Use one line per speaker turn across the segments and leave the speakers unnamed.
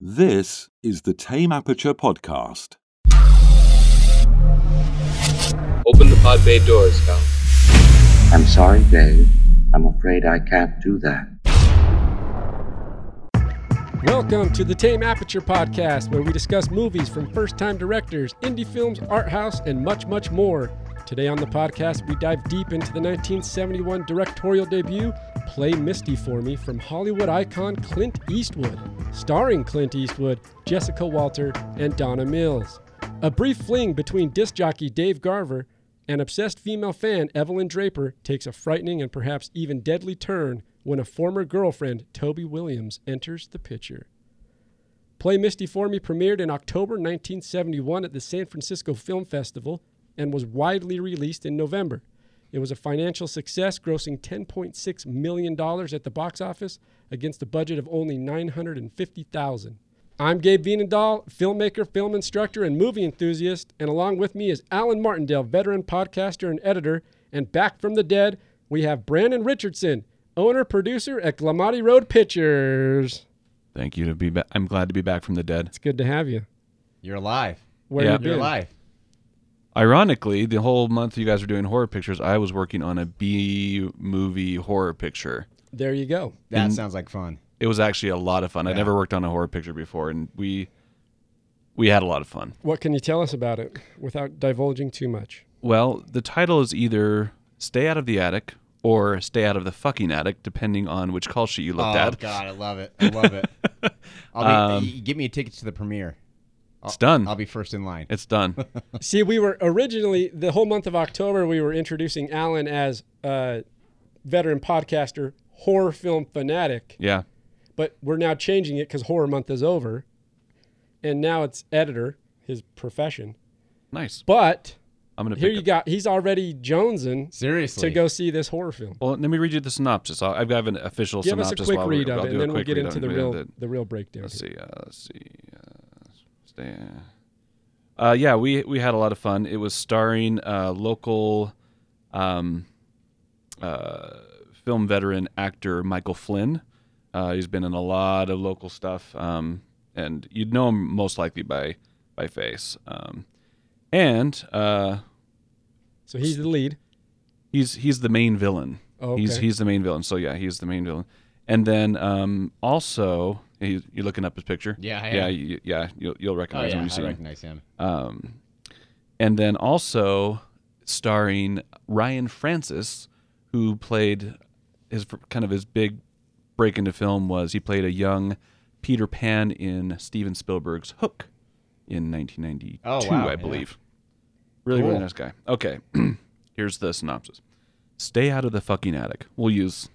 This is the Tame Aperture Podcast.
Open the pod bay doors, Cal.
I'm sorry, Dave. I'm afraid I can't do that.
Welcome to the Tame Aperture Podcast, where we discuss movies from first time directors, indie films, art house, and much, much more. Today on the podcast, we dive deep into the 1971 directorial debut, Play Misty for Me, from Hollywood icon Clint Eastwood, starring Clint Eastwood, Jessica Walter, and Donna Mills. A brief fling between disc jockey Dave Garver an obsessed female fan, Evelyn Draper, takes a frightening and perhaps even deadly turn when a former girlfriend, Toby Williams, enters the picture. Play Misty for Me premiered in October 1971 at the San Francisco Film Festival and was widely released in November. It was a financial success, grossing $10.6 million at the box office against a budget of only $950,000. I'm Gabe Vienendahl, filmmaker, film instructor, and movie enthusiast, and along with me is Alan Martindale, veteran podcaster and editor. And back from the dead, we have Brandon Richardson, owner producer at Glamati Road Pictures.
Thank you to be back. I'm glad to be back from the dead.
It's good to have you.
You're alive.
Where
Yeah.
you been?
You're alive.
Ironically, the whole month you guys were doing horror pictures, I was working on a B movie horror picture.
There you go.
That sounds like fun.
It was actually a lot of fun. I'd never worked on a horror picture before, and we we had a lot of fun.
What can you tell us about it without divulging too much?
Well, the title is either "Stay Out of the Attic" or "Stay Out of the Fucking Attic," depending on which call sheet you
Oh
looked at.
God, I love it. I love it. I'll be, y- give me a ticket to the premiere.
Um, It's done.
Oh,
I'll be first in line.
it's done.
See, we were originally the whole month of October. We were introducing Alan as a veteran podcaster, horror film fanatic,
yeah.
but we're now changing it because horror month is over, and now it's editor, his profession.
Nice.
But
I'm gonna. Pick
here you
up-
got he's already jonesing
Seriously.
to go see this horror film.
Well, let me read you the synopsis. I- I've got an official
Give us
synopsis.
a quick
while we're-
read of
I'll
it,
do
and
a
then we'll
quick
get
read
into
on
the
it.
real
The-
the real breakdown.
Let's
here.
see. Uh, let's see. Uh, stay. Uh, yeah, we we had a lot of fun. It was starring uh, local um, uh, film veteran actor Michael Flynn. Uh, he's been in a lot of local stuff, um, and you'd know him most likely by by face. Um, and uh,
So he's the lead.
he's he's the main villain.
Oh,
He's
okay.
he's the main villain. So yeah, he's the main villain. And then um, also, he, you're looking up his picture.
Yeah, I am.
yeah, you, yeah. You'll, you'll
Oh
recognize him
yeah,
when you
I
see him.
recognize him.
Um, and then also starring Ryan Francis, who played his kind of his big break into film was he played a young Peter Pan in Steven Spielberg's Hook in 1992,
Oh, wow,
I
yeah.
believe. Really, really
Cool.
nice guy. Okay, here's the synopsis: Stay out of the fucking attic. We'll use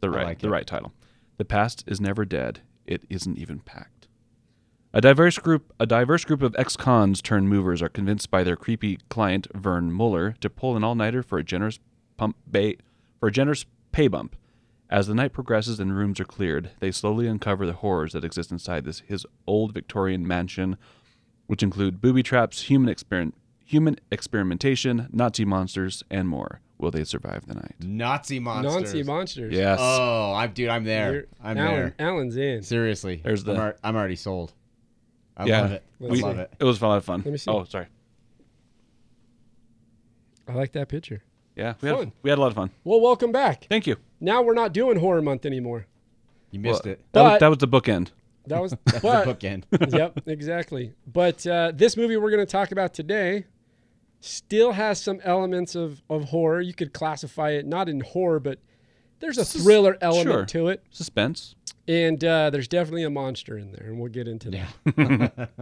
the right
like
the
it.
right title. The past is never dead. It isn't even packed. A diverse group a diverse group of ex-cons turned movers are convinced by their creepy client Vern Muller to pull an all-nighter for a generous pump bay for a generous pay bump. As the night progresses and rooms are cleared, they slowly uncover the horrors that exist inside this his old Victorian mansion, which include booby traps, human experiment, human experimentation, Nazi monsters, and more. Will they survive the night?
Nazi monsters.
Nancy monsters.
Yes.
Uh,
Oh, I'm dude. I'm there.
You're-
I'm
Alan,
there.
Alan's in.
Seriously.
There's the-
I'm, ar- I'm already sold. I
Yeah.
love it. I
Let's
love
see.
it.
it was a lot of fun.
Let me see.
Oh, sorry.
I like that picture.
Yeah, we had,
Fun.
we had a lot of fun.
Well, welcome back.
Thank you.
Now we're not doing horror month anymore.
You missed
Well,
it.
That, was,
But-
that was the bookend.
That was
The
but
bookend.
yep, exactly. But uh, this movie we're going to talk about today still has some elements of, of horror. You could classify it not in horror, but there's a thriller element
sure.
to it,
Suspense.
and uh, there's definitely a monster in there, and we'll get into that.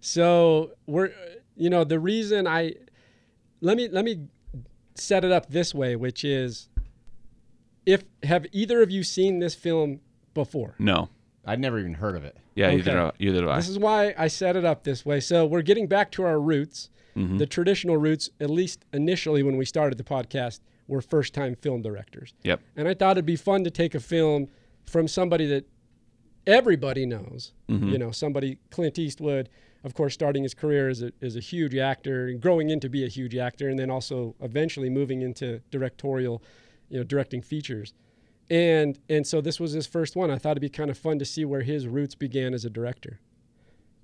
so we're, you know, the reason I let me let me set it up this way, which is, if have either of you seen this film before?
No.
I'd never even heard of it.
Yeah,
Okay.
either do- either do I.
This is why I set it up this way. So we're getting back to our roots,
Mm-hmm.
the traditional roots, at least initially when we started the podcast, were first time film directors.
yep.
And I thought it'd be fun to take a film from somebody that everybody knows.
Mm-hmm.
You know, somebody Clint Eastwood, of course, starting his career as a as a huge actor and growing into be a huge actor, and then also eventually moving into directorial, you know, directing features. and and so this was his first one. I thought it'd be kind of fun to see where his roots began as a director,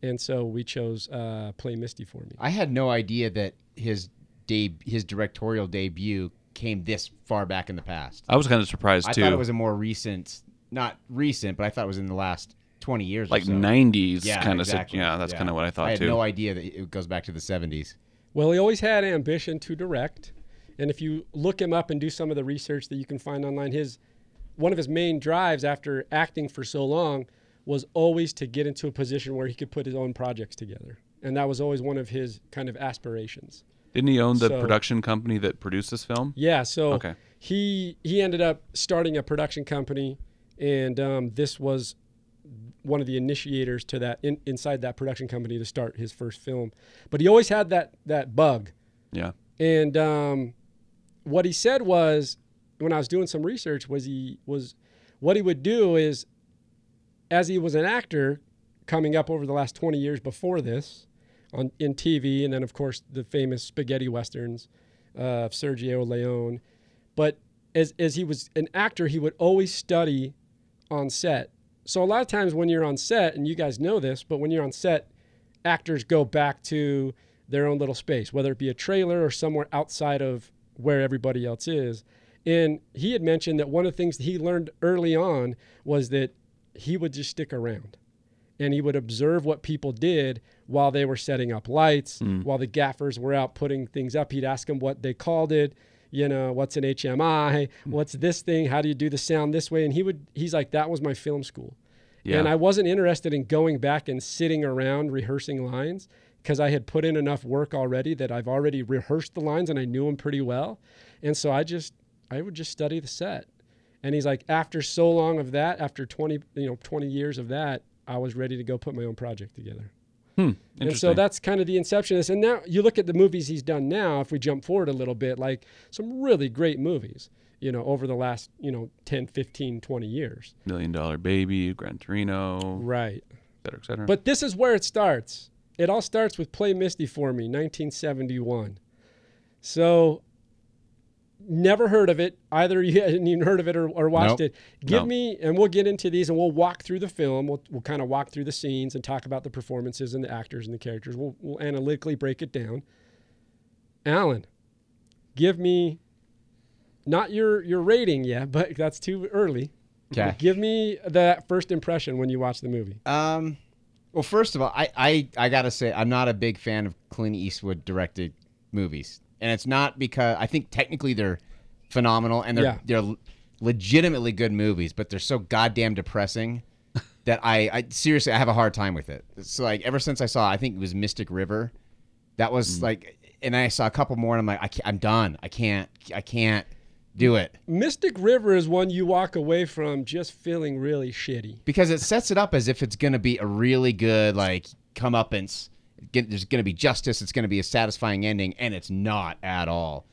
and so we chose uh, Play Misty for me.
I had no idea that his de- his directorial debut came this far back in the past.
I was kind of surprised
I
too.
thought it was a more recent, not recent, but I thought it was in the last twenty years, or
like
so.
'90s
Yeah,
kind of.
exactly.
Yeah, that's kind of what I thought
I had
too.
no idea that it goes back to the seventies.
Well, he always had ambition to direct, and if you look him up and do some of the research that you can find online, his one of his main drives after acting for so long was always to get into a position where he could put his own projects together, and that was always one of his kind of aspirations.
Didn't he own the
So-
production company that produced this film?
Yeah, so
Okay.
he he ended up starting a production company, and um, this was one of the initiators to that in, inside that production company to start his first film. But he always had that that bug,
Yeah.
and um, what he said was, when I was doing some research, was he was what he would do is, as he was an actor coming up over the last 20 years before this, on in TV, and then of course the famous spaghetti westerns uh, of Sergio Leone, but as as he was an actor, he would always study on set. So a lot of times when you're on set, and you guys know this, but when you're on set, actors go back to their own little space, whether it be a trailer or somewhere outside of where everybody else is. And he had mentioned that one of the things that he learned early on was that he would just stick around and he would observe what people did while they were setting up lights, while the gaffers were out putting things up. He'd ask them what they called it, you know, what's an HMI, what's this thing, how do you do the sound this way? And he would, he's like, that was my film school.
Yeah.
And I wasn't interested in going back and sitting around rehearsing lines because I had put in enough work already that I've already rehearsed the lines and I knew them pretty well. And so I just, I would just study the set. And he's like, after so long of that, after 20, you know, 20 years of that, I was ready to go put my own project together.
Hmm.
And
Interesting.
so that's kind of the inception of this. And now you look at the movies he's done now, if we jump forward a little bit, like some really great movies, you know, over the last, you know, 10, 15, 20 years.
Million Dollar Baby, Gran Torino,
Right.
et cetera, et cetera.
But this is where it starts. It all starts with Play Misty for Me, 1971. So, never heard of it. Either you hadn't even heard of it or, or watched
Nope.
it. Give
No.
me, and we'll get into these and we'll walk through the film. We'll, we'll kind of walk through the scenes and talk about the performances and the actors and the characters. We'll, we'll analytically break it down. Alan, give me not your, your rating yet, but that's too early.
Okay.
Give me that first impression when you watch the movie.
Um, well, first of all, I, I, I gotta say I'm not a big fan of Clint Eastwood directed movies, and it's not because I think technically they're phenomenal and they're
Yeah.
they're l- legitimately good movies, but they're so goddamn depressing that I, I seriously I have a hard time with it. It's like ever since I saw I think it was Mystic River, that was like, and I saw a couple more, and I'm like I can't, I'm done. I can't I can't do it.
Mystic River is one you walk away from just feeling really shitty.
because it sets it up as if it's going to be a really good like comeuppance. Get, there's going to be justice. It's going to be a satisfying ending, and it's not at all.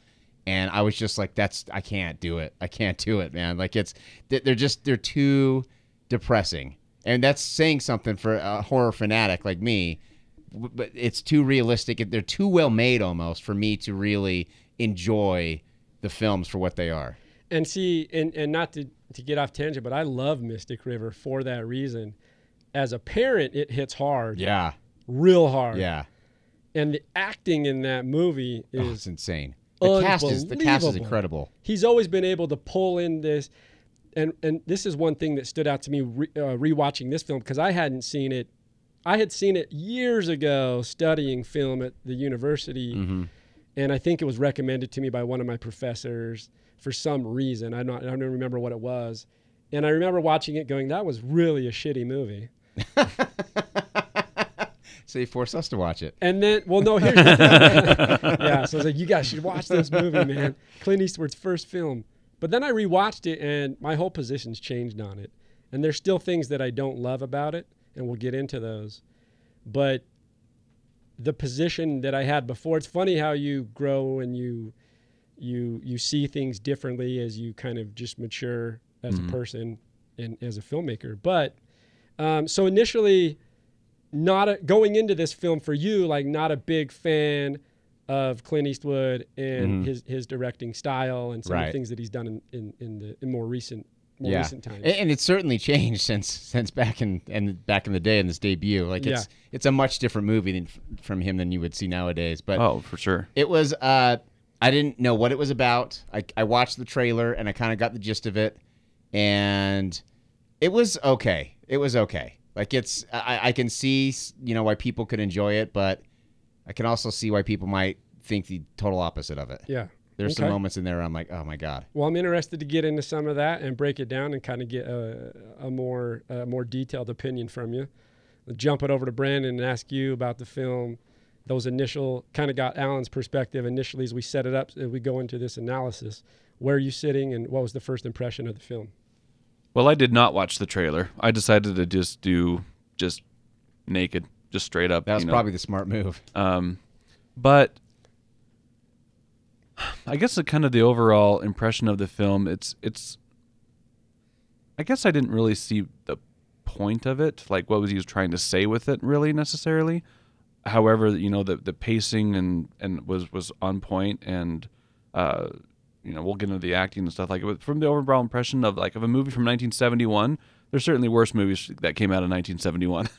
And I was just like, "That's I can't do it. I can't do it, man. Like it's they- they're just they're too depressing, and that's saying something for a horror fanatic like me. w- But it's too realistic. They're too well made almost for me to really enjoy the films for what they are.
And see, and, and not to, to get off tangent, but I love Mystic River for that reason. As a parent, it hits hard,
Yeah,
real hard.
yeah.
And the acting in that movie
Oh,
is
it's insane. The cast is the cast is
Unbelievable.
incredible.
he's always been able to pull in this and and this is one thing that stood out to me re, uh, rewatching this film because I hadn't seen it I had seen it years ago studying film at the university and I think it was recommended to me by one of my professors for some reason I not I don't remember what it was and I remember watching it going that was really a shitty movie
So you forced us to watch it.
And then, well, no, here's the thing. yeah. So I was like, you guys should watch this movie, man. Clint Eastwood's first film. But then I rewatched it, and my whole position's changed on it. And there's still things that I don't love about it, and we'll get into those. But the position that I had before, it's funny how you grow and you you you see things differently as you kind of just mature as
Mm-hmm.
a person and as a filmmaker. But um, so initially, not a, going into this film for you, like not a big fan of Clint Eastwood and his his directing style and some of
Mm-hmm. Right.
the things that he's done in in, in the in more recent more
yeah.
recent times.
A- And it's certainly changed since since back in and back in the day in this debut. Like it's it's a much different movie than, from him than you would see nowadays. But
Oh, for sure.
It was. Uh, I didn't know what it was about. I, I watched the trailer and I kind of got the gist of it, and it was okay. It was okay. Like it's. I, I can see you know why people could enjoy it, but I can also see why people might think the total opposite of it.
yeah.
There's some
Okay.
moments in there I'm like, oh my god.
Well, I'm interested to get into some of that and break it down and kind of get a, a more a more detailed opinion from you. Jump it over to Brandon and ask you about the film. Those initial kind of got Alan's perspective initially as we set it up. As we go into this analysis, where are you sitting and what was the first impression of the film?
Well, I did not watch the trailer. I decided to just do just naked, just straight up.
That was
you know.
probably the smart move.
Um, but I guess the kind of the overall impression of the film, it's it's. I guess I didn't really see the point of it, like what was he was trying to say with it, really necessarily. However, you know the the pacing and and was was on point, and uh, you know we'll get into the acting and stuff like. But from the overall impression of like of a movie from 1971, there's certainly worse movies that came out in 1971,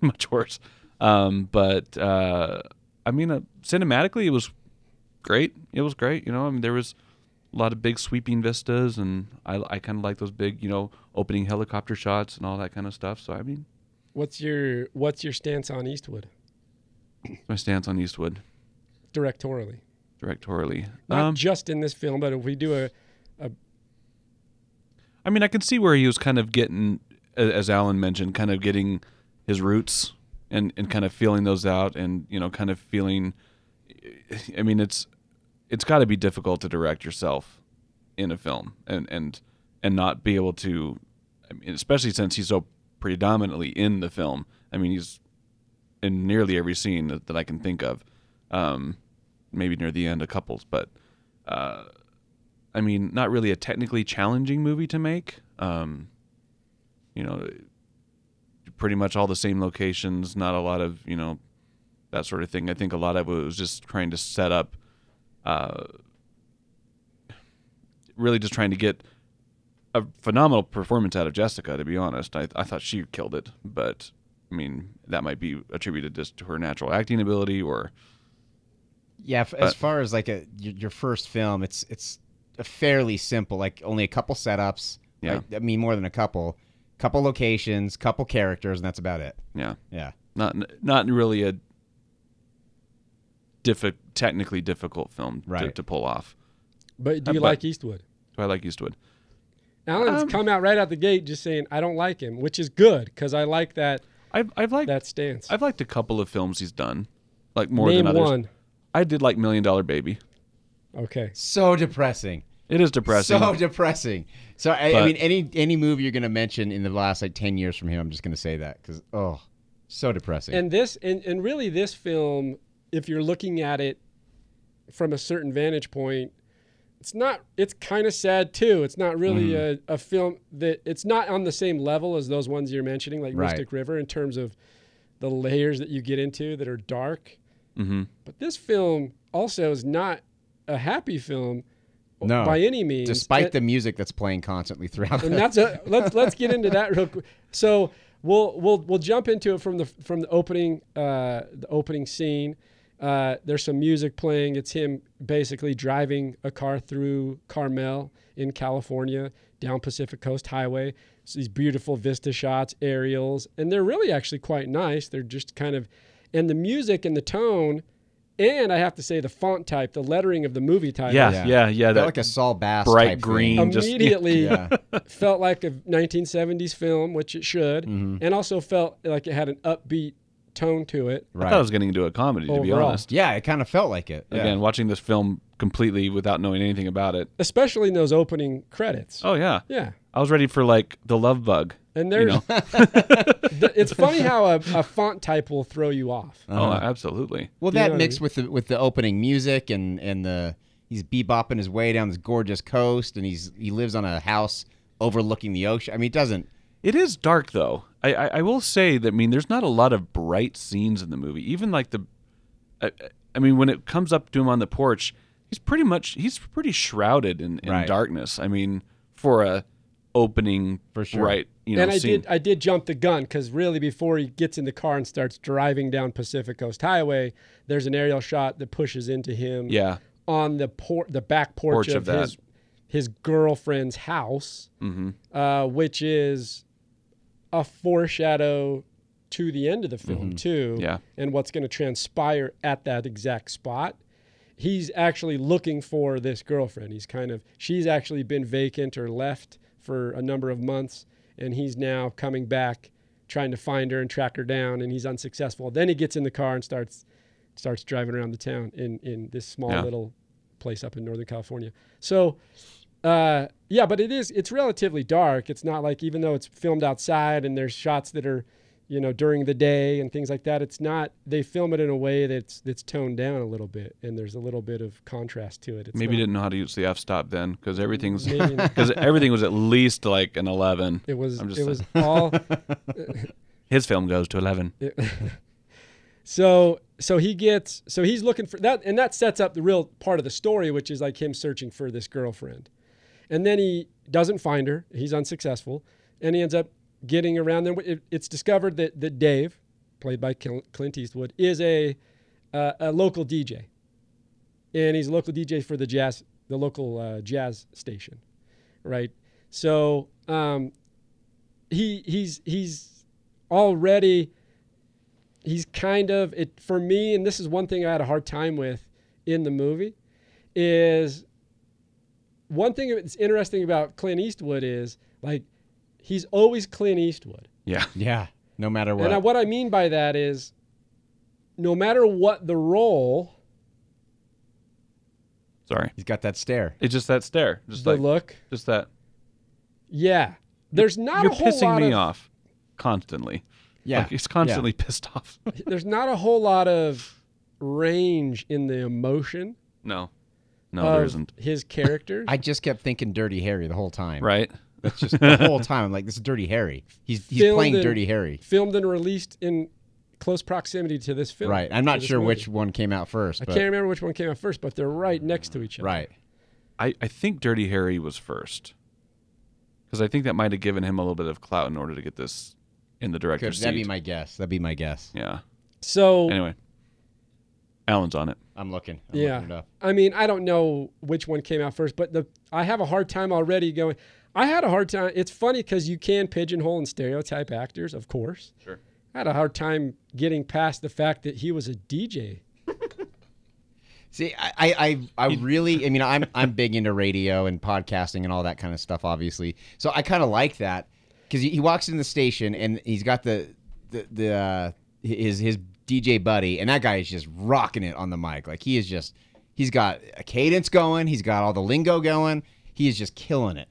much worse. Um, but uh, I mean, uh, cinematically, it was great. It was great. You know, I mean, there was a lot of big sweeping vistas, and I, I kind of like those big, you know, opening helicopter shots and all that kind of stuff. So I mean,
What's your what's your stance on Eastwood
my stance on Eastwood
directorially?
directorially.
Not
Um,
just in this film, but if we do a
I mean, I can see where he was kind of getting, a- as Alan mentioned, kind of getting his roots and and kind of feeling those out, and you know, kind of feeling. I mean, it's it's got to be difficult to direct yourself in a film and and and not be able to, I mean, especially since he's so predominantly in the film. I mean, he's in nearly every scene that, that I can think of. Um, maybe near the end, a couples, but. Uh, I mean, not really a technically challenging movie to make. Um, you know, pretty much all the same locations, not a lot of, you know, that sort of thing. I think a lot of it was just trying to set up, uh, really just trying to get a phenomenal performance out of Jessica, to be honest. I, I thought she killed it, but I mean, that might be attributed just to her natural acting ability or.
Yeah, f- as
But-
far as like a your, your first film, it's it's a fairly simple, like only a couple setups.
Yeah.
like, I mean more than a couple, couple locations, couple characters, and that's about it.
Yeah.
Yeah,
Not not really a diffi- technically difficult film to- to,
Right.
pull off.
but do you
But-
like Eastwood?
Do I like Eastwood?
Alan's
Um,
come out right out the gate just saying I don't like him, which is good because I like that
I've I've liked
that stance.
I've liked a couple of films he's done, like more
Name
than others.
one.
I did like Million Dollar Baby.
Okay.
so depressing.
It is depressing.
So depressing. So I,
But-
I mean, any any movie you're gonna mention in the last like ten years from him, I'm just gonna say that because oh, so depressing.
And this and, and really this film, if you're looking at it from a certain vantage point, it's not it's kind of sad too. It's not really a, a film that it's not on the same level as those ones you're mentioning, like
Right.
Mystic River, in terms of the layers that you get into that are dark.
hmm
But this film also is not a happy film
no,
by any means.
despite
It-
the music that's playing constantly throughout.
and
the-
that's a, let's let's get into that real quick. So we'll we'll we'll jump into it from the from the opening uh, the opening scene. Uh, there's some music playing. It's him basically driving a car through Carmel in California down Pacific Coast Highway. So these beautiful vista shots, aerials, and they're really actually quite nice. They're just kind of, and the music and the tone, and I have to say the font type, the lettering of the movie title.
Yeah, yeah,
Yeah.
yeah. that,
Felt like a Saul Bass
bright
type thing.
green- and just-
immediately
Yeah.
felt like a 1970s film, which it should,
Mm-hmm.
Mhm.
and also felt like it had an upbeat tone to it.
I
Right.
thought I was getting into a comedy, to be
Overall.
honest.
yeah, it kind of felt like it. Yeah.
Again, watching this film completely without knowing anything about it.
Especially in those opening credits.
Oh yeah,
Yeah.
I was ready for like the Love Bug.
And
You
there's,
know?
th- it's funny how a, a font type will throw you off.
Oh, absolutely.
Well,
You know
that
what I
mixed with the with the opening music and and the he's bebopping his way down this gorgeous coast, and he's he lives on a house overlooking the ocean. I mean, it doesn't.
It is dark though. I, I, I will say that. I mean, there's not a lot of bright scenes in the movie. Even like the, I, I mean, when it comes up to him on the porch, he's pretty much he's pretty shrouded in, in
Right.
darkness. I mean, for a opening
For sure.
right you know
and I
scene.
did I did jump the gun because really before he gets in the car and starts driving down Pacific Coast Highway, there's an aerial shot that pushes into him
yeah
on the por- the back porch,
Porch of
of,
that. Mm-hmm.
his his girlfriend's house, uh, which is a foreshadow to the end of the film too,
Mm-hmm. Yeah.
and what's going to transpire at that exact spot. He's actually looking for this girlfriend. He's kind of she's actually been vacant or left for a number of months, and he's now coming back trying to find her and track her down, and he's unsuccessful. Then he gets in the car and starts starts driving around the town in in this small
Yeah.
little place up in Northern California. So, uh, yeah, but it is it's relatively dark. It's not like even though it's filmed outside and there's shots that are, you know, during the day and things like that. It's not they film it in a way that's that's toned down a little bit and there's a little bit of contrast to it. It's
maybe
not-
didn't know how to use the f stop then because everything's
Maybe not.
because everything was at least like an 11
it was
I'm
it
just
was all
his film goes to 11
so so he gets so he's looking for that and that sets up the real part of the story which is like him searching for this girlfriend and then he doesn't find her he's unsuccessful and he ends up getting around them it, it's discovered that that dave played by Cl- clint eastwood is a uh, a local dj and he's a local dj for the jazz the local uh, jazz station right so um he he's he's already he's kind of it for me and this is one thing i had a hard time with in the movie is one thing that's interesting about clint eastwood is like he's always clint eastwood
yeah
Yeah. No matter what.
and I, what i mean by that is no matter what the role
sorry
He's got that stare.
it's just that stare just
the
like
look
just that
yeah there's not
you're
a whole
pissing
lot
me
of,
off constantly
Yeah.
like, he's constantly pissed off
there's not a whole lot of range in the emotion
no no
of
there isn't
his character
I just kept thinking Dirty Harry the whole time.
right
That's just the whole time. I'm like, this is Dirty Harry. He's he's
Filled
playing
in-
Dirty Harry.
filmed and released in close proximity to this film
Right. I'm
to
not
this
sure
movie.
which one came out first.
I
But,
can't remember which one came out first, but they're right next to each other.
Right.
I, I think Dirty Harry was first. Because I think that might have given him a little bit of clout in order to get this in the
Could,
director's
that'd be
seat.
my guess. That'd be my guess.
yeah.
So
Anyway, Alan's on it.
I'm looking. I'm
yeah,
Looking it up.
I mean, I don't know which one came out first, but the I have a hard time already going. I had a hard time. It's funny because you can pigeonhole and stereotype actors, of course.
Sure.
I had a hard time getting past the fact that he was a DJ.
See, I, I, I, I really, I mean, I'm, I'm big into radio and podcasting and all that kind of stuff, obviously. So I kind of like that because he, he walks in the station and he's got the, the, the, uh, his, his DJ buddy, and that guy is just rocking it on the mic. Like he is just, he's got a cadence going, he's got all the lingo going, he is just killing it.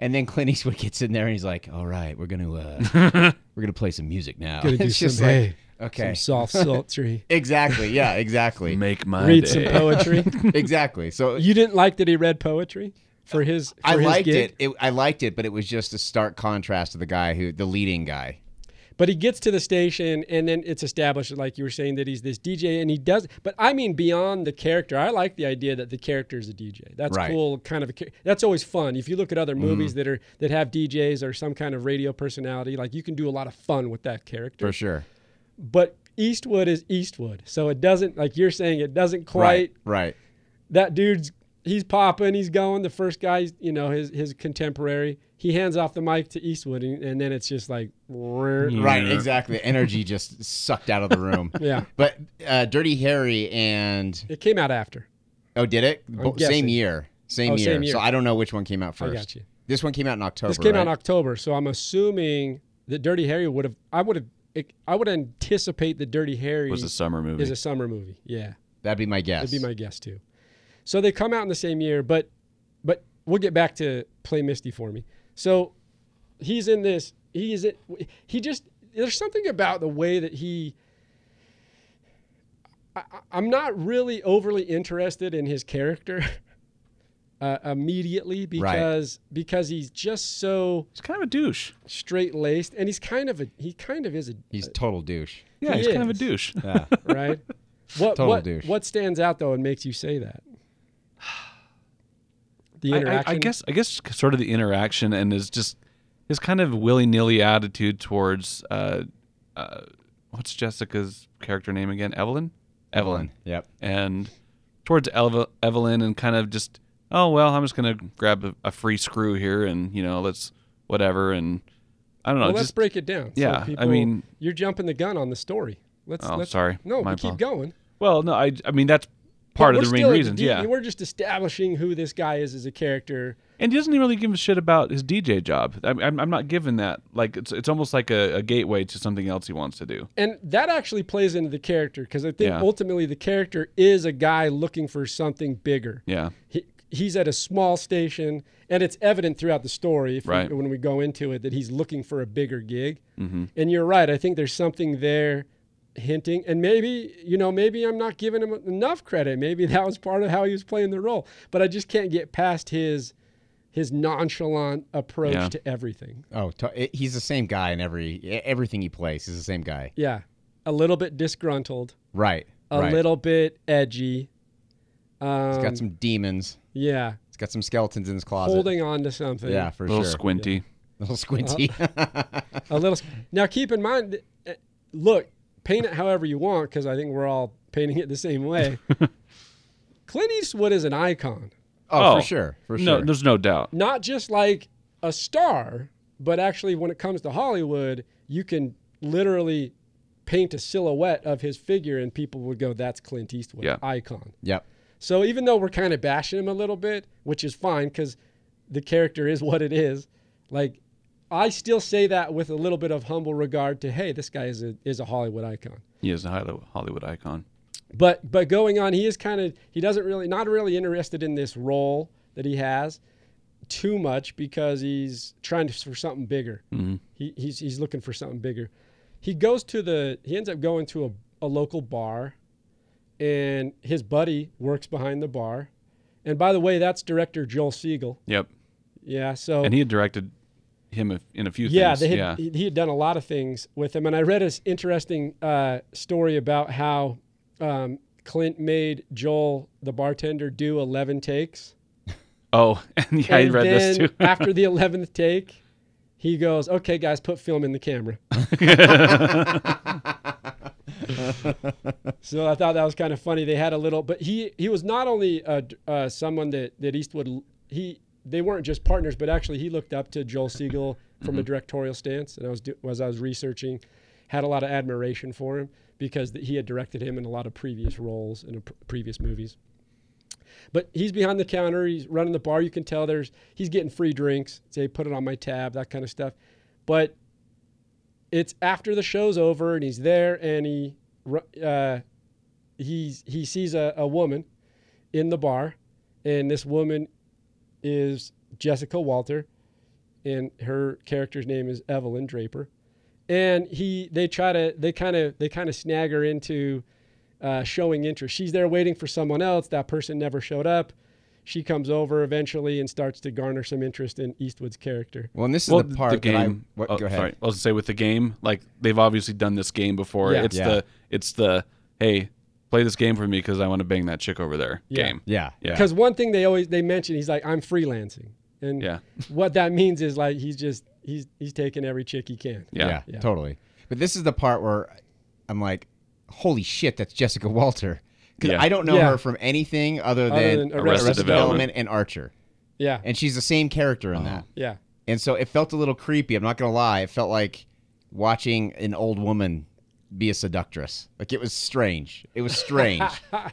And then Clint Eastwood gets in there and he's like, "All right, we're gonna, uh, we're gonna play some music now."
Gonna do
It's just
some,
like,
hey,
okay,
Some soft, sultry.
exactly, yeah, exactly,
Make my
read
day.
some poetry.
exactly. So
you didn't like that he read poetry for his. For
I
his
liked
gig?
it. it. I liked it, but it was just a stark contrast to the guy who, the leading guy.
But he gets to the station, and then it's established, like you were saying, that he's this DJ, and he does. But I mean, beyond the character, I like the idea that the character is a DJ. That's
Right. Mm-hmm.
cool, kind of. A, char- that's always fun. If you look at other movies that are that have DJs or some kind of radio personality, like you can do a lot of fun with that character.
sure.
But Eastwood is Eastwood, so it doesn't like you're saying it doesn't quite.
Right. Right.
That dude's he's popping, he's going. The first guy, you know, his his contemporary, he hands off the mic to Eastwood, and, and then it's just like.
Right. Exactly. Energy just sucked out of the room.
Yeah.
But uh, Dirty Harry and
It came out after.
oh, did it Bo-
guessing.
same year? Same,
Oh,
year.
same year.
So I don't know which one came out
I
first.
got you.
This one came out in October.
This came out in
right?
October, so I'm assuming that Dirty Harry would have. I would have. I would anticipate that Dirty Harry
was a summer movie.
is a summer movie. Yeah,
That'd be my guess.
that'd be my guess too. So they come out in the same year, but but we'll get back to play Misty for me. So he's in this. He is. He just. There's something about the way that he. I, I- I'm not really overly interested in his character uh, immediately because because he's just so
he's kind of a douche.
straight laced, and he's kind of a he kind of is a
He's total douche.
Yeah,
He
he's kind of a
is.
douche.
right. What
Total
what
douche.
what stands out though and makes you say that? The
I- I-
interaction.
I, guess I guess sort of the interaction and is just his kind of willy nilly attitude towards uh, uh, what's Jessica's character name again? Evelyn. Evelyn.
Yep.
And towards Elva Evelyn, and kind of just, oh well, I'm just gonna grab a, a free screw here, and you know, let's whatever, and I don't know.
well, let's
just
break it down.
yeah, I mean-
you're jumping the gun on the story. Let's.
Oh,
let's,
sorry.
No,
My
we keep
fault.
going.
well, no, I I mean that's part
But
of
we're
the main
still-
reasons.
you-
yeah.
We're just establishing who this guy is as a character.
and he doesn't really give a shit about his DJ job. I'm, I'm, I'm not giving that. Like it's it's almost like a, a gateway to something else he wants to do.
And that actually plays into the character because I think
Yeah.
ultimately the character is a guy looking for something bigger.
Yeah,
He, he's at a small station, and it's evident throughout the story if we-
Right. Mm-hmm.
when we go into it that he's looking for a bigger gig. And you're right. I think there's something there hinting and maybe you know maybe i'm not giving him enough credit maybe that was part of how he was playing the role but i just can't get past his his nonchalant approach
Yeah.
to everything
Oh, to- it- he's the same guy in every e- everything he plays. He's the same guy.
yeah a little bit disgruntled
Right.
a
right.
little bit edgy. Um,
He's got some demons.
yeah,
He's got some skeletons in his closet.
holding on to something.
Yeah, for
a little
sure.
squinty.
little squinty.
Uh-huh. a
Oh,
little. Now keep in mind, uh, look, paint it however you want, because I think we're all painting it the same way. Clint Eastwood is an icon,
Oh.
oh, for sure. For
No,
sure.
there's no doubt.
not just like a star, but actually when it comes to Hollywood, you can literally paint a silhouette of his figure, and people would go, "That's Clint Eastwood,
Yeah.
icon."
Yep.
So even though we're kind of bashing him a little bit, which is fine because the character is what it is, like I still say that with a little bit of humble regard to hey, this guy is a is a Hollywood icon.
He is a Hollywood- Hollywood icon.
But but going on, he is kind of he doesn't really not really interested in this role that he has too much because he's trying to, for something bigger.
Mm-hmm.
He, he's he's looking for something bigger. He goes to the he ends up going to a, a local bar, and his buddy works behind the bar. And by the way, that's director Joel Siegel.
Yep.
Yeah, so
And he had directed him a- in a few
Oh. yeah,
things.
they had,
yeah.
He, he had done a lot of things with him. And I read an interesting uh, story about how um, Clint made Joel, the bartender, do 11 takes.
oh, and yeah, I
And
read this
then
too.
after the 11th take, he goes, okay, guys, put film in the camera. so I thought that was kind of funny. They had a little, but he, he was not only uh, d- uh, someone that, that Eastwood, l- he, they weren't just partners, but actually he looked up to Joel Siegel from
Mm-hmm.
a directorial stance. And I was, do, as I was researching, had a lot of admiration for him because th- he had directed him in a lot of previous roles in a pr- previous movies. But he's behind the counter. He's running the bar. You can tell there's he's getting free drinks. Say, put it on my tab, that kind of stuff. But it's after the show's over, and he's there, and he ru- uh, he's he sees a, a woman in the bar, and this woman is Jessica Walter, and her character's name is Evelyn Draper, and he they try to they kind of they kind of snag her into uh, showing interest. She's there waiting for someone else. That person never showed up. She comes over eventually and starts to garner some interest in Eastwood's character.
Well, and this is
well,
the part that I.
game.
What,
oh,
go ahead.
Sorry, I was gonna say with the game, like they've obviously done this game before.
Yeah.
it's
Yeah.
the it's the hey, play this game for me because I want to bang that chick over there.
Yeah.
Game.
Yeah.
Yeah.
Because one thing they always they mention, he's like, I'm freelancing, and
Yeah.
what that means is like he's just he's he's taking every chick he can.
Yeah.
Yeah.
Totally. But this is the part where I'm like, holy shit, that's Jessica Walter. Because
Yeah.
I don't know
Yeah.
her from anything other than,
than Arrested
Development.
and Archer.
Yeah,
And she's the same character in
Uh-huh.
that.
yeah,
And so it felt a little creepy. I'm not going to lie. It felt like watching an old woman be a seductress. Like it was strange. It was strange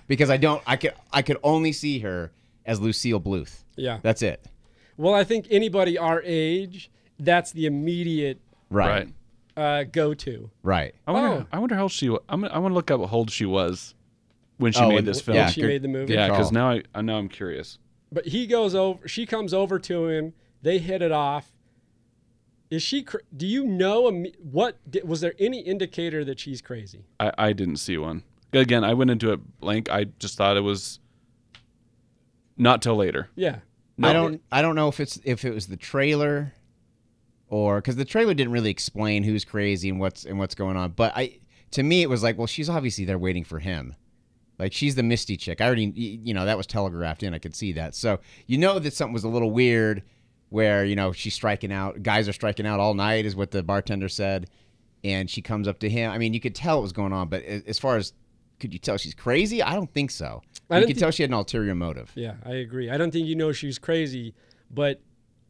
because I don't I could I could only see her as Lucille Bluth.
yeah.
That's it.
Well, I think anybody our age, that's the immediate
Right.
Right.
Right.
uh, go-to.
I wonder.
Oh.
I wonder how she. wa- I'm. gonna- I want to look up what old she was when she
Oh,
made
and-
this film.
Yeah,
Yeah,
she
good-
made the movie.
Yeah, because
call.
now I, I now I'm curious.
But he goes over. She comes over to him. They hit it off. Is she? cra- Do you know imme- what? di- Was there any indicator that she's crazy?
I, I didn't see one. Again, I went into it blank. I just thought it was not till later.
Yeah.
I don't I don't know if it's if it was the trailer or cuz the trailer didn't really explain who's crazy and what's and what's going on, but I to me it was like, well, she's obviously there waiting for him. Like she's the misty chick. I already y- you know, that was telegraphed in. I could see that. So, you know that something was a little weird where you know she's striking out guys are striking out all night is what the bartender said and she comes up to him i mean you could tell what was going on but a- as far as could you tell she's crazy i don't think so
I
you
don't
could
thi-
tell she had an ulterior motive
Yeah, I agree. I don't think you know she's crazy, but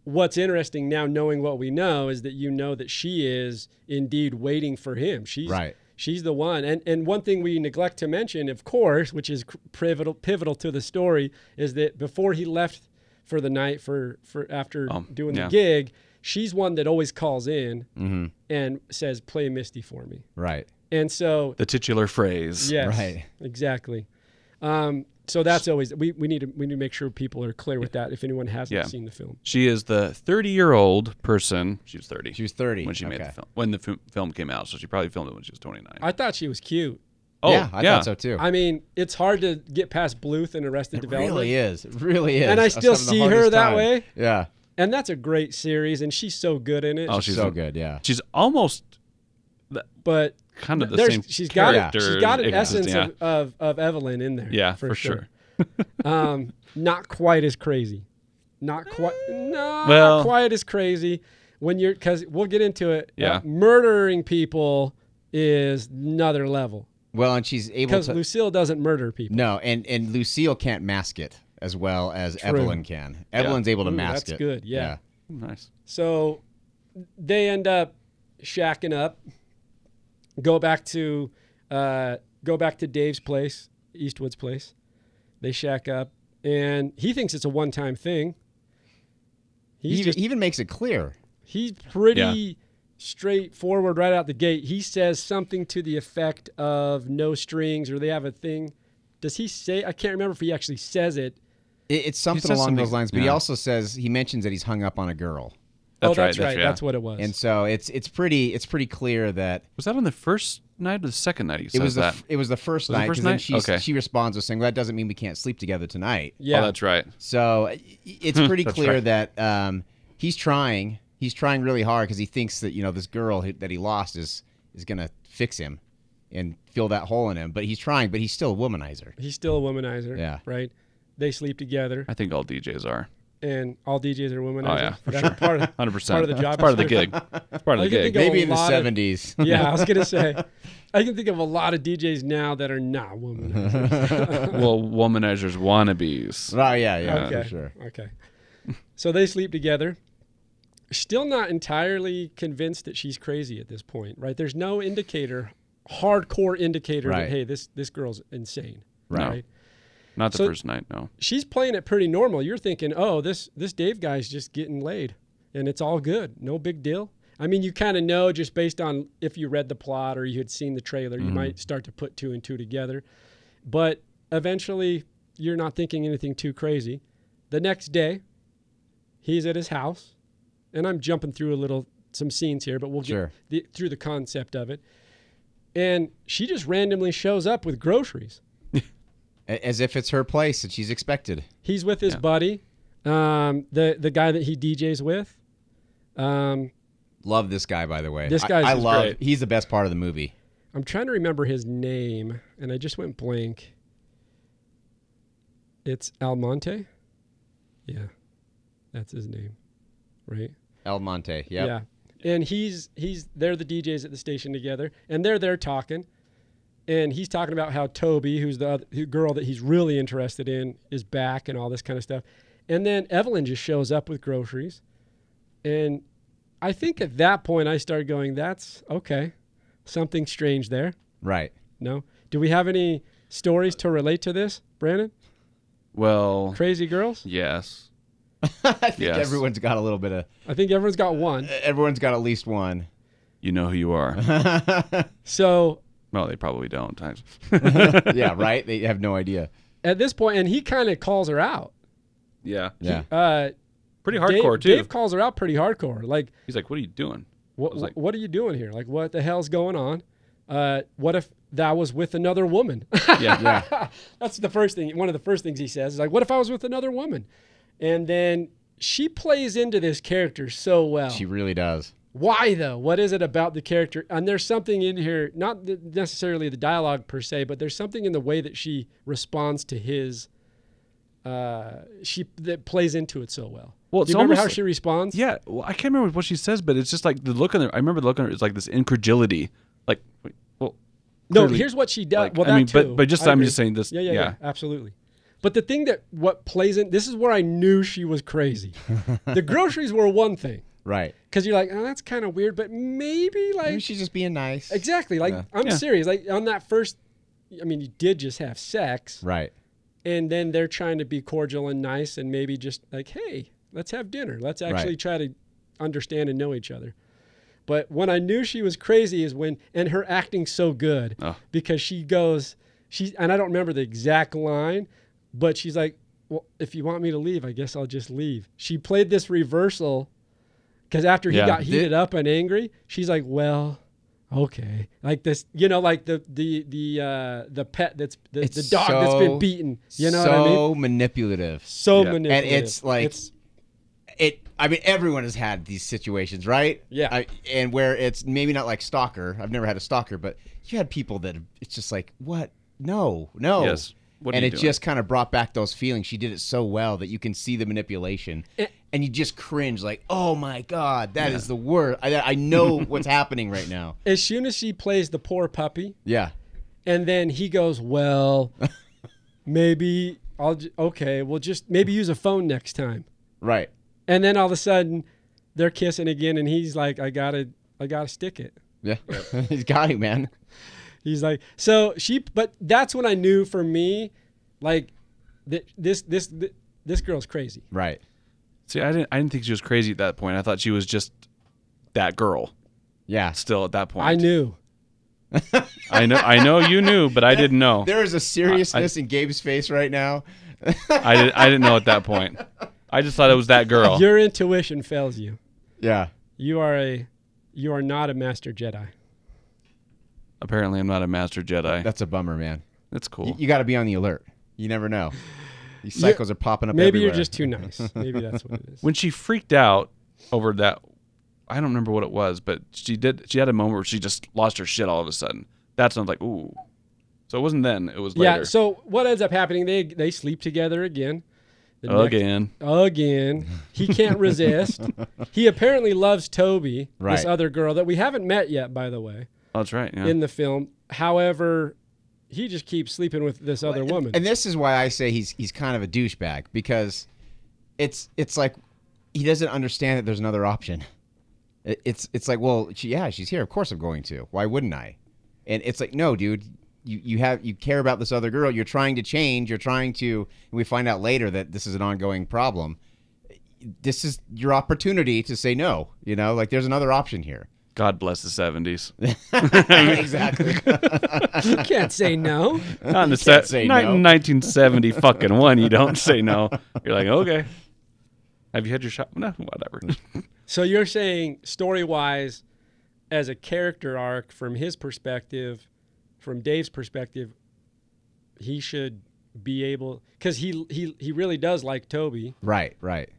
what's interesting now, knowing what we know, is that you know that she is indeed waiting for him. She's
Right.
She's the one. And and one thing we neglect to mention, of course, which is cr- pivotal pivotal to the story, is that before he left for the night for for after
Oh,
doing
yeah.
the gig, she's one that always calls in and says, "Play Misty for me."
right
And so
The titular phrase.
Yes.
Right.
Exactly. Um, so that's always we, we need to we need to make sure people are clear with that if anyone hasn't
Yeah.
seen the film.
She is the 30 year old person. She was 30.
she was 30
when she made
Okay.
the film. When the f- film came out, so she probably filmed it when she was 29.
I thought she was cute.
oh,
yeah i thought so too
I mean, it's hard to get past Bluth and Arrested
it
Development.
really is it really is
And I
was
still
having the
see her
hardest
that
time.
way.
yeah
And that's a great series and she's so good in it.
Oh,
she's
she's
so good yeah
She's almost
but
kind of the
there's
same.
she's got a-
character
she's got an
and
essence
existing-
of, of, of Evelyn in there.
Yeah, yeah, for, sure.
um, not quite as crazy. Not quite. No,
Well-
not quite as crazy. When you're, because we'll get into it.
Yeah.
Uh, murdering people is another level
well and she's able
because
to
Lucille doesn't murder people.
no and and lucille can't mask it as well as evelyn can evelyn's able to
Ooh,
mask
that's
it
good, yeah.
Nice.
So they end up shacking up. Go back to, uh, go back to Dave's place, Eastwood's place. They shack up, and he thinks it's a one-time thing. He's
he,
just
he even makes it clear
He's pretty
Yeah.
straightforward right out the gate. He says something to the effect of no strings or they have a thing. Does he say? I can't remember if he actually says it.
It, it's something
says
along
something-
those lines, but he
yeah.
also says he mentions that he's hung up on a girl,
That's
oh, that's right.
That's, yeah.
what it was.
and oh, so it's it's pretty it's pretty clear that
Was that on the first night or the second night? He
it
says
was the
that.
f- it was the first
Was it
night.
first
'cause then
night?
she
Okay.
she responds with saying, "Well, that doesn't mean we can't sleep together tonight."
Oh,
yeah,
that's right.
So i- it's pretty
Hmm, That's
clear
right.
that um, he's trying he's trying really hard because he thinks that you know this girl who- that he lost is is gonna fix him and fill that hole in him, but he's trying, but he's still a womanizer.
he's still a womanizer.
Yeah.
right. They sleep together,
I think all DJs are.
and all DJs are womenizers.
Oh, yeah, for
that's part of
100%.
part of the job.
It's part of the
description.
gig. It's part
I
of the
can
gig.
think
Maybe
a
in the
lot of-
seventies.
yeah, I was gonna say, I can think of a lot of DJs now that are not womanizers.
well, womanizers wannabes.
Oh yeah, yeah,
okay.
for sure.
Okay. So they sleep together. Still not entirely convinced that she's crazy at this point, right? There's no indicator, hardcore indicator
Right.
that hey, this this girl's insane.
No.
Right.
Not the
So-
first night, no.
She's playing it pretty normal. You're thinking, "Oh, this this Dave guy's just getting laid and it's all good. No big deal." I mean, you kind of know just based on if you read the plot or you had seen the trailer, you might start to put two and two together. But eventually, you're not thinking anything too crazy. The next day, he's at his house, and I'm jumping through a little some scenes here, but we'll get
Sure.
the, through the concept of it. And she just randomly shows up with groceries.
A- As if it's her place and she's expected.
He's with his buddy, um, the the guy that he DJs with. Um,
Love this guy, by the way.
This
I-
guy's
I,
is
love.
great.
He's the best part of the movie.
I'm trying to remember his name, and I just went blank. It's Almonte. Yeah, that's his name, right?
El Monte. Yep. Yeah.
Yeah. And he's he's they're the DJs at the station together, and they're there talking, and he's talking about how Toby, who's the other, who- girl that he's really interested in, is back and all this kind of stuff, and then Evelyn just shows up with groceries, and I think at that point I started going, that's okay, something strange there.
Right.
No, do we have any stories to relate to this, Brandon?
Well,
Crazy girls?
yes.
I think
Yes.
everyone's got a little bit of.
I think everyone's got one.
Everyone's got at least one.
You know who you are.
So
well, they probably don't. Times.
Yeah. Right. they have no idea.
at this point, and he kind of calls her out.
yeah.
Yeah.
Uh,
Pretty
Dave-
hardcore, too.
Dave calls her out pretty hardcore. Like,
He's like, what are you doing?
what,
was like-
what are you doing here? Like, what the hell's going on? Uh, what if that was with another woman?
Yeah. yeah.
That's the first thing. One of the first things he says is like, "What if I was with another woman?" And then she plays into this character so well.
She really does.
Why though? What is it about the character? And there's something in here, not th- necessarily the dialogue per se, but there's something in the way that she responds to his. Uh, she that plays into it so well.
Well,
Do
it's
you remember
almost
how
like-
she responds?
yeah. Well, I can't remember what she says, but it's just like the look on her. I remember the look on her. It's like this incredulity. Like, wait, well,
No,
clearly,
here's what she does.
like,
well,
I
that
mean, but-
too.
but just-
I
I'm
agree.
just saying this-
Yeah, yeah, yeah,
yeah.
absolutely. But the thing that what plays in this is where I knew she was crazy. the groceries were one thing
Right.
because you're like, oh, that's kind of weird, but maybe like
Maybe she's just being nice.
exactly like
Yeah.
I'm
Yeah.
serious. Like on that first, I mean, you did just have sex,
Right.
and then they're trying to be cordial and nice, and maybe just like, hey, let's have dinner. Let's actually try to understand and know each other. But when I knew she was crazy is when, and her acting so good
Oh.
because she goes, she and I don't remember the exact line, but she's like, well, if you want me to leave, I guess I'll just leave. She played this reversal because after he
Yeah.
got
Thi-
heated up and angry, she's like, well. Okay, like this, you know, like the the the uh, the pet that's the,
It's
the dog that's
so-
been beaten. You know
so
what I mean?
manipulative.
So
Yeah. And
And
manipulative.
it's like it I mean everyone has had these situations, right?
Yeah.
I, and where it's maybe not like stalker. I've never had a stalker, but you had people that it's just like, what? No, no.
Yes. What are
and
you
it
doing?
just kind of brought back those feelings. She did it so well that you can see the manipulation,
Eh.
and you just cringe, like, "Oh my god, that is the worst." I, I know what's happening right now.
as soon as she plays the poor puppy,
Yeah,
and then he goes, "Well, maybe I'll j- okay. We'll just maybe use a phone next time."
right.
And then all of a sudden, they're kissing again, and he's like, "I gotta, I gotta stick it."
Yeah, he's got you, man.
He's like, so she, but that's when I knew for me, like, th- this, this, th- this girl's crazy.
Right.
See, I didn't. I didn't think she was crazy at that point. I thought she was just that girl.
Yeah.
Still at that point.
I knew.
I know. I know you knew, but Oh. I didn't know.
There is a seriousness in Gabe's face right now.
I didn't. I didn't know at that point. I just thought it was that girl.
Oh.
Your intuition fails you.
Yeah.
You are a, you are not a master Jedi.
Apparently, I'm not a master Jedi.
That's a bummer, man.
That's
Y-
cool.
You got to be on the alert. You never know. These cycles are popping up.
Maybe
everywhere.
you're just too nice. Maybe that's what it is.
when she freaked out over that, I don't remember what it was, but she did. She had a moment where she just lost her shit all of a sudden. That's when I was like, ooh. So it wasn't then. It was later.
Yeah. So what ends up happening? They they sleep together again. The next-
again.
again. He can't resist. he apparently loves Toby,
Right.
this other girl that we haven't met yet, by the way,
Oh, that's right. Yeah.
in the film. However, he just keeps sleeping with this other woman.
And this is why I say he's he's kind of a douchebag because it's it's like he doesn't understand that there's another option. It- It's it's like well she, yeah she's here of course I'm going to why wouldn't I? And it's like no dude you you have you care about this other girl you're trying to change you're trying to and we find out later that this is an ongoing problem. This is your opportunity to say no. You know like there's another option here.
God bless the 70s.
exactly.
you can't say no.
Not in the
can't
se-
say
not
no.
in 1970 fucking one. You don't say no. You're like, okay. Have you had your shot? No, whatever.
So you're saying story wise, as a character arc from his perspective, from Dave's perspective, he should be able because he he he really does like Toby.
right right.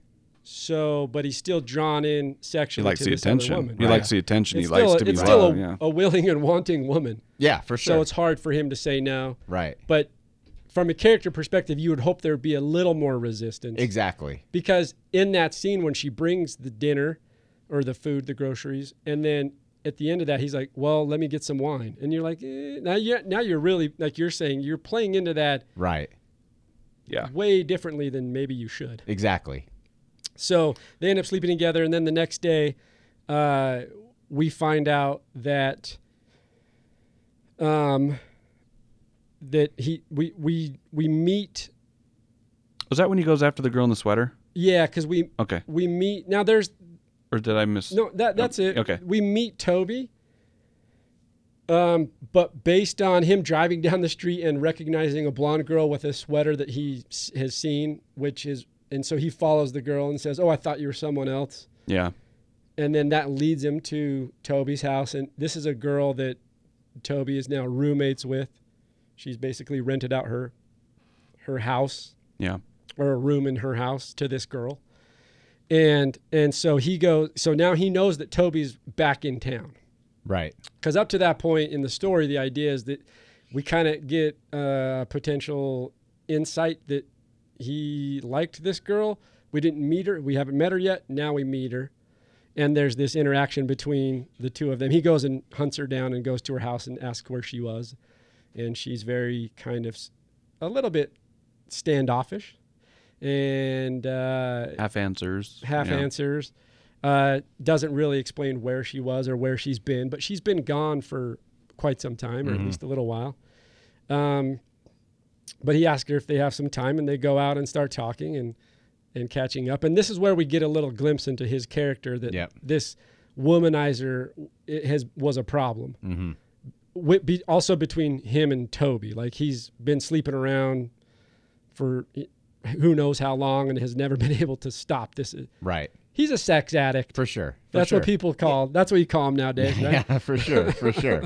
So, but he's still drawn in
He
sexually
likes
to
the
this
attention.
other woman.
He
right?
likes the attention.
It's
he likes
still,
to be
it's still
loved.
a,
yeah.
a willing and wanting woman.
Yeah for sure.
So it's hard for him to say no.
right
But from a character perspective, you would hope there'd be a little more resistance
exactly.
because in that scene when she brings the dinner or the food, the groceries, and then at the end of that he's like, "Well, let me get some wine," and you're like, eh. "Now you're now you're really like you're saying you're playing into that
Right.
yeah.
way differently than maybe you should."
Exactly.
So they end up sleeping together, and then the next day, uh, we find out that um, that he we we we meet
Was that when he goes after the girl in the sweater?
yeah because we
Okay.
we meet now. There's
Or did I miss?
no that that's it.
Okay.
we meet Toby. Um, but based on him driving down the street and recognizing a blonde girl with a sweater that he s- has seen, which is, and so he follows the girl and says, "Oh, I thought you were someone else."
Yeah.
and then that leads him to Toby's house. And this is a girl that Toby is now roommates with. She's basically rented out her her house
Yeah.
or a room in her house to this girl. And and so he goes so now he knows that Toby's back in town.
Right.
Because up to that point in the story, the idea is that we kind of get uh, potential insight that he liked this girl, We didn't meet her. We haven't met her yet. Now we meet her. And there's this interaction between the two of them. He goes and hunts her down and goes to her house and asks where she was. And she's very kind of s- a little bit standoffish and uh,
Half answers.
half
yeah.
answers. Uh, doesn't really explain where she was or where she's been, but she's been gone for quite some time, or at least a little while. Um, but he asked her if they have some time, and they go out and start talking and and catching up. And this is where we get a little glimpse into his character that
Yep.
this womanizer it has was a problem.
Mhm.
Wi- be, also between him and Toby, like he's been sleeping around for who knows how long and has never been able to stop this.
Right.
He's a sex addict.
For sure. For
that's
sure.
what people call. That's what you call him nowadays, right?
Yeah, for sure. For sure.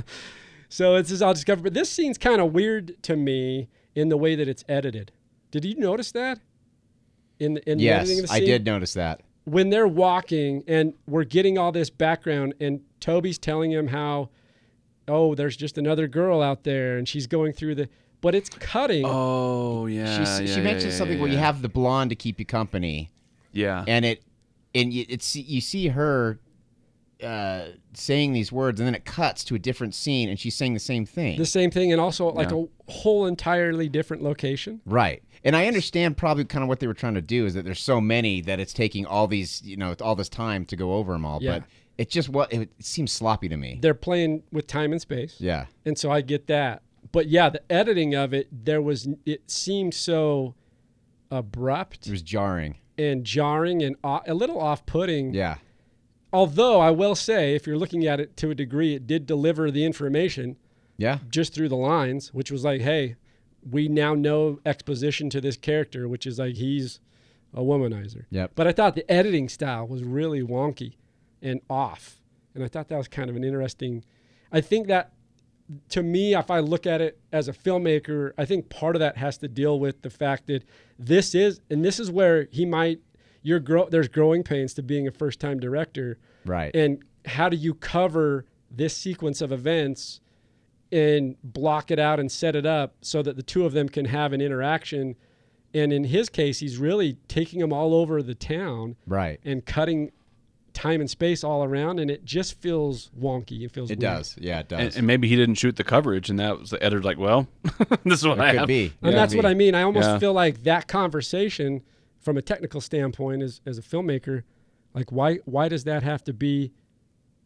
So it's just all discovered. But this scene's kind of weird to me in the way that it's edited. Did you notice that? In in the editing of
yes,
the
I
scene?
did notice that.
when they're walking and we're getting all this background and Toby's telling him how oh there's just another girl out there and she's going through the but it's cutting
Oh yeah.
She's,
yeah,
she
yeah,
mentioned
yeah,
something
yeah,
where you
yeah.
have the blonde to keep you company,
Yeah.
and it, and you, it's you see her, uh, saying these words, and then it cuts to a different scene, and she's saying the same thing.
the same thing and also like
Yeah.
a whole entirely different location.
Right. And I understand probably kind of what they were trying to do is that there's so many that it's taking all these, you know, all this time to go over them all.
Yeah.
But it just what it, seems sloppy to me.
They're playing with time and space.
yeah.
And so I get that. But yeah, the editing of it there was it seemed so abrupt
It was jarring.
and jarring and o- a little off-putting.
Yeah.
Although I will say if you're looking at it to a degree it did deliver the information.
Yeah.
just through the lines, which was like, hey, we now know exposition to this character, which is like he's a womanizer.
Yep.
But I thought the editing style was really wonky and off. And I thought that was kind of an interesting. I think that to me, if I look at it as a filmmaker, I think part of that has to deal with the fact that this is, and this is where he might, you're grow, there's growing pains to being a first time director
Right.
and how do you cover this sequence of events and block it out and set it up so that the two of them can have an interaction and in his case he's really taking them all over the town
right.
and cutting time and space all around and it just feels wonky it feels
It
weird.
does. Yeah, it
And,
does.
and maybe he didn't shoot the coverage, and that was the editor's like, well, this is what I
it
have.
could be.
and that's what i mean i almost
Yeah.
feel like that conversation from a technical standpoint as, as a filmmaker like why why does that have to be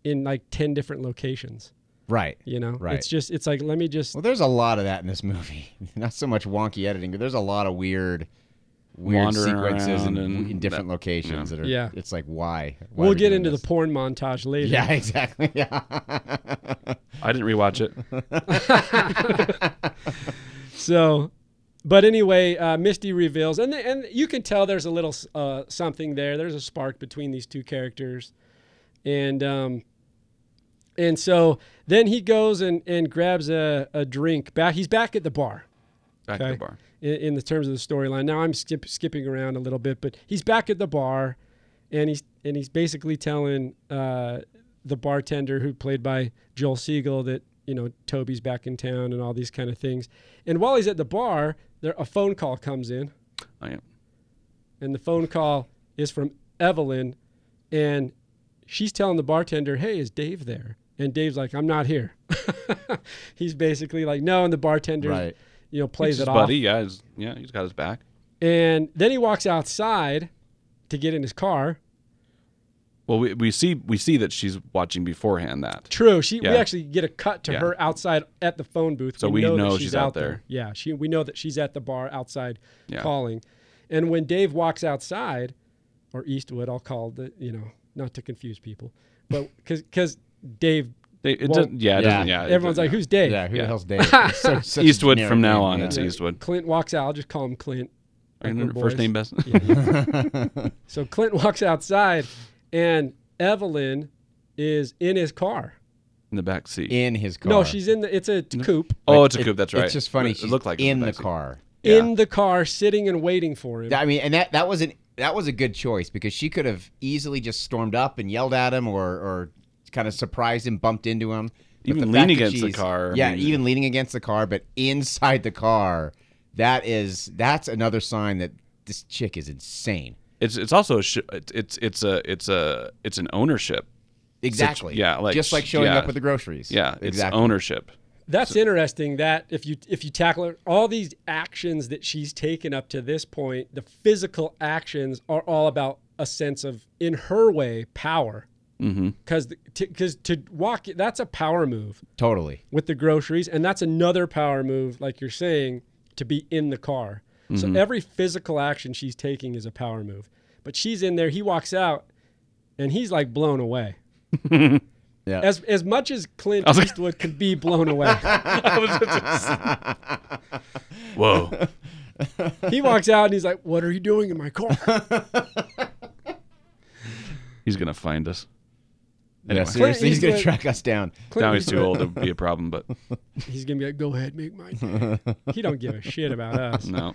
in like 10 different locations
Right.
you know
Right.
it's just it's like let me just
Well, there's a lot of that in this movie. Not so much wonky editing, but there's a lot of weird weird
Wandering
sequences in,
around and
in different locations that are
Yeah.
it's like why? Why are
we'll
we
get
doing
into
this?
the porn montage later
Yeah, exactly. Yeah.
I didn't rewatch it.
so but anyway uh, misty reveals and and you can tell there's a little uh, something there there's a spark between these two characters and um and so then he goes and and grabs a, a drink back he's back at the bar
Back to
Okay.
the bar.
in, in the terms of the storyline. Now I'm skip, skipping around a little bit, but he's back at the bar, and he's and he's basically telling uh, the bartender, who played by Joel Siegel, that you know Toby's back in town and all these kind of things. And while he's at the bar, there a phone call comes in,
Oh, yeah.
and the phone call is from Evelyn, and she's telling the bartender, "Hey, is Dave there?" And Dave's like, "I'm not here." he's basically like, "No," and the bartender,
right.
you know, plays
He's his
it off.
buddy. Yeah, he's, yeah, he's got his back.
And then he walks outside to get in his car.
Well, we, we see we see that she's watching beforehand that.
True. She
Yeah.
we actually get a cut to
Yeah.
her outside at the phone booth.
So we know
that
she's out there.
Yeah, she we know that she's at the bar outside
Yeah.
calling. And when Dave walks outside, or Eastwood, I'll call the you know not to confuse people, but because because Dave,
They, it
Well,
does, yeah, it
yeah.
doesn't, yeah. it
everyone's
doesn't-
like, who's Dave?
Yeah, who
Yeah.
the hell's Dave? It's so- such a
Eastwood from
generic
now
name,
on.
yeah.
It's Eastwood.
Clint walks out. I'll just call him Clint.
Are you
Like
gonna-
we're
first
boys.
name best.
So Clint walks outside, and Evelyn is in his car.
in the back seat.
in his car.
No, she's in the. It's a coupe.
oh,
Like,
it's a
it-
coupe. That's right.
It's just funny.
It,
She's
looked like it was
in the
back seat.
car.
in the car, sitting and waiting for him.
I mean, and that that was an that was a good choice because she could have easily just stormed up and yelled at him or or kind of surprised him, bumped into him. But
Even
the
lean
fact that
against the
she's-
car, I
Yeah,
mean- uh,
even leaning against the car, but inside the car. That is that's another sign that this chick is insane.
It's it's also a sh- it's it's it's a it's a it's an ownership.
Exactly.
yeah, like-
just like showing
yeah.
up with the groceries.
Yeah, it's
exactly.
ownership.
That's interesting. That if you if you tackle it, all these actions that she's taken up to this point, the physical actions are all about a sense of, in her way, power. Because because to walk, that's a power move
totally.
with the groceries, and that's another power move, like you're saying, to be in the car.
Mm-hmm.
So every physical action she's taking is a power move. But she's in there. He walks out, and he's like blown away.
Yeah.
As as much as Clint
was like-
Eastwood can be blown away.
Whoa.
He walks out and he's like, "What are you doing in my car?"
He's gonna find us.
Yeah,
Anyway.
seriously, he's gonna
Eastwood-
track us down.
Now he's too old to be a problem, but
He's gonna be like, "Go ahead, make my." day." he don't give a shit about us.
no,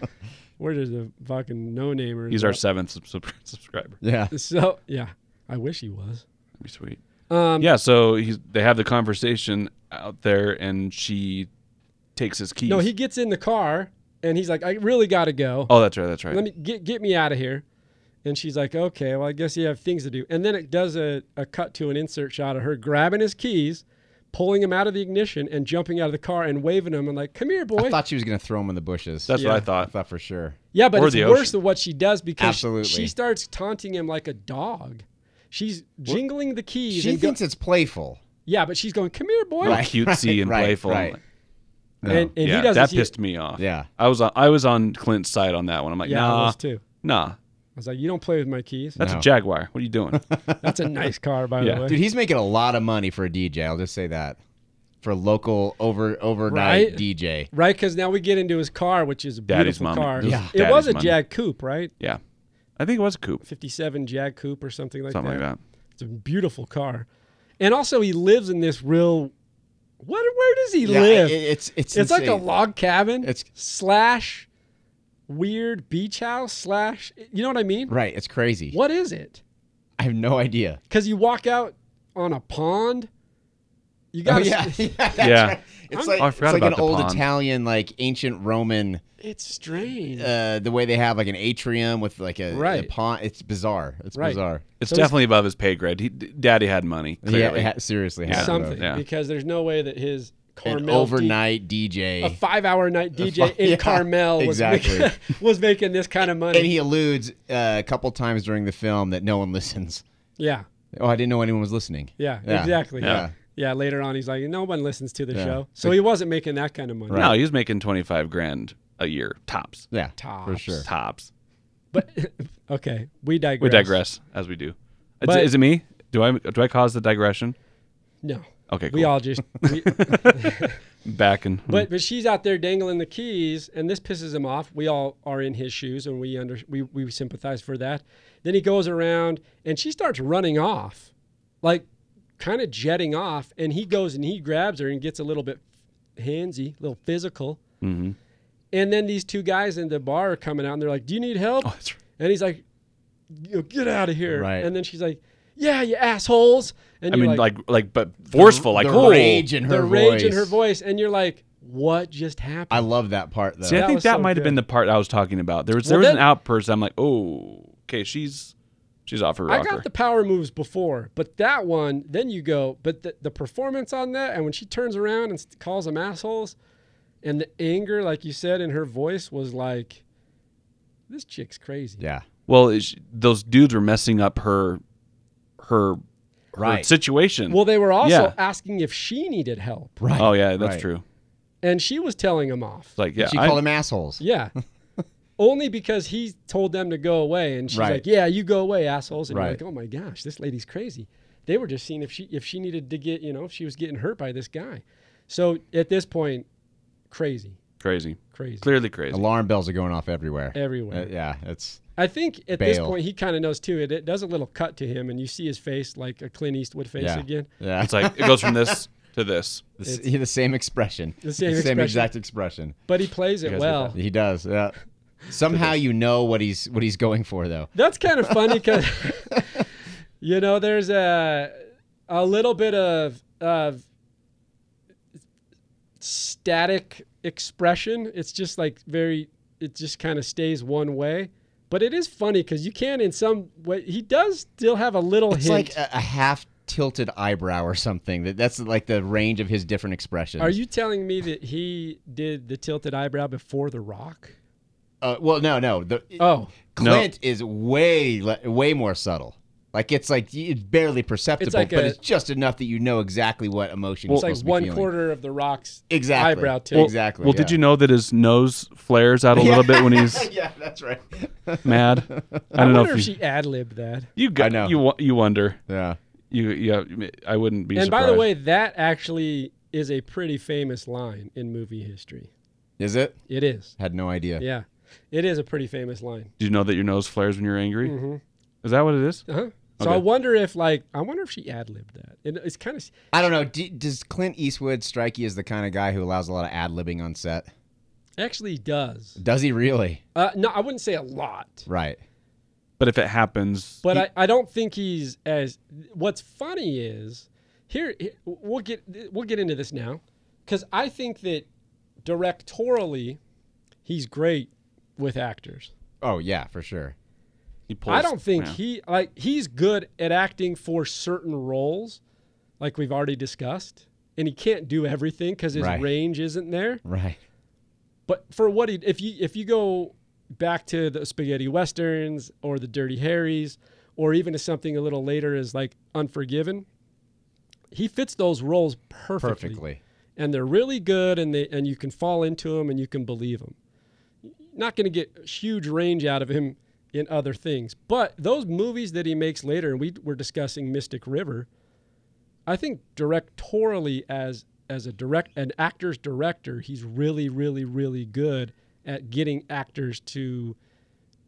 We're just a fucking no namers.
he's our seventh sub- sub- subscriber.
Yeah.
so yeah. I wish he was.
That'd be sweet.
Um,
yeah, so he's, they have the conversation out there, and she takes his keys.
No, he gets in the car and he's like, "I really gotta go.
Oh, that's right. That's right.
Let me get get me out of here." And she's like, "Okay, well, I guess you have things to do." And then it does a, a cut to an insert shot of her grabbing his keys, pulling him out of the ignition, and jumping out of the car and waving him and like, "Come here, boy."
I thought she was gonna throw him in the bushes.
that's
yeah.
what I
I
thought.
thought for sure.
Yeah, but
Or
it's
the
worse
ocean.
than what she does because she-
Absolutely.
she starts taunting him like a dog. She's jingling the keys.
She
and go-
thinks it's playful.
yeah, but she's going, "Come here, boy."
Right.
Cutesy and
right,
playful.
right.
And, and
yeah,
he doesn't
that
see
pissed
it.
me off.
Yeah.
I was on I was on Clint's side on that one. I'm like,
Yeah, I
nah,
was too.
nah,
I was like, "You don't play with my keys."
that's
No.
a Jaguar. What are you doing?
That's a nice car, by
Yeah.
the way.
Dude, he's making a lot of money for a DJ. I'll just say that. For local over overnight
Right?
DJ.
right? Because now we get into his car, which is a
Daddy's
beautiful
mommy.
car.
This is
It
daddy's
was a
money.
Jag Coupe, right?
yeah, I think it was a coupe,
Fifty-seven Jag Coupe or something like
something
that.
like that.
It's a beautiful car, and also he lives in this real. What? Where does he
Yeah,
live?
it- it's it's
It's like a
insane.
log cabin
It's-
slash weird beach house slash. You know what I mean?
Right, it's crazy.
What is it?
I have no idea.
Because you walk out on a pond. You got to
Oh, that's
Yeah.
right. It's
I'm-
like,
Oh, I
it's
forgot
like
about
an
the
old
pond.
Italian, like ancient Roman,
It's strange.
uh, the way they have like an atrium with like a, a
Right.
pond. It's bizarre. It's
Right.
bizarre.
It's
So he's-
definitely above his pay grade. He, Daddy had money.
Yeah,
Clearly.
it ha- seriously,
Yeah.
happened,
Something
Yeah.
because there's no way that his
though. An
Carmel
overnight
D- a
DJ,
five-hour night DJ
fi-
in
yeah,
Carmel was
exactly.
making, was making this kind of money.
and he alludes uh, a couple times during the film that no one listens.
yeah,
Oh, I didn't know anyone was listening.
yeah,
Yeah.
exactly.
Yeah.
Yeah. yeah, later on, he's like, no one listens to the
Yeah.
show, so he wasn't making that kind of money.
No, he was making twenty five grand a year tops.
Yeah, for
Tops.
sure.
Tops.
But okay, we digress.
We digress as we do. Is,
But-
it- is it me? Do I do I cause the digression?
No,
Okay, cool.
we all just. We,
back and
But but she's out there dangling the keys, and this pisses him off. We all are in his shoes, and we under we, we sympathize for that. Then he goes around, and she starts running off, like kind of jetting off, and he goes and he grabs her and gets a little bit handsy, a little physical. And then these two guys in the bar are coming out, and they're like, "Do you need help?"
oh, that's right.
And he's like, "You know, "Get out of here!"
Right.
And then she's like, "Yeah, you assholes!" And
I
you're
mean, like, like, but forceful, like,
the
oh.
rage in her
the
voice.
rage in her voice, and you're like, "What just happened?"
I love that part though.
See, I
That
think
was
that
so
might
good.
have been the part I was talking about. There was
Well,
there was
then-
an outburst. I'm like, oh, okay, she's she's off her
I
rocker.
got the power moves before, but that one, then you go, but the, the performance on that, and when she turns around and s- calls them assholes, and the anger, like you said, in her voice was like, this chick's crazy.
Yeah,
well, it, sh- those dudes were messing up her her, her
Right.
situation.
Well, they were also
Yeah.
asking if she needed help,
right.
oh yeah, that's
Right.
true.
and she was telling them off.
It's like yeah,
she
I-
called him assholes.
yeah. Only because he told them to go away, and she's
Right.
like, "Yeah, you go away, assholes." And you're
Right.
like, "Oh my gosh, this lady's crazy." They were just seeing if she if she needed to get you know if she was getting hurt by this guy. So at this point, crazy.
crazy,
crazy
clearly crazy.
Alarm bells are going off everywhere.
everywhere.
Uh, yeah, it's
I think at this
Bale.
point he kind of knows too. It, it does a little cut to him, and you see his face like a Clint Eastwood face
yeah,
again.
Yeah,
It's like it goes from this to this.
The s- yeah, the same expression.
The same expression.
exact expression.
But he plays it
guys did
well.
He does. Yeah. Somehow you know what he's what he's going for though.
That's kind of funny because you know there's a a little bit of of static expression. It's just like very. It just kind of stays one way. But it is funny because you can, in some way, he does still have a little
It's
hint.
like a, a half tilted eyebrow or something. That that's like the range of his different expressions.
Are you telling me that he did the tilted eyebrow before The Rock?
Uh, well, no, no. The,
Oh,
Clint is way le- way more subtle. Like it's like y- it's barely perceptible,
like
but
a-
it's just enough that you know exactly what emotion.
Well-
you're
it's like
supposed to be
one
feeling.
quarter of The Rock's
Exactly.
eyebrow tilt.
Well- Exactly,
Well, did
yeah.
you know that his nose flares out a little bit when he's
yeah, that's right.
mad? I
I,
don't know
wonder
if
if
you
she ad libbed that.
you got
I know.
you wa- you wonder
yeah.
you yeah I wouldn't be
And
surprised.
by the way, that actually is a pretty famous line in movie history.
Is it?
It is.
Had no idea.
Yeah. It is a pretty famous line.
do you know that your nose flares when you're angry?
Mhm.
Is that what it is?
Uh-huh. So
Okay.
I wonder if like I wonder if she ad libbed that. It, it's kind of
I don't know. Do, does Clint Eastwood strike you as the kind of guy who allows a lot of ad libbing on set?
actually does.
Does he really?
Uh, no, I wouldn't say a lot,
Right.
But if it happens,
but
he-
I, I don't think he's as. What's funny is here here- we'll get we'll get into this now because I think that directorally he's great with actors.
Oh yeah, for sure.
he pulls,
I don't think
yeah.
he like he's good at acting for certain roles, like we've already discussed, and he can't do everything because his
Right.
range isn't there.
Right.
But for what he, if you if you go back to the spaghetti westerns or the Dirty Harrys, or even to something a little later as like Unforgiven, he fits those roles perfectly,
Perfectly.
and they're really good, and they and you can fall into him and you can believe him. Not going to get huge range out of him in other things, but those movies that he makes later, and we were discussing Mystic River. I think directorially as as a direct an actor's director, he's really, really, really good at getting actors to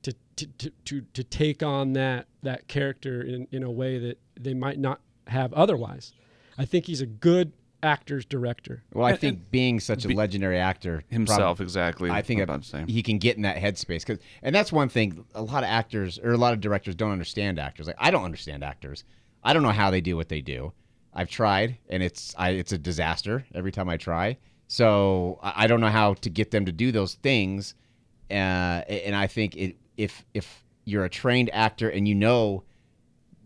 to to to, to, to take on that that character in, in a way that they might not have otherwise. I think he's a good actor's director.
Well, I think being such a legendary actor
himself
prob-
exactly.
I think
I'm
it-
about to say.
he can get in that headspace 'Cause- and that's one thing a lot of actors or a lot of directors don't understand actors. Like I don't understand actors. I don't know how they do what they do. I've tried and it's I, it's a disaster every time I try. So I, I don't know how to get them to do those things. Uh, and I think it, if if you're a trained actor and you know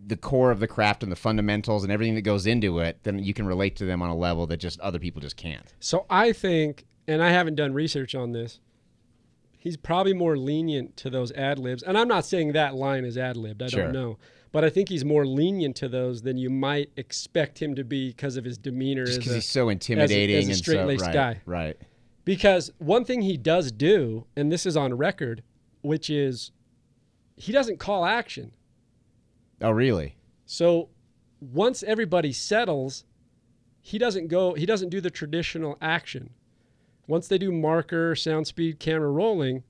the core of the craft and the fundamentals and everything that goes into it, then you can relate to them on a level that just other people just can't.
So I think, and I haven't done research on this, he's probably more lenient to those ad libs. And I'm not saying that line is ad libbed, I
Sure.
don't know. But I think he's more lenient to those than you might expect him to be because of his demeanor.
Just
as
because
a-
he's so intimidating
as a
and so-
straight-laced
right,
guy.
Right.
because one thing he does do, and this is on record, which is he doesn't call action.
Oh, really?
So once everybody settles, he doesn't go he doesn't do the traditional action. Once they do marker, sound speed, camera rolling,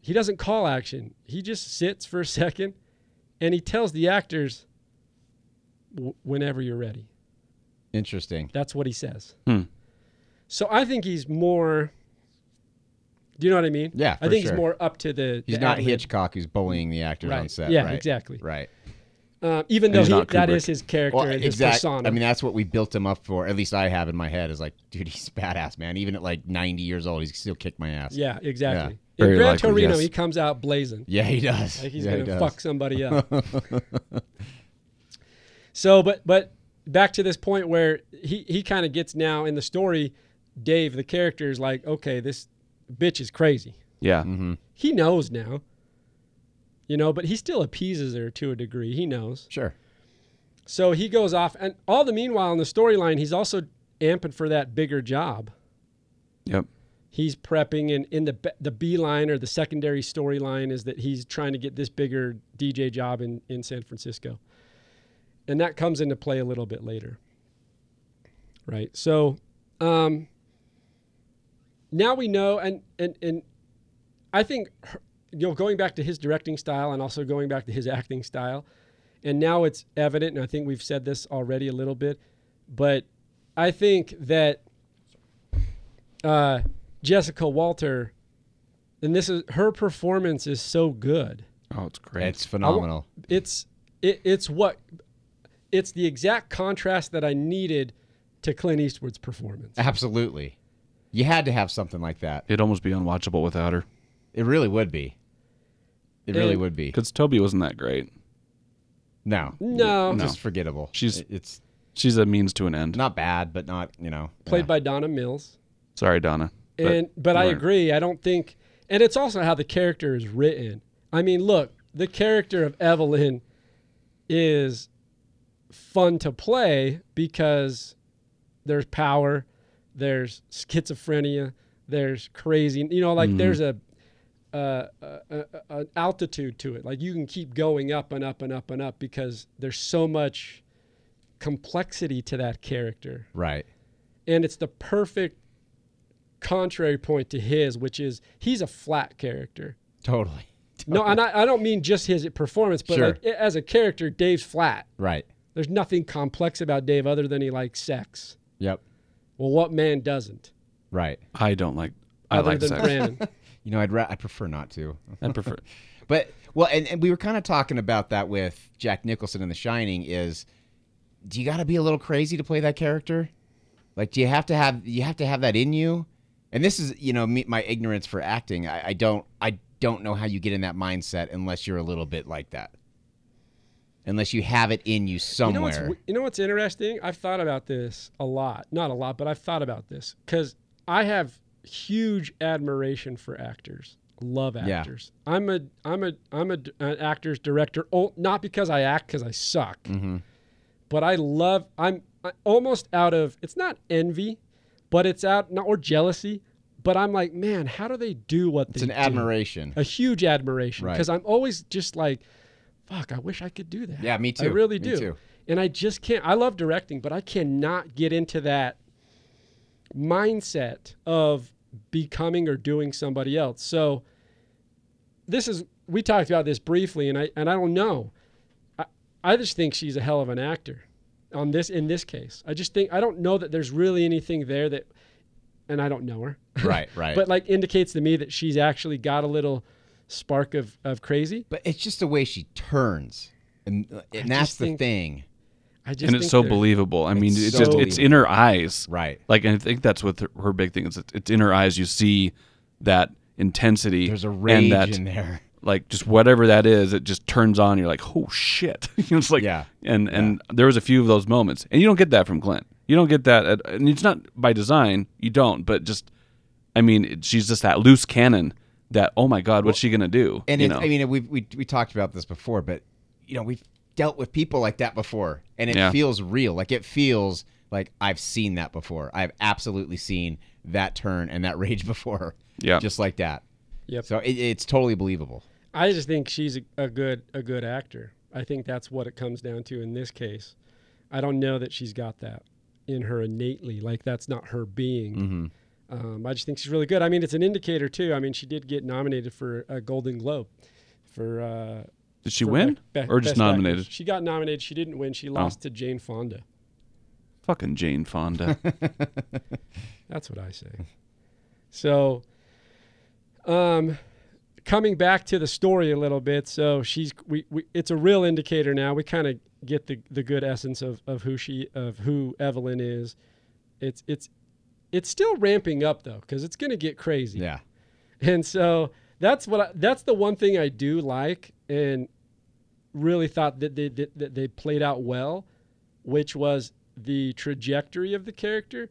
he doesn't call action. He just sits for a second and he tells the actors "W- whenever you're ready.
Interesting.
That's what he says.
Hmm.
So I think he's more Do you know what I mean?
Yeah,
I
for
think
sure.
he's more up to the
He's
the
not
ad lib.
Hitchcock who's bullying the actors
Right.
on set.
Yeah,
right.
exactly.
Right.
Um, even
And
though
he's
he,
not
that
Kubrick.
is his character
Well,
and his
exact-
persona.
I mean, that's what we built him up for. At least I have in my head is like, dude, he's badass, man. Even at like 90 years old, he's still kicked my ass.
Yeah, exactly.
Very
In Gran
likely,
Torino,
yes.
he comes out blazing.
Yeah, he does.
Like he's
yeah, he
gonna
does.
fuck somebody up. so, but but back to this point where he he kind of gets now in the story. Dave, the character, is like, okay, this bitch is crazy.
yeah,
He knows now. You know, but he still appeases her to a degree. He knows.
Sure.
So he goes off, and all the meanwhile in the storyline, he's also amping for that bigger job.
yep.
he's prepping and in the b- the B line or the secondary storyline is that he's trying to get this bigger DJ job in in San Francisco. And that comes into play a little bit later. Right. So um now we know and and and I think her- you know going back to his directing style and also going back to his acting style and now it's evident and I think we've said this already a little bit but I think that uh, Jessica Walter, and this is her performance is so good.
Oh, it's great.
It's phenomenal.
It's it, it's what it's the exact contrast that I needed to Clint Eastwood's performance.
Absolutely. You had to have something like that.
It'd almost be unwatchable without her.
It really would be. It really
And-
would be.
Because Toby wasn't that great.
No.
No.
Just forgettable.
She's-
It- it's
She's a means to an end.
not bad, but not, you know.
Played by Donna Mills.
Sorry, Donna. But
And but, I
you weren't.
agree. I don't think, and it's also how the character is written. I mean, look, the character of Evelyn is fun to play because there's power, there's schizophrenia, there's crazy. You know, like there's a uh, a- a- a- an altitude to it. Like you can keep going up and up and up and up because there's so much complexity to that character
Right.
and it's the perfect contrary point to his, which is he's a flat character.
Totally.
No, and I, I don't mean just his performance, but
Sure.
like, a- as a character, Dave's flat.
Right.
There's nothing complex about Dave other than he likes sex.
Yep.
Well, what man doesn't?
Right.
I don't like. I
other
like
than
sex.
Brandon.
You know, I'd ra- I prefer not to.
I prefer.
But well, and, and we were kind of talking about that with Jack Nicholson in The Shining. Is do you got to be a little crazy to play that character? Like, do you have to have you have to have that in you? And this is you know me, my ignorance for acting. I, I don't I don't know how you get in that mindset unless you're a little bit like that. Unless you have it in you
You know,
somewhere.
what's, w- you know what's interesting? I've thought about this a lot. Not a lot, but I've thought about this because I have huge admiration for actors. Love
Yeah.
actors. I'm a I'm a I'm a d an actor's director. Oh, not because I act, because I suck.
Mm. Mm-hmm.
But I love. I'm I- almost out of. It's not envy, but it's out not, or jealousy. But I'm like, man, how do they do what
it's
they
an
do?
admiration.
a huge admiration
Right.
because I'm always just like, fuck, I wish I could do that.
Yeah, me
I
too.
really
Me
do.
too.
And I just can't. I love directing, but I cannot get into that mindset of becoming or doing somebody else. So this is we talked about this briefly, and I and I don't know. I, I just think she's a hell of an actor on this in this case. I just think I don't know that there's really anything there that, and I don't know her
Right. Right.
but like indicates to me that she's actually got a little spark of, of crazy.
but it's just the way she turns, and, and that's
just
the
think-
thing.
I just
and it's
think
so
they're-
believable. I mean,
It's
it's,
so
just it's in her eyes.
Right.
Like, and I think that's what her, her big thing is. It's in her eyes. You see that intensity.
There's a
and
rage
that-
in there.
like just whatever that is, it just turns on. You're like, oh shit! You know, it's like,
Yeah.
And and there was a few of those moments, and you don't get that from Clint. You don't get that, at, and it's not by design. You don't, but just, I mean, it, she's just that loose cannon. That oh my god, what's she gonna do?
And
you
it's,
know?
I mean, we we we talked about this before, but you know, we've dealt with people like that before, and it
Yeah.
feels real. Like it feels like I've seen that before. I've absolutely seen that turn and that rage before.
Yeah.
just like that.
Yep.
So it, it's totally believable.
I just think she's a, a good a good actor. I think that's what it comes down to in this case. I don't know that she's got that in her innately. Like that's not her being.
Mm-hmm.
Um, I just think she's really good. I mean, it's an indicator too. I mean, she did get nominated for a Golden Globe for. Uh,
did she
for
win
be- be-
or just
Best Actress.
nominated? Oh.
She got nominated. She didn't win. She lost to Jane Fonda.
Fucking Jane Fonda.
That's what I say. So, um, coming back to the story a little bit. So she's we, we it's a real indicator now. We kind of get the the good essence of of who she of who Evelyn is. It's it's it's still ramping up though because it's gonna get crazy.
Yeah,
And so that's what I, that's the one thing I do like and really thought that they that, that they played out well, which was the trajectory of the character.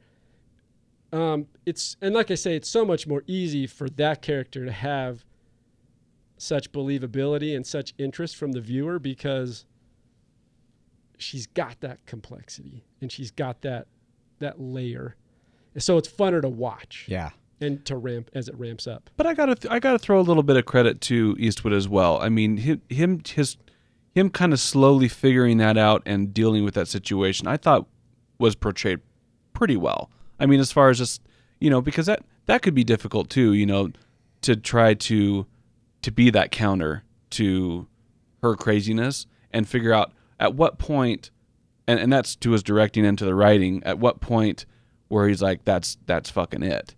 Um, it's and like I say, it's so much more easy for that character to have such believability and such interest from the viewer because she's got that complexity and she's got that that layer. And so it's funner to watch
yeah,
and to ramp as it ramps up.
But I gotta th- I gotta throw a little bit of credit to Eastwood as well. I mean him, him his him kind of slowly figuring that out and dealing with that situation. I thought was portrayed pretty well. I mean as far as just you know because that that could be difficult too. You know to try to to be that counter to her craziness and figure out at what point and, and that's to his directing and to the writing at what point where he's like that's that's fucking it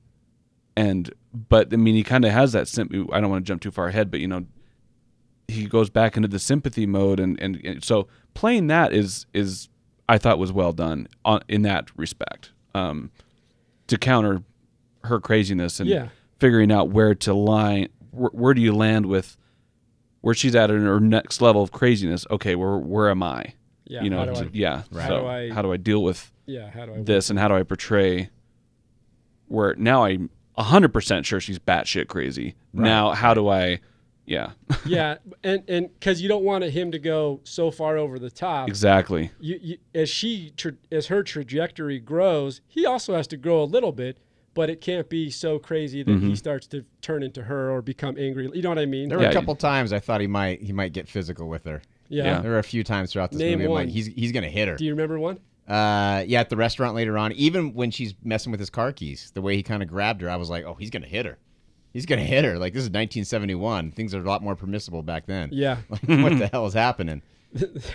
and but I mean he kind of has that sympathy. I don't want to jump too far ahead, but you know he goes back into the sympathy mode, and and, and so playing that is is I thought was well done on, in that respect um, to counter her craziness and
Yeah.
figuring out where to line where, where do you land with where she's at in her next level of craziness. Okay, where where am I?
Yeah.
you know,
how do I-
t- yeah.
Right.
So
How do I-
how do I deal with
yeah. How do I?
this and how do I portray where now I'm 100% sure she's batshit crazy. Now, how do I, yeah,
Yeah, and and because you don't want him to go so far over the top.
exactly.
You, you, as she tra- as her trajectory grows, he also has to grow a little bit, but it can't be so crazy that
Mm-hmm.
he starts to turn into her or become angry. You know what I mean?
There were
Yeah,
a
you-
couple times I thought he might he might get physical with her.
yeah.
yeah.
There were a few times throughout this
Name
movie. I'm
one.
like, he's he's gonna hit her.
Do you remember one?
Uh, yeah, at the restaurant later on, even when she's messing with his car keys, the way he kind of grabbed her, I was like, oh, he's gonna hit her. He's gonna hit her. Like this is 1971. Things are a lot more permissible back then.
Yeah,
Like, what the hell is happening?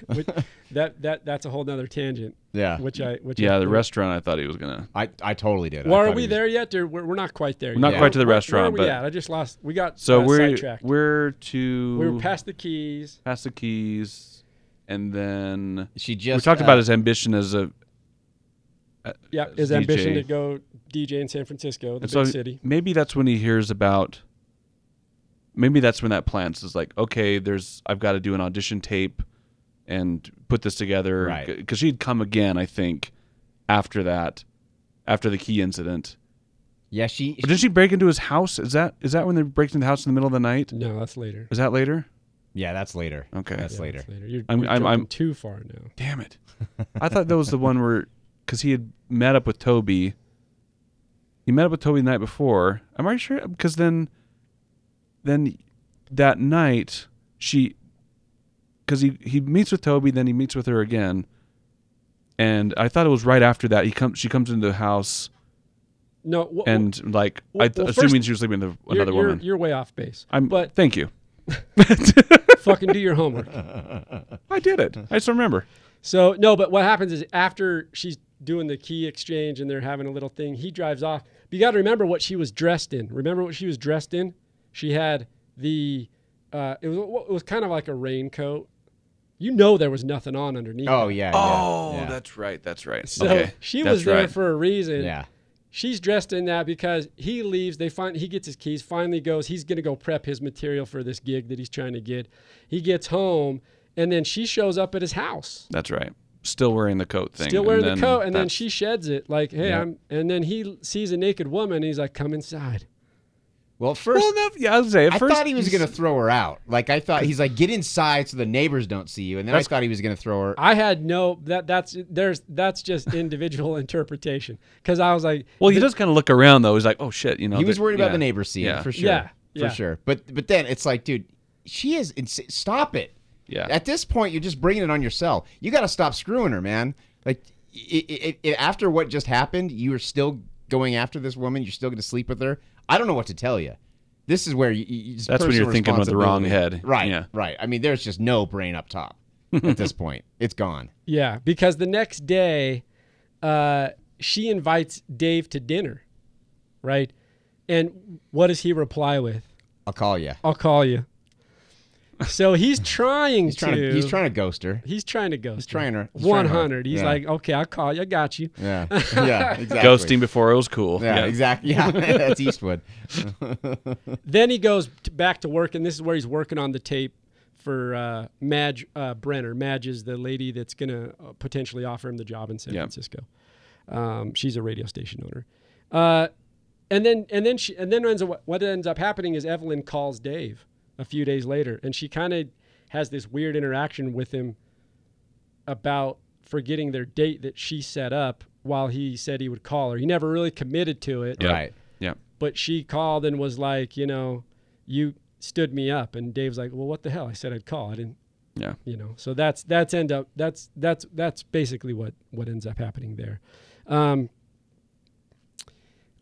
Which- that that that's a whole nother tangent.
Yeah.
Which I which
Yeah,
I,
the restaurant I thought he was going to.
I, I totally did. I
Well,
thought
are
he
we
was-
there yet? Or we're, we're not quite there.
We're not
yet.
quite to the
Where-
restaurant,
Where are we
but-
at? I just lost. We got
So
uh,
we're,
sidetracked.
we're to.
we were past the keys.
past the keys. And then
She just
we talked
uh,
about his ambition as a.
Yeah, his
DJ.
ambition to go DJ in San Francisco, the
and so
big city.
maybe that's when he hears about. Maybe that's when that plants is like, okay, there's I've got to do an audition tape, and put this together.
Right.
Because she'd come again, I think, after that, after the key incident.
Yeah, she.
But did she break into his house? Is that is that when they break into the house in the middle of the night?
No, that's later.
Is that later?
Yeah, that's later.
Okay.
That's
Yeah,
later.
That's later. You're,
I'm-
you're
I'm-
jumping
I'm-
too far now.
Damn it! I thought that was the one where, because he had met up with Toby. He met up with Toby the night before. Am I sure? Because then, then that night she, because he he meets with Toby, then he meets with her again. And I thought it was right after that. He comes. She comes into the house,
No, wha- wha-
and like I th-
well, first-
assuming she was sleeping with
you're,
another
you're,
woman.
You're way off base.
I'm.
but
thank you.
fucking do your homework.
I did it. I just don't remember.
So no, but what happens is after she's doing the key exchange and they're having a little thing, he drives off. But you got to remember what she was dressed in. Remember what she was dressed in? She had the uh, it was it was kind of like a raincoat. You know there was nothing on underneath.
Oh
it.
yeah. yeah, yeah.
that's right. That's right.
So she was there for a reason.
yeah.
She's dressed in that because he leaves. They find he gets his keys. Finally goes. He's gonna go prep his material for this gig that he's trying to get. He gets home, and then she shows up at his house,
That's right. Still wearing the coat thing.
still
and
wearing the
then
coat, and then
that's-
she sheds it like, "Hey,
Yeah.
I'm." And then he l- sees a naked woman. And he's like, "Come inside."
Well, first.
Well, no, yeah, I was saying. At
I
first,
thought he was
he's-
gonna throw her out. Like I thought, he's like, get inside so the neighbors don't see you. And then I
That's-
thought he was gonna throw her.
I had no that that's there's that's just individual interpretation because I was like,
Well, he does kind of look around though. He's like, "Oh shit," you know.
he was
the-
worried about
yeah.
the neighbors seeing
Yeah.
for sure.
Yeah, yeah.
For sure. But but then it's like, dude, she is. Ins- stop it.
Yeah.
At this point, you're just bringing it on yourself. You got to stop screwing her, man. Like, i i i after what just happened, you are still going after this woman. You're still going to sleep with her. I don't know what to tell you. This is where you. you it's
That's when you're
personal
thinking with the wrong
responsibility.
head.
Right.
Yeah.
Right. I mean, there's just no brain up top at this point. It's gone.
yeah, because the next day, uh, she invites Dave to dinner, right? And what does he reply with?
I'll call you.
I'll call you. So he's trying
He's trying
to,
to. He's trying to ghost her.
He's trying to ghost. He's
trying to- he's trying
One
hard.
hundred. He's
Yeah.
like, okay, I'll call you. I got you.
Yeah. Yeah. Exactly.
Ghosting before it was cool.
Yeah, Exactly. Yeah. That's Eastwood.
Then he goes t- back to work, and this is where he's working on the tape for uh, Madge uh, Brenner. Madge is the lady that's gonna uh, potentially offer him the job in San
Yeah.
Francisco. Um, she's a radio station owner. Uh, and then and then she and then ends up, what ends up happening is Evelyn calls Dave a few days later, and she kind of has this weird interaction with him about forgetting their date that she set up while he said he would call her. He never really committed to it
Yeah.
Right.
Yeah.
but she called and was like, you know, you stood me up. And Dave's like, well, what the hell? I said I'd call. I didn't,
Yeah.
you know. So that's that's end up that's that's that's basically what what ends up happening there. Um,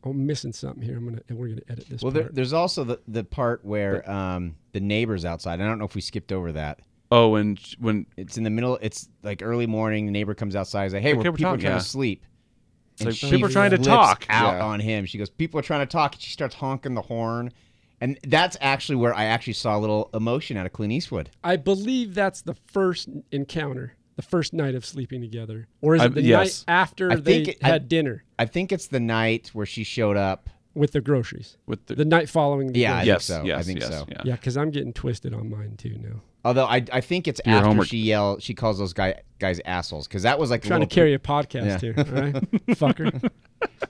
I'm missing something here. I'm gonna and we're gonna edit this.
Well, there,
part.
there's also the, the part where um, the neighbors outside. I don't know if we skipped over that.
Oh, and sh- when
It's in the middle. It's like early morning. The neighbor comes outside. He's like, "Hey,
Like,
we're,
people
people are
talk-
trying
yeah.
to sleep." And
like,
she
people are trying to
flips
talk.
out
Yeah.
on him. She goes, "People are trying to talk." And she starts honking the horn, and that's actually where I actually saw a little emotion out of Clint Eastwood.
I believe that's the first encounter, the first night of sleeping together, or is
I-
it the
yes.
night after
I
they
think it- I-
had dinner?
I think it's the night where she showed up
with the groceries.
with the,
The night following the
Yeah, I
groceries.
yes,
think so.
yes,
I think
yes,
so.
Yeah.
Yeah, because I'm getting twisted on mine too now.
Although I, I think it's
Your
after
homework.
she yell she calls those guy guys assholes because that was like a
trying to
little-
carry a podcast
Yeah.
here, all right? Fucker.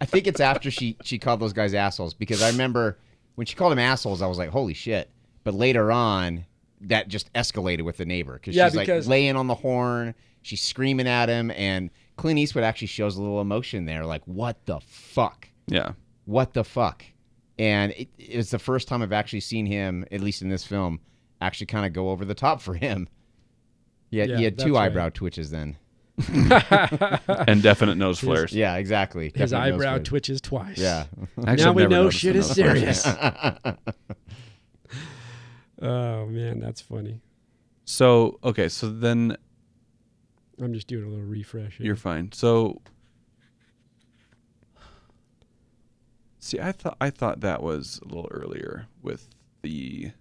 I think it's after she she called those guys assholes because I remember when she called them assholes, I was like, holy shit. But later on, that just escalated with the neighbor because
Yeah,
she's
because-
like laying on the horn, she's screaming at him, and Clint Eastwood actually shows a little emotion there, like what the fuck,
yeah.
what the fuck, and it, it's the first time I've actually seen him, at least in this film, actually kind of go over the top for him. He had,
Yeah,
he had
that's
two
right.
eyebrow twitches then.
And definite nose flares.
Yeah, exactly.
His
Definitely knows
eybrow
what-
twitches twice.
Yeah.
Actually,
now
I've
we
never
know
noticed
shit
the
is
nose flares.
serious. oh man, that's funny.
So okay, so then
I'm just doing a little refresh. here.
you're fine. So see, I thought I thought that was a little earlier with the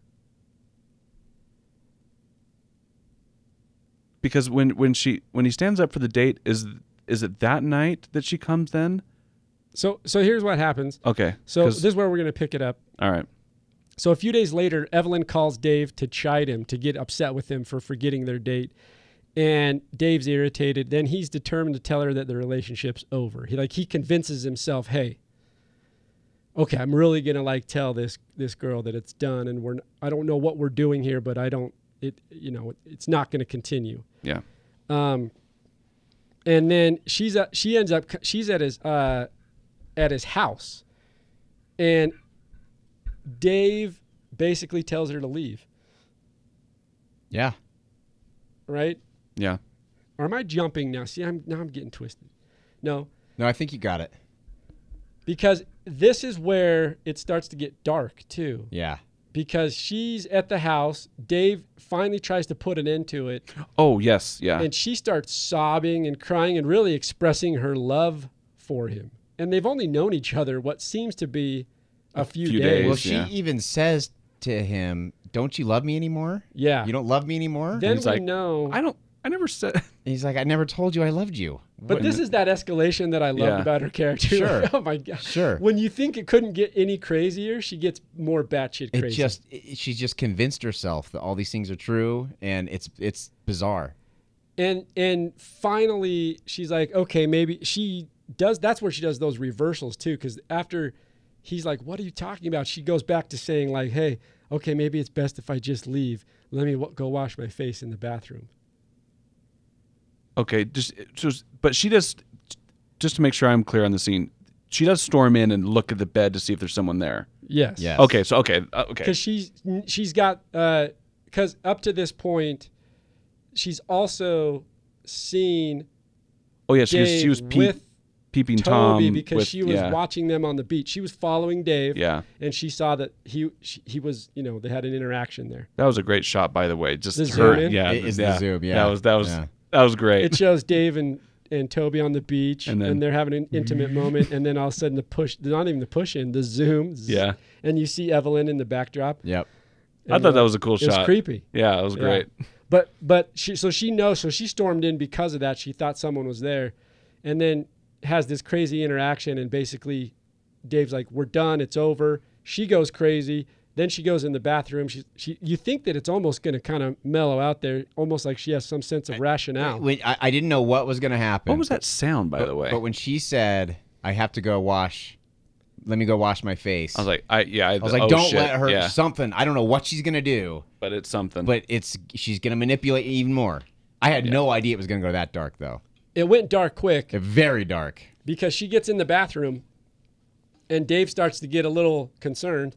because when when she when he stands up for the date is is it that night that she comes then?
So so here's what happens.
Okay.
So
'cause-
this is where we're gonna pick it up.
all right.
So a few days later, Evelyn calls Dave to chide him to get upset with him for forgetting their date. And Dave's irritated. Then he's determined to tell her that the relationship's over. He like he convinces himself, "Hey, okay, I'm really gonna like tell this this girl that it's done, and we're n- I don't know what we're doing here, but I don't it you know it, it's not gonna continue."
Yeah.
Um, and then she's uh, she ends up she's at his uh, at his house, and Dave basically tells her to leave.
Yeah.
Right?
Yeah.
Or am I jumping now? See, I'm now I'm getting twisted. No,
No, I think you got it.
because this is where it starts to get dark too.
Yeah.
Because she's at the house, Dave finally tries to put an end to it,
Oh, yes. Yeah.
and she starts sobbing and crying and really expressing her love for him. And they've only known each other what seems to be a few,
few
days.
days.
Well, she
yeah.
even says to him, "Don't you love me anymore?
Yeah.
You don't love me anymore."
then we
He's like,
know.
I don't I never said
And he's like, "I never told you I loved you."
but this is that escalation that I loved
Yeah.
about her character.
Sure.
oh my god.
Sure.
When you think it couldn't get any crazier, she gets more batshit
It
crazy.
just it, she's just convinced herself that all these things are true, and it's it's bizarre.
and and finally she's like okay maybe she does that's where she does those reversals too because after he's like what are you talking about she goes back to saying like hey okay maybe it's best if i just leave let me w- go wash my face in the bathroom
Okay, just just but she does just to make sure I'm clear on the scene. She does storm in and look at the bed to see if there's someone there.
yes
Yeah.
Okay, so okay, uh, okay.
because she's she's got because up to this point she's also seen
Oh yeah, she was, she
Dave
was peep,
with
peeping
Toby
Tom
because
with-
she was
yeah,
watching them on the beach. She was following Dave,
Yeah,
and she saw that he she, he was you know they had an interaction there.
that was a great shot, by the way. Just
The
her,
zoom in?
yeah,
It is the
yeah.
zoom, yeah,
that was that was
yeah.
that was great.
It shows Dave and and Toby on the beach, and,
And then-
they're having an intimate moment, and then all of a sudden the push, not even the push in, the zoom, zzz,
Yeah.
and you see Evelyn in the backdrop.
Yep.
I thought that was a cool
it was
shot.
creepy.
Yeah, it was
Yeah.
great.
But but she so she knows so she stormed in because of that. She thought someone was there, and then has this crazy interaction and basically, Dave's like, "We're done. It's over." She goes crazy. Then she goes in the bathroom. She she you think that it's almost going to kind of mellow out there, almost like she has some sense of rationale.
When, I, I didn't know what was gonna happen.
What was that sound, by
But,
the way?
but when she said, "I have to go wash," let me go wash my face.
I was like, I yeah, I,
I was like,
oh,
"Don't
shit,
let her
Yeah,
something." I don't know what she's gonna do,
but it's something.
but it's she's gonna manipulate you even more. I had no idea it was gonna go that dark though.
It went dark quick.
Very dark.
because she gets in the bathroom and Dave starts to get a little concerned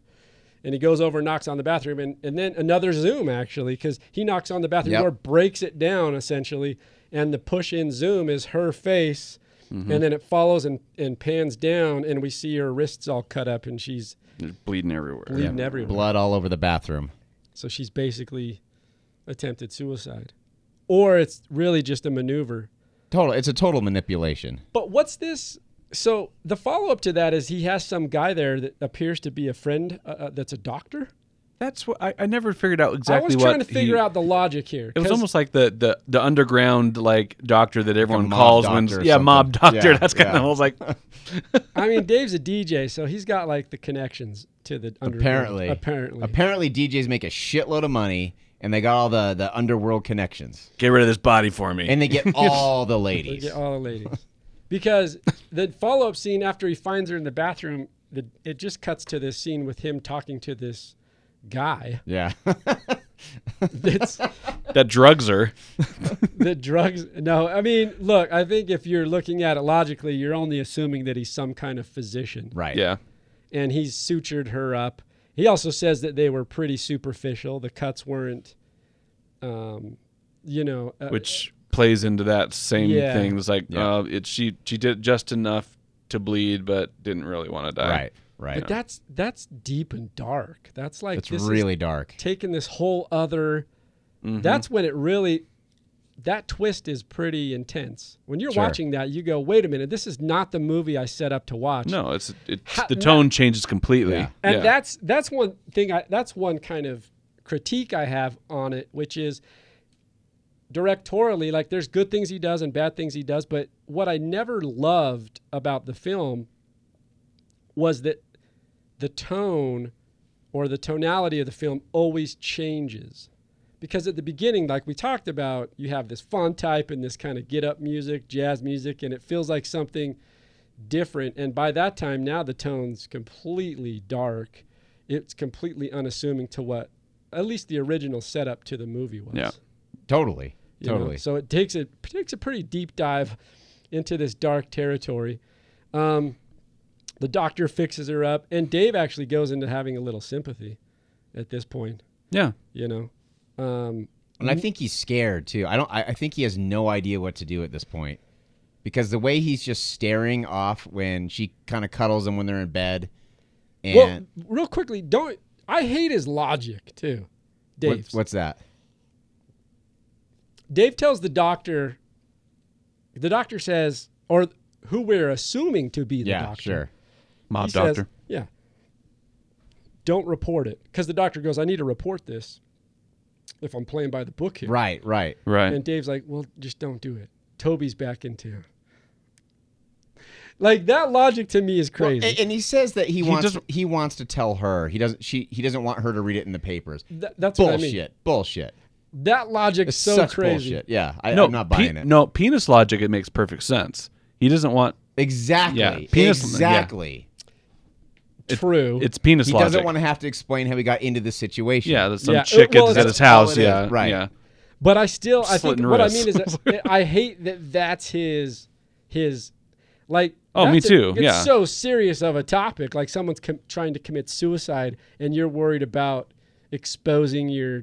and he goes over and knocks on the bathroom and, and then another zoom actually because he knocks on the bathroom
Yep.
door breaks it down essentially and the push in zoom is her face and then it follows and, and pans down and we see her wrists all cut up and she's
There's bleeding everywhere.
bleeding everywhere
Blood all over the bathroom.
so she's basically attempted suicide or it's really just a maneuver
Total. It's a total manipulation.
But what's this? So the follow up to that is he has some guy there that appears to be a friend uh, uh, that's a doctor.
That's what I, I never figured out exactly
I was
what
trying to figure
he-
out the logic here.
It was
'cause
almost like the, the, the underground like doctor that everyone
mob
calls when
doctor or
yeah mob
something.
doctor.
Yeah,
that's kind
yeah.
of I was like
I mean, Dave's a DJ, so he's got like the connections to the underground.
Apparently,
apparently,
apparently, DJs make a shitload of money, and they got all the the underworld connections,
get rid of this body for me.
and they get all the
They
ladies.
get all the ladies. Because the follow up scene after he finds her in the bathroom, the, it just cuts to this scene with him talking to this guy
yeah,
that's
that drugs her.
that drugs. No, I mean, look, I think if you're looking at it logically, you're only assuming that he's some kind of physician.
right.
Yeah,
and he's sutured her up. He also says that they were pretty superficial. The cuts weren't, um, you know, uh,
which plays into that same
Yeah.
thing. It's like
Yeah.
uh, it she she did just enough to bleed, but didn't really want to die.
right, right.
But that's that's deep and dark. That's like
It's
this is
really dark.
taking this whole other. That's when it really, that twist is pretty intense. When you're
Sure.
watching that, you go, "Wait a minute, this is not the movie I set up to watch."
No, it's it's
Ha-
the
no.
tone changes completely.
Yeah.
And
Yeah.
that's that's one thing I that's one kind of critique I have on it, which is directorially, like there's good things he does and bad things he does, but what I never loved about the film was that the tone or the tonality of the film always changes. Because at the beginning, like we talked about, you have this fun type and this kind of get up music, jazz music, and it feels like something different. And by that time, now the tone's completely dark. It's completely unassuming to what at least the original setup to the movie was.
Yeah.
Totally.
you know?
Totally.
So it takes a takes a pretty deep dive into this dark territory. Um, the doctor fixes her up, and Dave actually goes into having a little sympathy at this point.
yeah.
You know, um,
And I think he's scared too. I don't I, I think he has no idea what to do at this point. Because the way he's just staring off when she kind of cuddles him when they're in bed. And
well, real quickly, don't I hate his logic too,
what-
Dave's.
what's that?
Dave tells the doctor. The doctor says, or who we're assuming to be the
yeah,
doctor.
sure.
Mob
He says-
doctor.
yeah. Don't report it because the doctor goes, "I need to report this if I'm playing by the book here."
Right, right.
right.
And Dave's like, "Well, just don't do it." Toby's back in town. Like that logic to me is
Well,
crazy.
a- and he says that he, wants
doesn't-
he wants to tell her. He doesn't she he doesn't want her to read it in the papers.
Th- that's
bullshit.
what I mean.
Bullshit.
That logic's
It's
so
such
crazy.
bullshit. Yeah. I,
no,
I'm not
pe-
buying it.
No, penis logic. It makes perfect sense. He doesn't want.
Exactly.
Yeah, penis- yeah.
exactly.
True.
It's penis
He
logic.
doesn't want to have to explain how he got into this situation.
Yeah, that's some
Yeah,
chick
well,
at, at
that's
his house.
all it is,
Yeah,
right.
Yeah,
But I still, I think
Slitting
what I
wrists.
mean is, that I hate that that's his, his, like.
Oh, me
that's a-
too,
It's
yeah.
so serious of a topic. Like someone's com- trying to commit suicide, and you're worried about exposing your,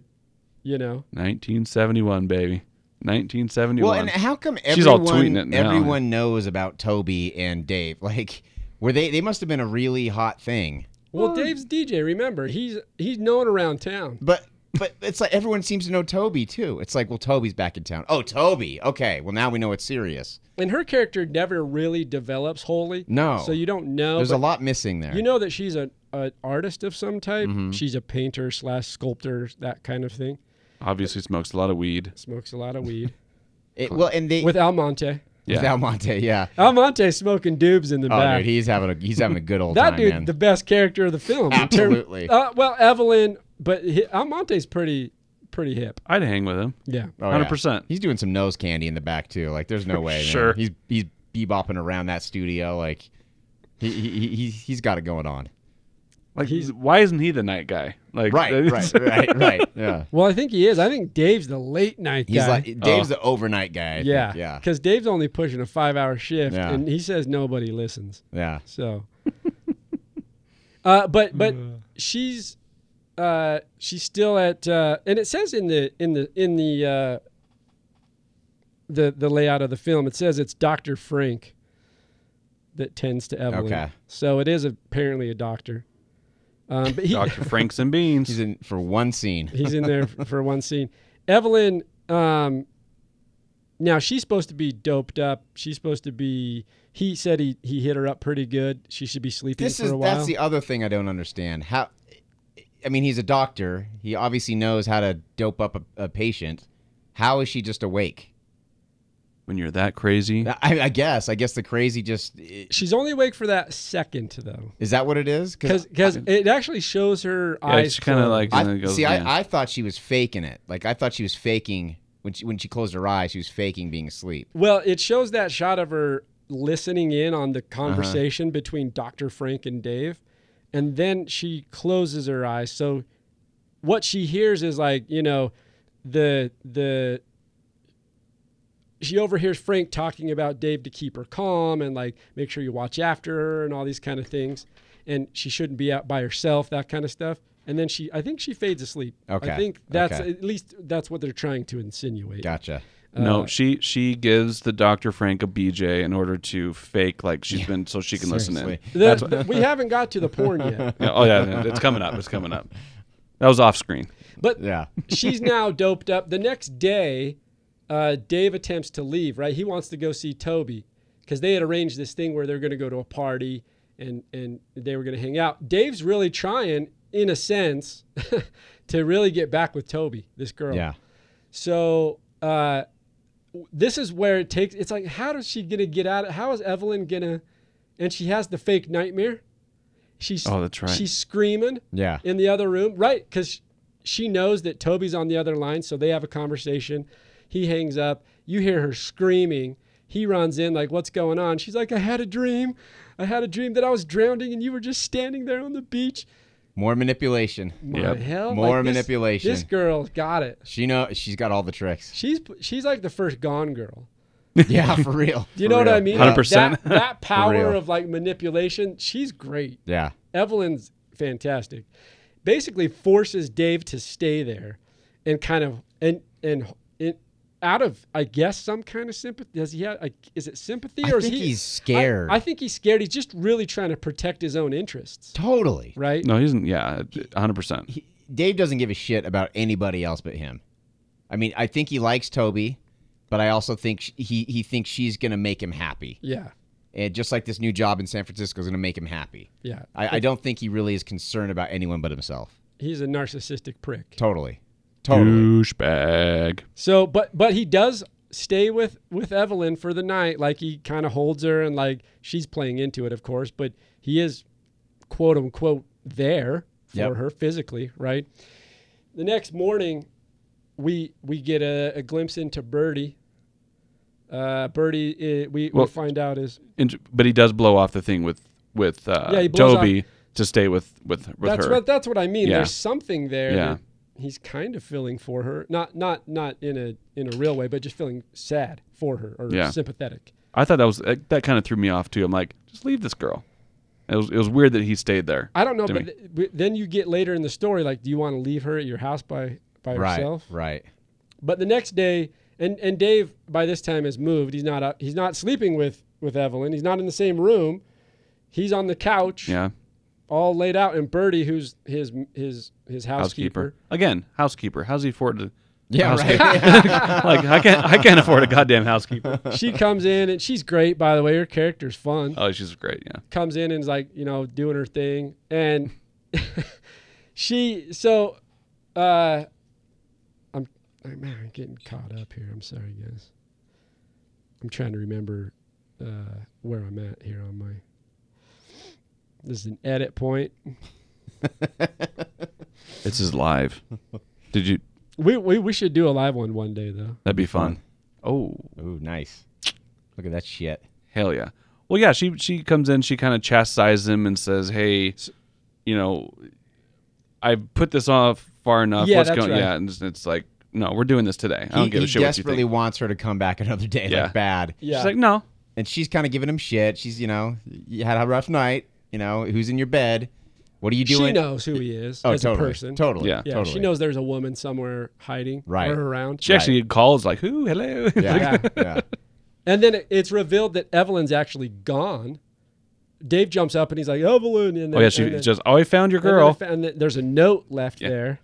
you know.
1971, baby. 1971.
Well, and how come
She's all
everyone
tweeting it now.
everyone knows about Toby and Dave? Like, were they they must have been a really hot thing.
Well, Dave's DJ. Remember, he's he's known around town.
But but it's like everyone seems to know Toby too. It's like, well, Toby's back in town. Oh, Toby. Okay. Well, now we know it's serious.
And her character never really develops wholly.
No.
So you don't know.
There's
but
a lot missing there.
You know that she's a an artist of some type. She's a painter slash sculptor, that kind of thing.
obviously smokes a lot of weed.
Smokes a lot of weed
It- well, and they
with Almonte.
Yeah.
with Almonte, yeah.
Almonte smoking dubs in the
Oh,
back.
dude, he's having a he's having a good old
that
time,
dude,
man.
the best character of the film. in term-
Absolutely.
uh, well, Evelyn, but he, Almonte's pretty, pretty hip.
I'd hang with him.
Yeah.
Oh, yeah.
100%.
He's doing some nose candy in the back too. Like, there's no way. man.
Sure.
He's he's bebopping around that studio. Like, he he, he he's got it going on.
Like,
He's-
why isn't he the night guy? Like,
Right, right,
it's-
right, right. Yeah.
Well, I think he is. I think Dave's the late night
He's
guy.
like Dave's the overnight guy. I think.
yeah,
yeah,
Because Dave's only pushing a five-hour shift,
Yeah.
and he says nobody listens.
yeah.
So, uh, but but she's uh, she's still at, uh, and it says in the in the in the uh, the the layout of the film, it says it's Doctor Frank that tends to Evelyn.
Okay.
So it is apparently a doctor, um, but he,
Dr. Franks and Beans.
He's in for one scene.
he's in there f- for one scene. Evelyn, um, now she's supposed to be doped up. She's supposed to be. He said he he hit her up pretty good. She should be sleeping
This
for
is
a while.
that's the other thing I don't understand. How I mean, he's a doctor. He obviously knows how to dope up a, a patient. How is she just awake?
When you're that crazy,
I, I guess. I guess the crazy just
She's only awake for that second, though.
is that what it is?
Because it actually shows her
Yeah,
eyes.
it's kind of
closed.
like
I,
and then it goes,
see,
yeah.
I, I thought she was faking it. Like I thought she was faking when she when she closed her eyes, she was faking being asleep.
Well, it shows that shot of her listening in on the
Uh-huh.
conversation between Dr. Frank and Dave. And then she closes her eyes. So what she hears is like, you know, the the she overhears Frank talking about Dave to keep her calm and like make sure you watch after her and all these kind of things. And she shouldn't be out by herself, that kind of stuff. And then she I think she fades asleep.
Okay.
I think that's
Okay.
at least that's what they're trying to insinuate.
Gotcha. uh,
no, she she gives the Dr. Frank a BJ in order to fake like she's been so she can listen in.
seriously.
The-
That's what-
the- we haven't got to the porn yet.
Yeah, oh yeah, yeah, it's coming up. It's coming up. That was off screen.
But
Yeah.
she's now doped up. The next day, uh, Dave attempts to leave, right? He wants to go see Toby because they had arranged this thing where they're going to go to a party and, and they were going to hang out. Dave's really trying, in a sense, to really get back with Toby, this girl.
Yeah.
So uh, w- this is where it takes. It's like, how does she gonna get out? Of, how is Evelyn gonna? And she has the fake nightmare. She's
Oh, that's right.
She's screaming
Yeah.
in the other room, right? Because she knows that Toby's on the other line, so they have a conversation. He hangs up. You hear her screaming. He runs in, like, what's going on? She's like, I had a dream. I had a dream that I was drowning and you were just standing there on the beach.
More manipulation.
My
Yep.
hell,
More
like, this-
manipulation.
This girl's got it.
She know she's got all the tricks.
She's she's like the first Gone Girl.
Yeah, for real.
Do you know what I mean?
100%.
That, that
real.
power of like manipulation, she's great.
Yeah.
Evelyn's fantastic. Basically, forces Dave to stay there, and kind of and and it, out of I guess some kind of sympathy. Does he have? Like, is it sympathy
I
or
think
is he
he's scared.
I, I think he's scared. He's just really trying to protect his own interests,
Totally.
right?
No, he isn't. Yeah, 100. percent
He, Dave doesn't give a shit about anybody else but him. I mean, I think he likes Toby, but I also think sh he he thinks she's gonna make him happy,
Yeah,
and just like this new job in San Francisco is gonna make him happy.
yeah.
I, I don't think he really is concerned about anyone but himself.
He's a narcissistic prick.
Totally. Totally.
Douchebag.
So, but but he does stay with with Evelyn for the night. Like he kind of holds her, and like she's playing into it, of course. But he is, quote unquote, there for
Yep.
her physically, right? The next morning, we we get a, a glimpse into Birdie. Uh, Birdie, uh, we
Well-
we find out is
And, but he does blow off the thing with with uh,
Yeah, he blows
Toby to stay with with with
that's
her.
what that's what I mean.
Yeah.
There's something there.
Yeah.
that He's kind of feeling for her, not not not in a in a real way, but just feeling sad for her or
Yeah.
sympathetic.
I thought that was that, that kind of threw me off too. I'm like, just leave this girl. It was it was weird that he stayed there.
I don't know,
to
but,
me.
th- but then you get later in the story, like, do you want to leave her at your house by by
Right.
herself?
Right.
But the next day, and and Dave by this time has moved. He's not up, he's not sleeping with with Evelyn. He's not in the same room. He's on the couch,
yeah,
all laid out, and Birdie, who's his his his
housekeeper
housekeeper,
again. Housekeeper. How's he afford to?
Yeah. Right.
like I can't I can't afford a goddamn housekeeper.
she comes in and she's great. By the way, her character's fun.
Oh, she's great. Yeah,
comes in and is like, you know, doing her thing. And she, so, uh, I'm, I'm, man, I'm getting caught up here. I'm sorry, guys. I'm trying to remember uh, where I'm at here on my. This is an edit point.
this is live. Did you?
We, we, we should do a live one one day, though.
That'd be fun. Oh
Ooh, nice. Look at that shit.
hell yeah. Well, yeah. She she comes in. She kind of chastises him and says, "Hey, you know, I put this off far enough.
Yeah,
What's
that's
going?
right.
Yeah, and it's, it's like, no, we're doing this today. I don't
he
give
he
a shit what you
desperately
think.
wants her to come back another day,
Yeah.
like bad.
Yeah.
She's like, no,
And she's kind of giving him shit. She's, you know, you had a rough night. You know, who's in your bed? What are you doing?
She knows who he is
Oh,
as
totally.
a person.
Totally.
Yeah.
Yeah,
Totally.
she knows there's a woman somewhere hiding
Right.
or around.
She actually calls like, "Who? Hello."
Yeah.
Yeah.
yeah.
And then it- it's revealed that Evelyn's actually gone. Dave jumps up and he's like, Evelyn. And then,
oh yeah, she
and then-
just, "Oh, I found your
and then I
girl."
fa- And then there's a note left
Yeah.
there.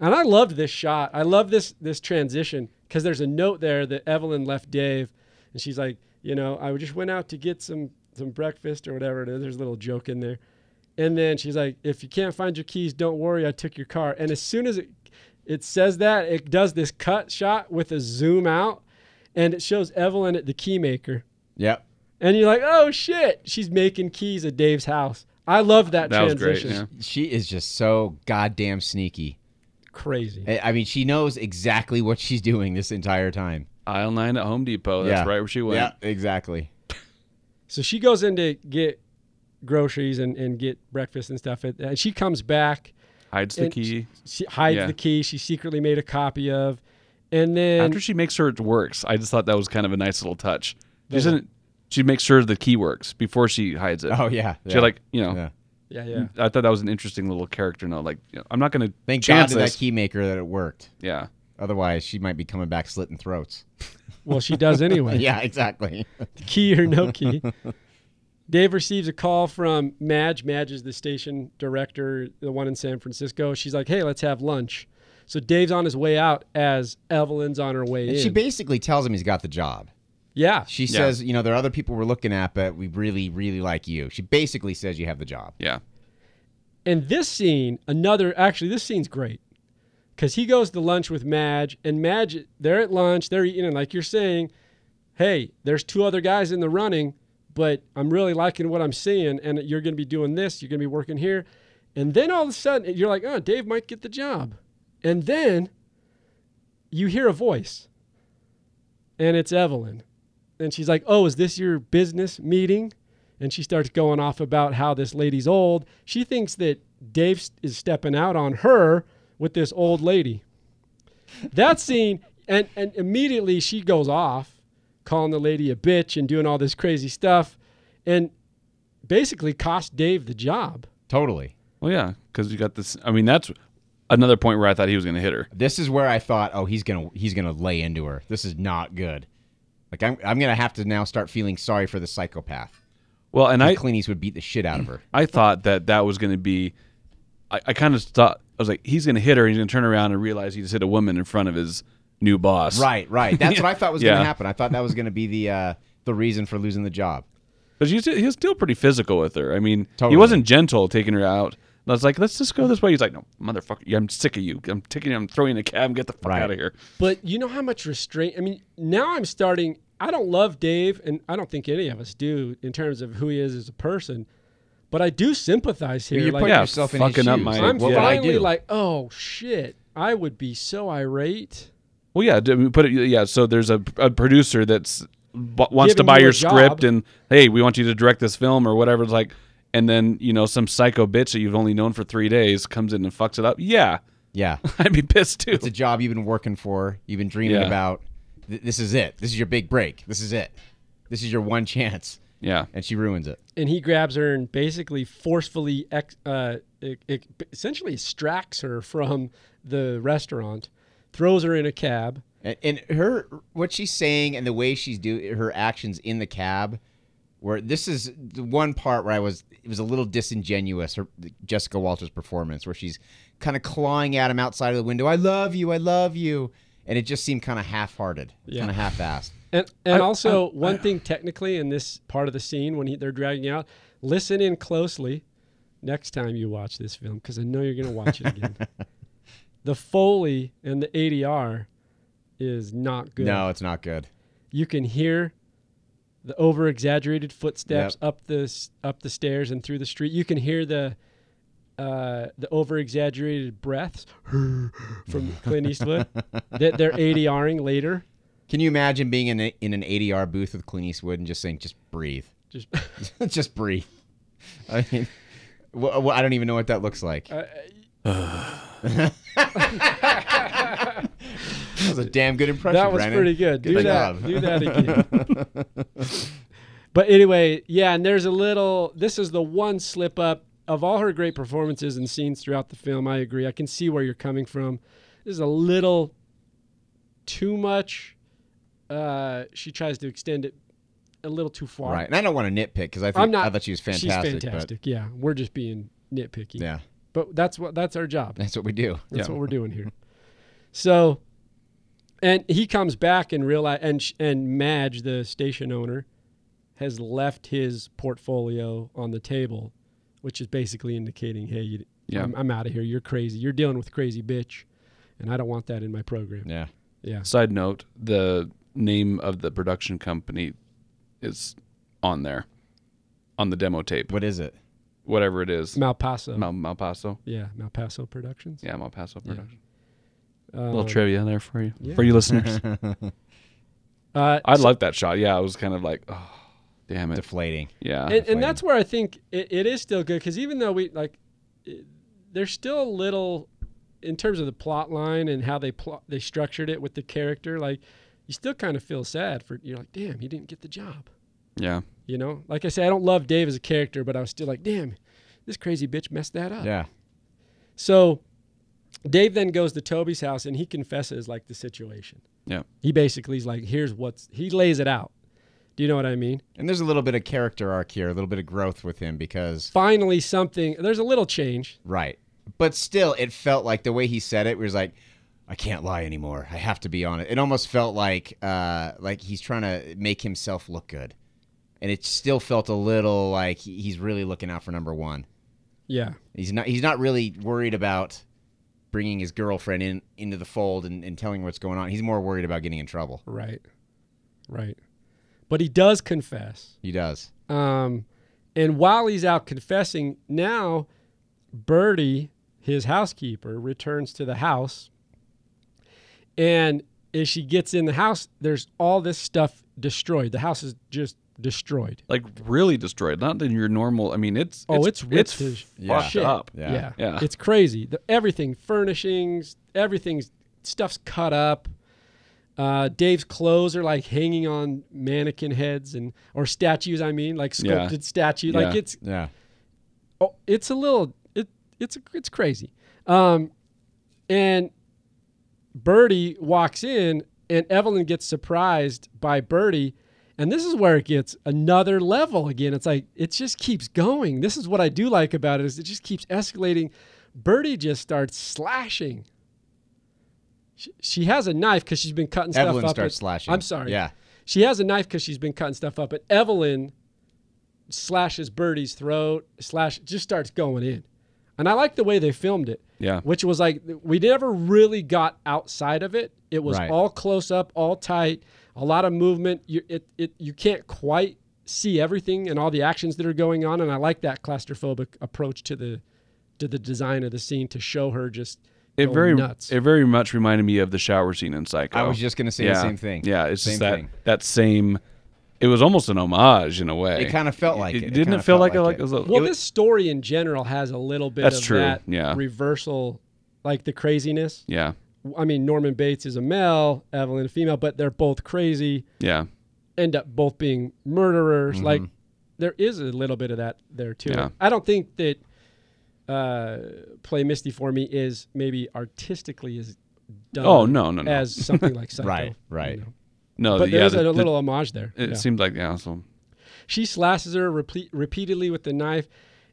And I loved this shot. I love this this transition because there's a note there that Evelyn left Dave, and she's like, you know, I just went out to get some some breakfast or whatever. it is. There's a little joke in there, And then she's like, "If you can't find your keys, don't worry. I took your car." And as soon as it it says that, it does this cut shot with a zoom out, and it shows Evelyn at the key maker.
Yep.
And you're like, "Oh shit, she's making keys at Dave's house." I love that,
That was great.
transition.
Yeah.
She is just so goddamn sneaky.
Crazy.
I I mean, she knows exactly what she's doing this entire time.
Aisle nine at Home Depot. Oh, That's
Yeah.
right where she went.
Yeah, exactly.
So she goes in to get groceries and, and get breakfast and stuff. And- And she comes back.
Hides the
And
key.
She hides
Yeah.
the key she secretly made a copy of. And then
After she makes sure it works, I just thought that was kind of a nice little touch. She doesn't. She makes sure the key works before she hides it.
Oh yeah.
She
yeah,
like you know.
yeah.
yeah, yeah.
I thought that was an interesting little character note. Like you know, I'm not going to
Thank God
chance
to that
this.
key maker that it worked.
Yeah.
Otherwise, she might be coming back slitting throats.
Well, she does anyway.
Yeah, exactly.
Key or no key. Dave receives a call from Madge. Madge is the station director, the one in San Francisco. She's like, "Hey, let's have lunch." So Dave's on his way out as Evelyn's on her way
And
in.
she basically tells him he's got the job.
yeah,
She
Yeah.
says, you know, there are other people we're looking at, but we really, really like you. She basically says you have the job.
Yeah.
And this scene, another actually, this scene's great because he goes to lunch with Madge, and Madge, they're at lunch, they're eating, and like you're saying, hey, there's two other guys in the running, but I'm really liking what I'm seeing, and you're going to be doing this, you're going to be working here, and then all of a sudden you're like, oh, Dave might get the job, and then you hear a voice, and it's Evelyn, and she's like, oh, is this your business meeting? and she starts going off about how this lady's old. She thinks that Dave s- is stepping out on her with this old lady. That scene, and, and immediately she goes off, calling the lady a bitch and doing all this crazy stuff, and basically cost Dave the job.
Totally.
Well, yeah, because you got this. I mean, that's another point where I thought he was going to hit her.
This is where I thought, oh, he's gonna he's gonna lay into her. This is not good. Like I'm I'm gonna have to now start feeling sorry for the psychopath.
Well, and I
I, Clint Eastwood beat the shit out of her.
I thought that that was going to be. I, I kind of thought I was like, he's going to hit her, and he's going to turn around and realize he just hit a woman in front of his new boss.
right, right. That's what I thought was
Yeah.
gonna happen. I thought that was gonna be the uh, the reason for losing the job.
But he's, he was still pretty physical with her. I mean,
Totally.
he wasn't gentle taking her out. And I was like, let's just go this way. He's like, no, motherfucker, yeah, I'm sick of you. I'm taking you. I'm throwing you in a cab. Get the fuck
Right.
out of here.
But you know how much restraint? I mean, now I'm starting. I don't love Dave, and I don't think any of us do in terms of who he is as a person. But I do sympathize here.
You're
like-
putting
Yeah,
yourself in his
fucking up
shoes.
my-
Like,
I'm
what would I
finally
do?
like, oh shit, I would be so irate.
Well, yeah, d- put it. Yeah, so there's a, a producer that's b- wants to
Giving
buy
you a
your
job.
script and hey, we want you to direct this film or whatever. It's like, and then you know some psycho bitch that you've only known for three days comes in and fucks it up. Yeah,
yeah,
I'd be pissed too.
it's a job you've been working for, you've been dreaming
Yeah.
about. Th- this is it. This is your big break. This is it. This is your one chance,
yeah,
and she ruins it.
And he grabs her and basically forcefully, ex- uh, e- e- essentially extracts her from the restaurant, throws her in a cab.
And, and her what she's saying and the way she's do her actions in the cab, where this is the one part where I was it was a little disingenuous. Her Jessica Walters' performance, where she's kind of clawing at him outside of the window. I love you. I love you. And it just seemed kind of half-hearted,
Yeah.
kind of half-assed.
And and also one thing technically in this part of the scene when he, they're dragging out, listen in closely next time you watch this film because I know you're gonna watch it again. the foley and the ADR is not good.
No, it's not good.
you can hear the over exaggerated footsteps up the s- up the stairs and through the street. You can hear the uh, the over exaggerated breaths from Clint Eastwood that they're ADRing later.
Can you imagine being in, a, in an ADR booth with Clint Eastwood and just saying, "Just breathe,
Just
just breathe"? I mean, wh- wh- I don't even know what that looks like.
uh,
that was a damn good impression.
that was
Brandon.
pretty good. Do that.
job.
Do that again. but anyway, yeah, and there's a little. This is the one slip up of all her great performances and scenes throughout the film. I agree. I can see where you're coming from. This is a little too much. Uh, she tries to extend it a little too far.
Right, and I don't want to nitpick because I think
I'm not.
I thought she was fantastic.
She's fantastic. yeah, we're just being nitpicky.
But yeah,
But that's what that's our job.
that's what we do.
That's
Yeah.
what we're doing here. So, and he comes back and realize, and sh- and Madge, the station owner, has left his portfolio on the table which is basically indicating, hey, you,
Yeah.
I'm, I'm out of here. You're crazy. You're dealing with crazy bitch, and I don't want that in my program.
Yeah.
Yeah.
Side note: the name of the production company is on there, on the demo tape,
What is it?
whatever it is.
Malpaso.
Mal- Malpaso.
yeah, Malpaso Productions.
Yeah, Malpaso production.
Uh,
little trivia there for you,
yeah.
for you listeners.
uh,
I like that shot. Yeah, I was kind of like, oh, damn it.
Deflating.
yeah.
and,
Deflating.
and that's where I think it, it is still good because even though we like, it, there's still a little, in terms of the plot line and how they plot they structured it with the character, like you still kind of feel sad for you're like, damn, he didn't get the job.
yeah.
You know, like I say, I don't love Dave as a character, but I was still like, damn, this crazy bitch messed that up.
Yeah.
So Dave then goes to Toby's house and he confesses like the situation.
Yeah.
He basically is like, here's what's he lays it out. Do you know what I mean?
And there's a little bit of character arc here, a little bit of growth with him because
Finally, something. There's a little change.
right. But still it felt like the way he said it was like I can't lie anymore. I have to be honest. It almost felt like uh like he's trying to make himself look good. And it still felt a little like he- he's really looking out for number 1.
Yeah,
He's not he's not really worried about bringing his girlfriend in into the fold and, and telling her what's going on. He's more worried about getting in trouble.
right, Mm-hmm. right. But he does confess.
He does.
Um, and while he's out confessing, now Birdie, his housekeeper, returns to the house. And as she gets in the house, there's all this stuff destroyed. The house is just destroyed.
Like really destroyed. Not in your normal. I mean, it's
Oh, it's ripped
it's
to
fucked
Yeah.
shit.
up.
Yeah.
Yeah.
It's crazy. The, everything, furnishings, everything's stuff's cut up. Uh, Dave's clothes are like hanging on mannequin heads and or statues. I mean, like
Yeah.
sculpted statue. Like
Yeah.
it's
Yeah.
oh, it's a little it it's it's crazy. Um, and Birdie walks in, and Evelyn gets surprised by Birdie, and this is where it gets another level again. It's like it just keeps going. This is what I do like about it is it just keeps escalating. Birdie just starts slashing. She, she has a knife because she's been cutting stuff
Evelyn
up.
starts
at-
slashing.
I'm sorry.
Yeah.
She has a knife because she's been cutting stuff up, but Evelyn slashes Birdie's throat, slash just starts going in. And I like the way they filmed it,
Yeah.
which was like we never really got outside of it. It was
Right.
all close up, all tight, a lot of movement. You it, it you can't quite see everything and all the actions that are going on. And I like that claustrophobic approach to the to the design of the scene to show her just
It
going
very
nuts.
it very much reminded me of the shower scene in Psycho.
I was just gonna say the
Yeah.
same thing.
Yeah, it's
Same
just that
thing.
that same. It was almost an homage in a way.
It kind of felt like it.
Didn't
kinda
it feel
felt
like, a like, it was a-
Well, this story in general has a little bit
That's
of
true,
that
yeah.
reversal, like the craziness.
yeah,
I mean, Norman Bates is a male, Evelyn a female, but they're both crazy,
yeah,
end up both being murderers. Like, there is a little bit of that there, too.
Mm-hmm. Yeah.
I don't think that uh, Play Misty for me is maybe artistically as done
Oh, no, no, no.
as something like Psycho.
Right,
you
right.
know.
no,
But
yeah,
there's
the-
a
the-
little homage there.
It
yeah.
seemed like yeah, so
She slashes her repeat, repeatedly with the knife,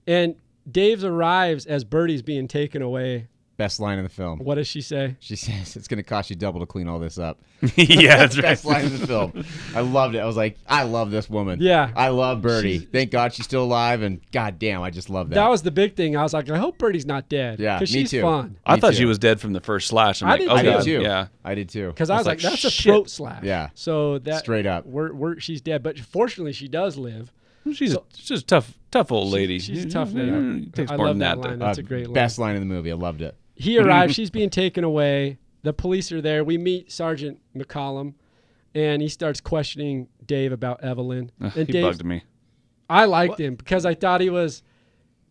and Dave's arrives as Birdie's being taken away.
Best line in the film.
What does she say?
She says it's going to cost you double to clean all this up.
yeah, that's
Best line in the film. I loved it. I was like, I love this woman.
Yeah.
I love Birdie.
She's-
Thank God she's still alive. And goddamn, I just love that.
That was the big thing. I was like, I hope Birdie's not dead.
Yeah,
because
me
she's
too.
fun.
I
Me
thought
too.
she was dead from the first slash. I'm
I
like,
did
oh
I
god,
did too.
yeah,
I did too.
Because I
I
was
was
like,
like,
that's a
"Shit."
throat slash.
Yeah.
So that
Straight up.
we're, we're she's dead. But fortunately, she does live.
she's she's a tough tough old lady.
she's a tough
Yeah,
lady.
It Mm-hmm. takes
I
more
love
than
that
that.
line.
to-
That's a great line.
Uh, Best line in the movie. I loved it.
He arrives. she's being taken away. The police are there. We meet Sergeant McCollum, and he starts questioning Dave about Evelyn.
Ugh,
and
he
Dave,
bugged me.
I liked him because I thought he was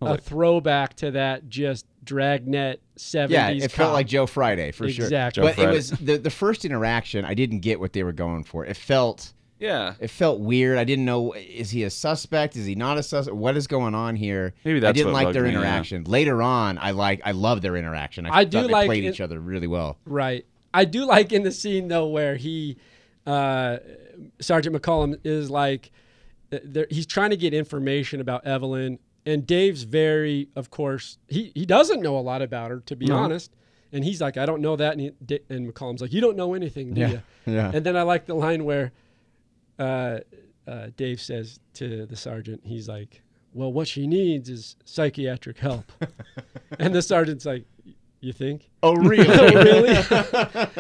a
like-
throwback to that just dragnet 70s.
Yeah, it felt
cop.
like Joe Friday for sure.
Exactly.
Joe
But it
Friday.
was the, the first interaction. I didn't get what they were going for. It felt
Yeah,
it felt weird. I didn't know is he a suspect? Is he not a suspect? What is going on here?
Maybe that's
I didn't
what
like
bugged
their
me, yeah.
interaction. Later on, I like I love their interaction. I,
I
thought
do
they
like
played
it-
each other really well.
Right. I do like in the scene though where he, uh, Sergeant McCollum is like, th- there, he's trying to get information about Evelyn, and Dave's very, of course, he he doesn't know a lot about her to be honest, and he's like, I don't know that, and, he, D- and McCollum's like, you don't know anything, do you?
yeah.
And then I like the line where, uh, uh, Dave says to the sergeant, he's like, well, what she needs is psychiatric help. and the sergeant's like, you think?
Oh,
Oh,
really?
really?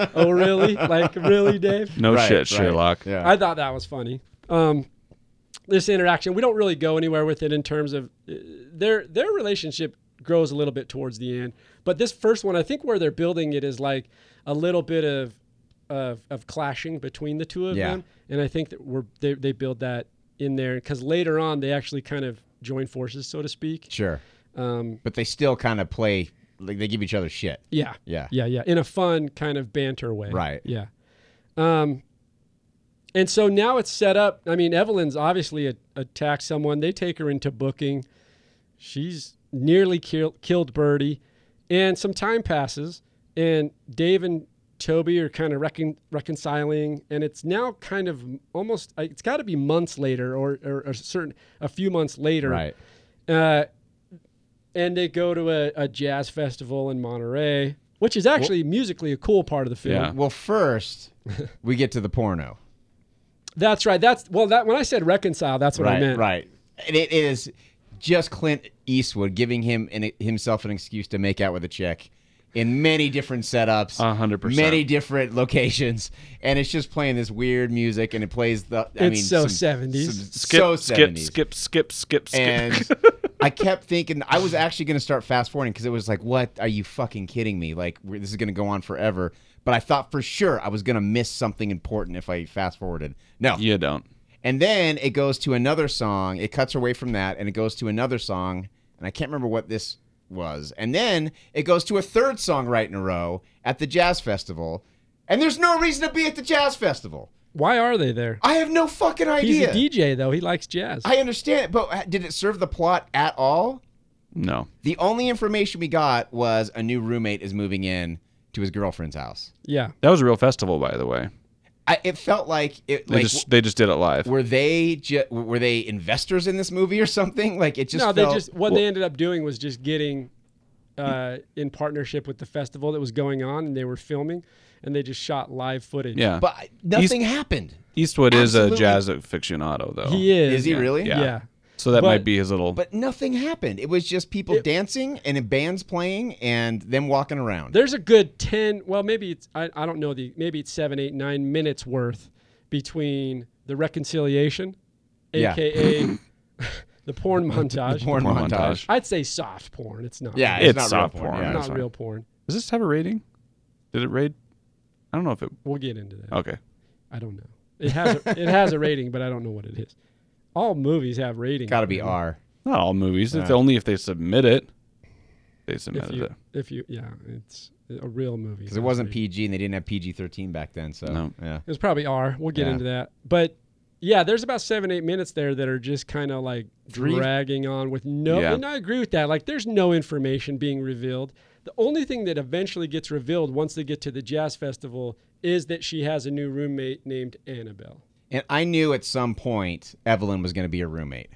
oh, really? Like, really, Dave?
No
Right,
Oh, shit,
right.
Sherlock.
Yeah.
I thought that was funny. Um, this interaction, we don't really go anywhere with it in terms of uh, their their relationship grows a little bit towards the end. But this first one, I think where they're building it is like a little bit of of, of clashing between the two of
Yeah.
them, and I think that we're they, they build that in there because later on they actually kind of join forces, so to speak.
sure.
Um,
But they still kind of play, like they give each other shit.
yeah,
Yeah.
yeah, yeah, in a fun kind of banter way.
Right.
Yeah. Um, and so now it's set up. I mean, Evelyn's obviously a, attacked someone. They take her into booking. She's nearly kill, killed Birdie, and some time passes, and Dave and Toby are kind of recon, reconciling, and it's now kind of almost. uh, It's got to be months later, or, or a certain a few months later,
Right.
uh, and they go to a, a jazz festival in Monterey, which is actually musically a cool part of the film.
Yeah.
Well, first, we get to the porno.
That's right. That's well. That when I said reconcile, that's what I
right,
meant.
right. And it is just Clint Eastwood giving him an, himself an excuse to make out with a chick in many different setups,
A hundred percent.
many different locations, and it's just playing this weird music, and it plays the. I
It's
mean,
so
some-
70s.
some-
Skip,
so
skip,
70s.
skip, skip, skip, skip.
and I kept thinking I was actually going to start fast forwarding because it was like, what are you fucking kidding me? Like we're, this is going to go on forever. But I thought for sure I was going to miss something important if I fast forwarded. No,
you don't.
and then it goes to another song. It cuts away from that and it goes to another song. And I can't remember what this was. And then it goes to a third song right in a row at the jazz festival. And there's no reason to be at the jazz festival.
Why are they there?
I have no fucking
He's
idea.
a
I
DJ though. He likes jazz.
understand it, but uh, did it serve the plot at all?
No.
The only information we got was a new roommate is moving in to his girlfriend's house.
yeah.
That was a real festival, by the way.
I, it felt like it.
They
Like,
just they just did it live.
were they ju- were they investors in this movie or something? Like it just
no,
felt-
they just what they ended up doing was just getting uh, in partnership with the festival that was going on, and they were filming, and they just shot live footage.
Yeah.
But I- nothing happened.
Eastwood is a
Absolutely.
jazz aficionado, though.
he is.
Is he really?
Yeah.
yeah.
So that
But-
might be his little.
But nothing happened. It was just people dancing and bands playing and them walking around.
There's a good ten. Well, maybe it's I, I don't know the maybe it's seven, eight, nine minutes worth between the reconciliation,
Yeah.
aka the porn montage.
porn,
Porn
montage.
montage.
I'd say soft porn. It's not.
Yeah,
It's
it's, not
soft
real
porn,
porn.
yeah.
Yeah.
that's
not
fine.
real porn.
Does this have a rating? Did it rate? I don't know if it.
We'll get into
Oh.
that.
Okay.
I don't know. It has a, it has a rating, but I don't know what it is. All movies have ratings.
Got to be
man.
R.
Not all movies. It's only if they submit it. They
If
submitted
you,
it.
if you, yeah, it's a real movie.
Because it
has
wasn't
ratings.
PG and they didn't have PG 13 back then. So,
No.
yeah.
It was probably R. We'll get
Yeah.
into that. But yeah, there's about seven, eight minutes there that are just kind of like
Brief.
dragging on with no.
Yeah.
And I agree with that. Like, there's no information being revealed. The only thing that eventually gets revealed once they get to the jazz festival is that she has a new roommate named Annabelle.
And I knew at some point Evelyn was going to be a roommate.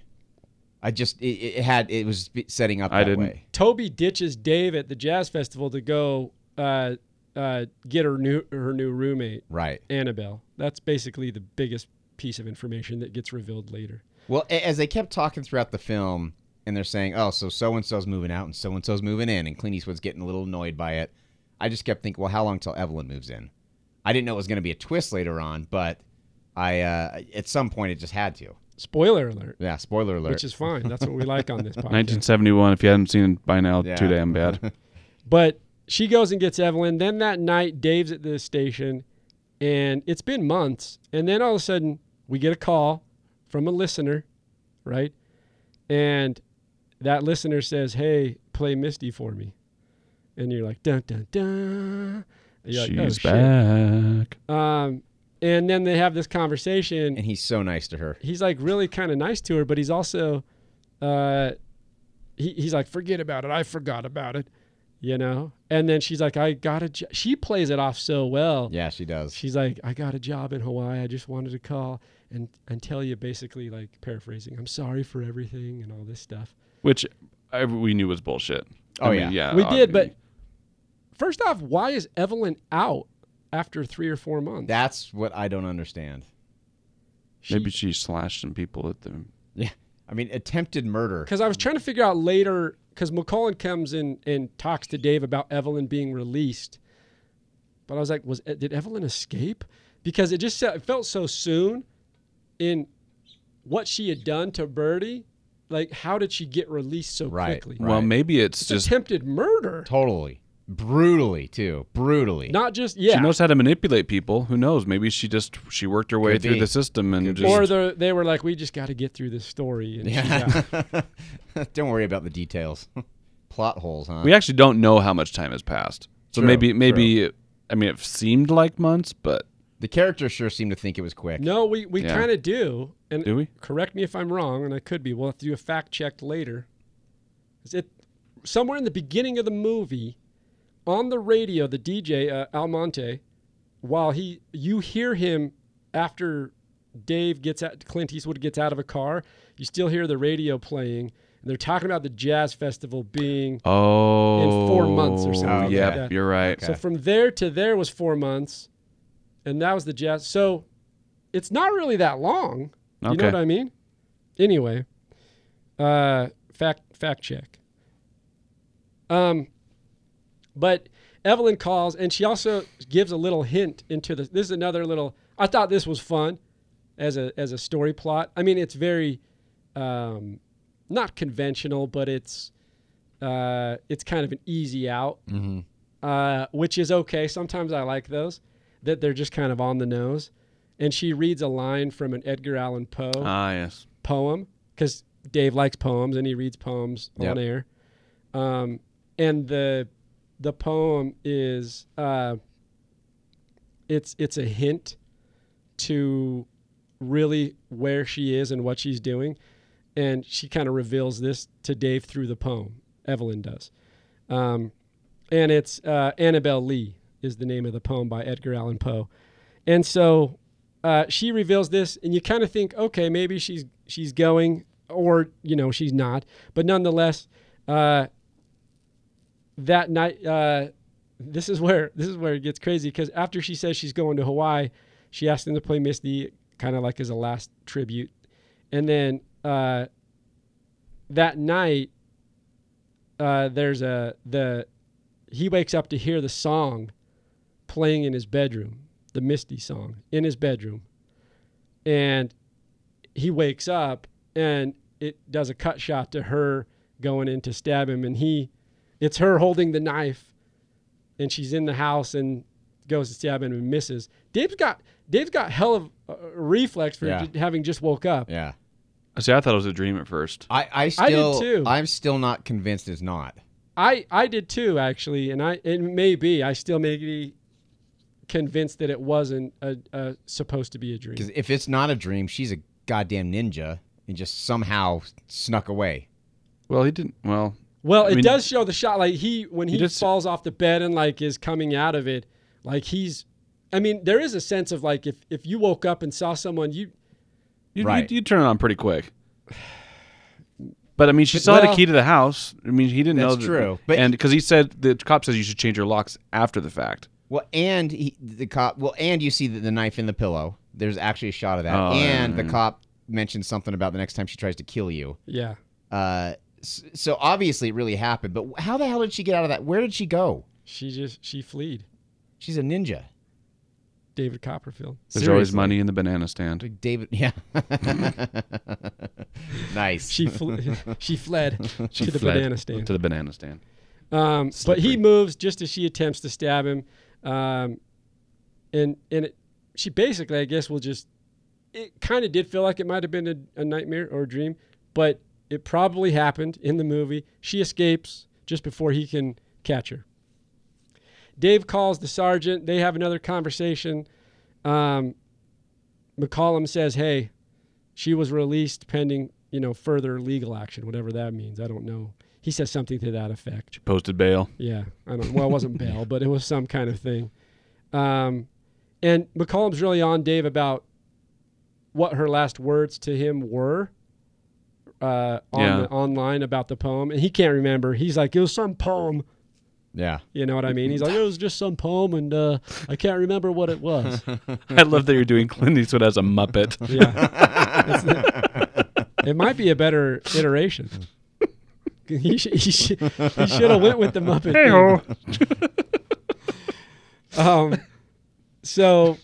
I just, it, it had, it was be- setting up that
I didn't-
way.
Toby ditches Dave at the jazz festival to go uh, uh, get her new her new roommate
Right.
Annabelle. That's basically the biggest piece of information that gets revealed later.
Well, a- as they kept talking throughout the film, and they're saying, "Oh, so so and so's moving out, and so and so's moving in," and Clint Eastwood's getting a little annoyed by it. I just kept thinking, "Well, how long till Evelyn moves in?" I didn't know it was going to be a twist later on, but I uh, at some point it just had to.
Spoiler alert.
Yeah, spoiler alert.
Which is fine. That's what we like on this podcast.
1971. If you haven't seen it by now,
Yeah.
too damn bad.
But she goes and gets Evelyn. Then that night, Dave's at the station, and it's been months. And then all of a sudden, we get a call from a listener, right? And that listener says, "Hey, play Misty for me." And you're like, "Dun dun dun." And You're
She's
like, oh, shit.
back.
Um, and then they have this conversation,
and he's so nice to her.
he's like really kind of nice to her, but he's also, uh, he, he's like, forget about it. I forgot about it, you know? And then she's like, I got a jo-" She plays it off so well.
Yeah, she does.
She's like, I got a job in Hawaii. I just wanted to call and, and tell you basically like paraphrasing, I'm sorry for everything and all this stuff.
Which I, we knew was bullshit. I
Oh,
mean, yeah.
yeah.
we did,
obvi-
but first off, why is Evelyn out after three or four months?
That's what I don't understand.
She-
maybe she slashed some people at the.
Yeah, I mean, attempted murder.
Because I was trying to figure out later, because McCullen comes in and talks to Dave about Evelyn being released. But I was like, was eh, did Evelyn escape? Because it just se- it felt so soon in what she had done to Birdie. Like, how did she get released so
Right,
quickly?
Well,
Right.
maybe it's,
It's
just
attempted murder.
Totally. Brutally, too. Brutally.
Not just, yeah.
she knows how to manipulate people. Who knows? Maybe she just she worked her way
Could
through
be.
the system and
Could be.
just
or the, they were like, we just got to get through this story. And yeah.
Yeah. Don't worry about the details. Plot holes, huh?
we actually don't know how much time has passed. So
True,
maybe maybe I mean it seemed like months, but
The character sure seemed to think it was quick.
No, we, we
Yeah.
kind of do. And
do we?
correct me if I'm wrong, and I could be. We'll have to do a fact check later. Is it somewhere in the beginning of the movie, on the radio, the DJ uh, Almonte, while he you hear him after Dave gets out, Clint Eastwood gets out of a car, you still hear the radio playing, and they're talking about the jazz festival being.
Oh,
months or something
like
Yeah,
that.
you're right.
So from there to there was four months, and that was the jazz. So it's not really that long. You
Okay.
know what I mean? Anyway, uh, fact fact check. Um, but Evelyn calls, and she also gives a little hint into this. This is another little. I thought this was fun as a as a story plot. I mean, it's very um, not conventional, but it's uh, it's kind of an easy out,
Mhm.
uh, which is okay. Sometimes I like those that they're just kind of on the nose. And she reads a line from an Edgar Allan Poe
Ah, yes.
poem because Dave likes poems and he reads poems
Yep.
on air. Um, and the the poem is uh, it's it's a hint to really where she is and what she's doing, and she kind of reveals this to Dave through the poem. Evelyn does, um, and it's uh, Annabel Lee is the name of the poem by Edgar Allan Poe, and so uh, she reveals this, and you kind of think, okay, maybe she's she's going, or you know, she's not. But nonetheless, uh, that night, uh, this is where this is where it gets crazy because after she says she's going to Hawaii, she asks them to play Misty, kind of like as a last tribute, and then uh, that night, uh, there's a the he wakes up to hear the song playing in his bedroom, the Misty song in his bedroom. And he wakes up and it does a cut shot to her going in to stab him and he it's her holding the knife and she's in the house and goes to stab him and misses. Dave's got Dave's got hell of a a reflex for
Yeah.
j- having just woke up.
Yeah.
See, I thought it was a dream at first.
I, I
I did
still
too.
I'm still not convinced it's not.
I I did too actually, and I it may be I still may be convinced that it wasn't a, a supposed to be a dream.
Because if it's not a dream, she's a goddamn ninja and just somehow snuck away.
Well, he didn't. Well,
Well,
I
it
mean-
does show the shot like he when he,
He just-
falls off the bed and like is coming out of it, like he's. I mean, there is a sense of like if if you woke up and saw someone, you
you
Right.
you, you turn it on pretty quick. But I mean, she still had
well-
a key to the house. I mean, he didn't know.
That's
that-
true, but-
and because he said the cop says you should change your locks after the fact.
Well, and he, the cop. Well, and you see the, the knife in the pillow. There's actually a shot of that.
Oh, yeah,
and
yeah,
the
yeah.
cop mentions something about the next time she tries to kill you.
yeah.
Uh, s- so obviously it really happened. But how the hell did she get out of that? Where did she go?
She just she fleed
She's a ninja.
David Copperfield.
There's always
Seriously.
money in the banana stand.
Like David. Yeah. nice.
She fl- she fled
She
to the
fled
banana stand.
To the banana stand.
Um, but he
Slippery.
moves just as she attempts to stab him, um, and and it, she basically, I guess, will just. It kind of did feel like it might have been a, a nightmare or a dream, but it probably happened in the movie. She escapes just before he can catch her. Dave calls the sergeant. They have another conversation. Um, McCollum says, "Hey, she was released pending, you know, further legal action, whatever that means. I don't know." He says something to that effect.
Posted bail.
Yeah, I don't. Well, it wasn't bail, but it was some kind of thing. Um, and McCollum's really on Dave about what her last words to him were uh, on
Yeah.
the, online about the poem, and he can't remember. He's like, "It was some poem."
yeah.
You know what I mean? He's like, "It was just some poem, and uh, I can't remember what it was."
I love that you're doing Clint Eastwood as a Muppet.
Yeah, It might be a better iteration. He should, he should, he should have went with the Muppet. Hey-ho. um, so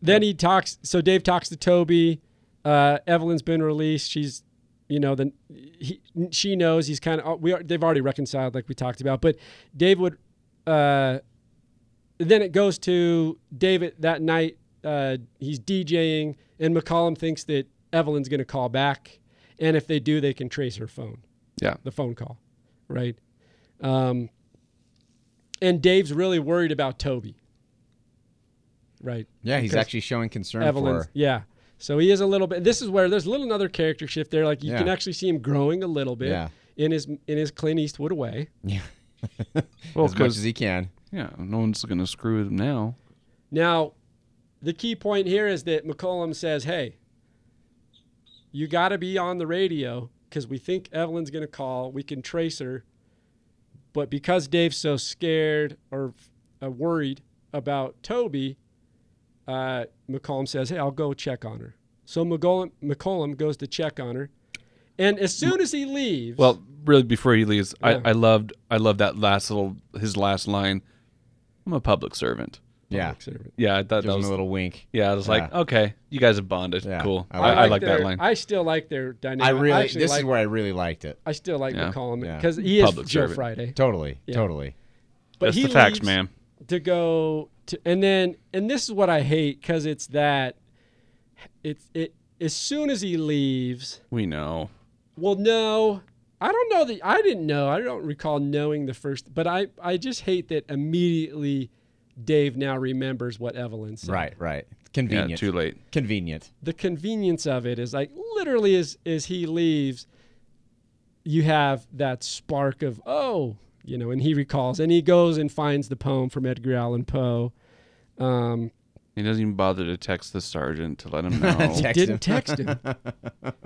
then he talks. So Dave talks to Toby. Uh, Evelyn's been released. She's, you know, then he she knows he's kind of we are, they've already reconciled like we talked about. But Dave would. Uh, then it goes to David that night. Uh, he's DJing, and McCollum thinks that Evelyn's going to call back, and if they do, they can trace her phone,
Yeah.
the phone call, right? Um, and Dave's really worried about Toby, right?
Yeah, he's
Because-
actually showing concern
Evelyn's,
for.
yeah. So he is a little bit. This is where there's a little another character shift there. Like you
Yeah.
can actually see him growing a little bit
Yeah.
in his in his Clint Eastwood way.
Yeah.
Well,
as much
'cause-
as he can.
Yeah, no one's gonna screw him now.
Now, the key point here is that McCollum says, "Hey, you got to be on the radio because we think Evelyn's going to call. We can trace her, but because Dave's so scared or uh, worried about Toby, uh, McCollum says, "Hey, I'll go check on her." So McCollum, McCollum goes to check on her, and as soon as he leaves,
Well, really, before he leaves,
Yeah.
I, I loved I loved that last little his last line. I'm a public servant.
Yeah.
Yeah, I thought
Give
that
him
was.
a little wink.
yeah, I was like,
Yeah.
okay, you guys have bonded.
Yeah,
Cool. I,
I
I,
like
like,
their-
that line.
I still like their dynamic.
I really.
actually
This
like-
is where I really liked it.
I still like
Yeah.
McCollum
Yeah.
because he is
Public
Joe
servant.
Friday.
Totally.
Yeah.
Totally.
But
That's
he
the facts,
leaves
man.
To go to and then and this is what I hate because it's that it's it as soon as he leaves.
We know.
Well, no, I don't know that I didn't know. I don't recall knowing the first, but I I just hate that immediately. Dave now remembers what Evelyn said.
Right. Right.
Yeah,
Convenient.
too late.
Convenient.
the convenience of it is like literally as as he leaves, you have that spark of oh, you know, and he recalls and he goes and finds the poem from Edgar Allan Poe. Um,
He doesn't even bother to text the sergeant to let him know.
Text
didn't
him.
text him.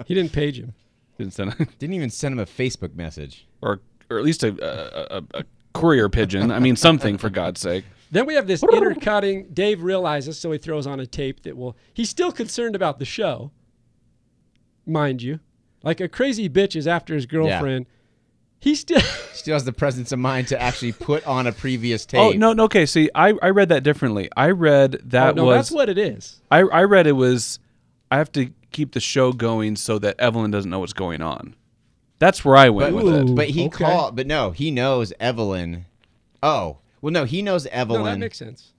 he didn't page him.
Didn't send-
Didn't even send him a Facebook message.
or or at least a a, a, a courier pigeon. I mean, something for God's sake.
Then we have this intercutting. Dave realizes, so he throws on a tape that will. He's still concerned about the show, mind you. Like a crazy bitch is after his girlfriend. He still.
Still has the presence of mind to actually put on a previous tape.
Oh no, no. Okay, see, I I read that differently. I read that
Oh, no,
was
that's what it is.
I, I read it was I have to keep the show going so that Evelyn doesn't know what's going on. That's where I
But,
went with
Ooh.
it.
but he
okay.
called. But no, he knows Evelyn. Oh well, no, he knows
No,
Evelyn.
that makes sense.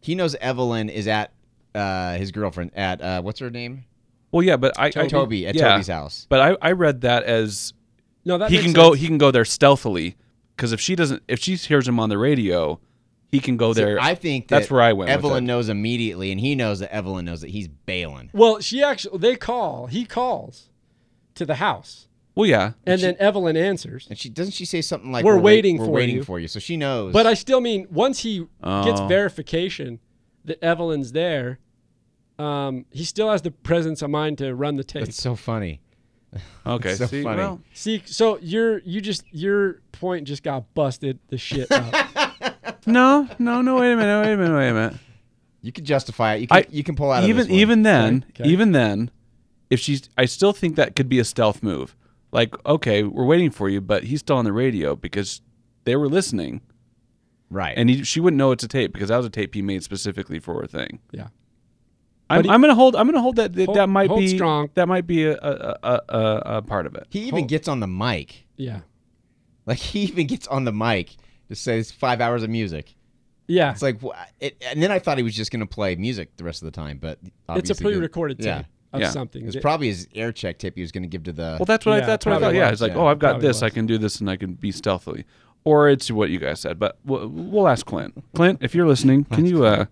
he knows Evelyn is at uh, his girlfriend at uh, what's her name?
Well, yeah, but I I-
Toby at
yeah.
Toby's house.
But I, I read that as
No, that
he
makes
can go
sense.
he can go there stealthily because if she doesn't if she hears him on the radio, he can go
See,
there.
I think that
that's where I went. with
Evelyn
it.
knows immediately, and he knows that Evelyn knows that he's bailing.
Well, she actually they call. He calls to the house,
Well, yeah,
and then Evelyn answers.
And she doesn't she say something like
We're
wait-
waiting
we're
for
waiting
you."
for you." So she knows.
But I still mean once he gets
Oh.
verification that Evelyn's there, um, he still has the presence of mind to run the tape.
that's so funny.
okay.
It's so
see,
funny.
well,
See, so your you just your point just got busted the shit up.
no, no, no. Wait a minute. Wait a minute. Wait a minute.
You can justify it. You can
I-
you can pull out of
even
this one.
even then
Okay.
even then if she's i still think that could be a stealth move like okay we're waiting for you but he's still on the radio because they were listening
right.
and he, she wouldn't know it's a tape because that was a tape he made specifically for her thing
yeah.
I'm,
But he-
I'm gonna hold i'm gonna hold that that,
Hold-
that might
hold
be
strong.
that might be a a, a, a, a part of it
he even gets on the mic.
Yeah.
Like he even gets on the mic to say it's five hours of music.
Yeah.
It's like, wha- it, and then I thought he was just gonna play music the rest of the time, but
It's a
obviously didn't.
pre-recorded tape
Yeah.
of
Yeah.
something.
It was
that-
probably his air check tip he was going to give to the.
well that's what
Yeah,
i that's what i
probably
thought yeah
was,
it's like
yeah.
oh i've got
Probably
this i
was.
can do this and i can be stealthily or it's what you guys said but we'll, we'll ask clint clint if you're listening can you uh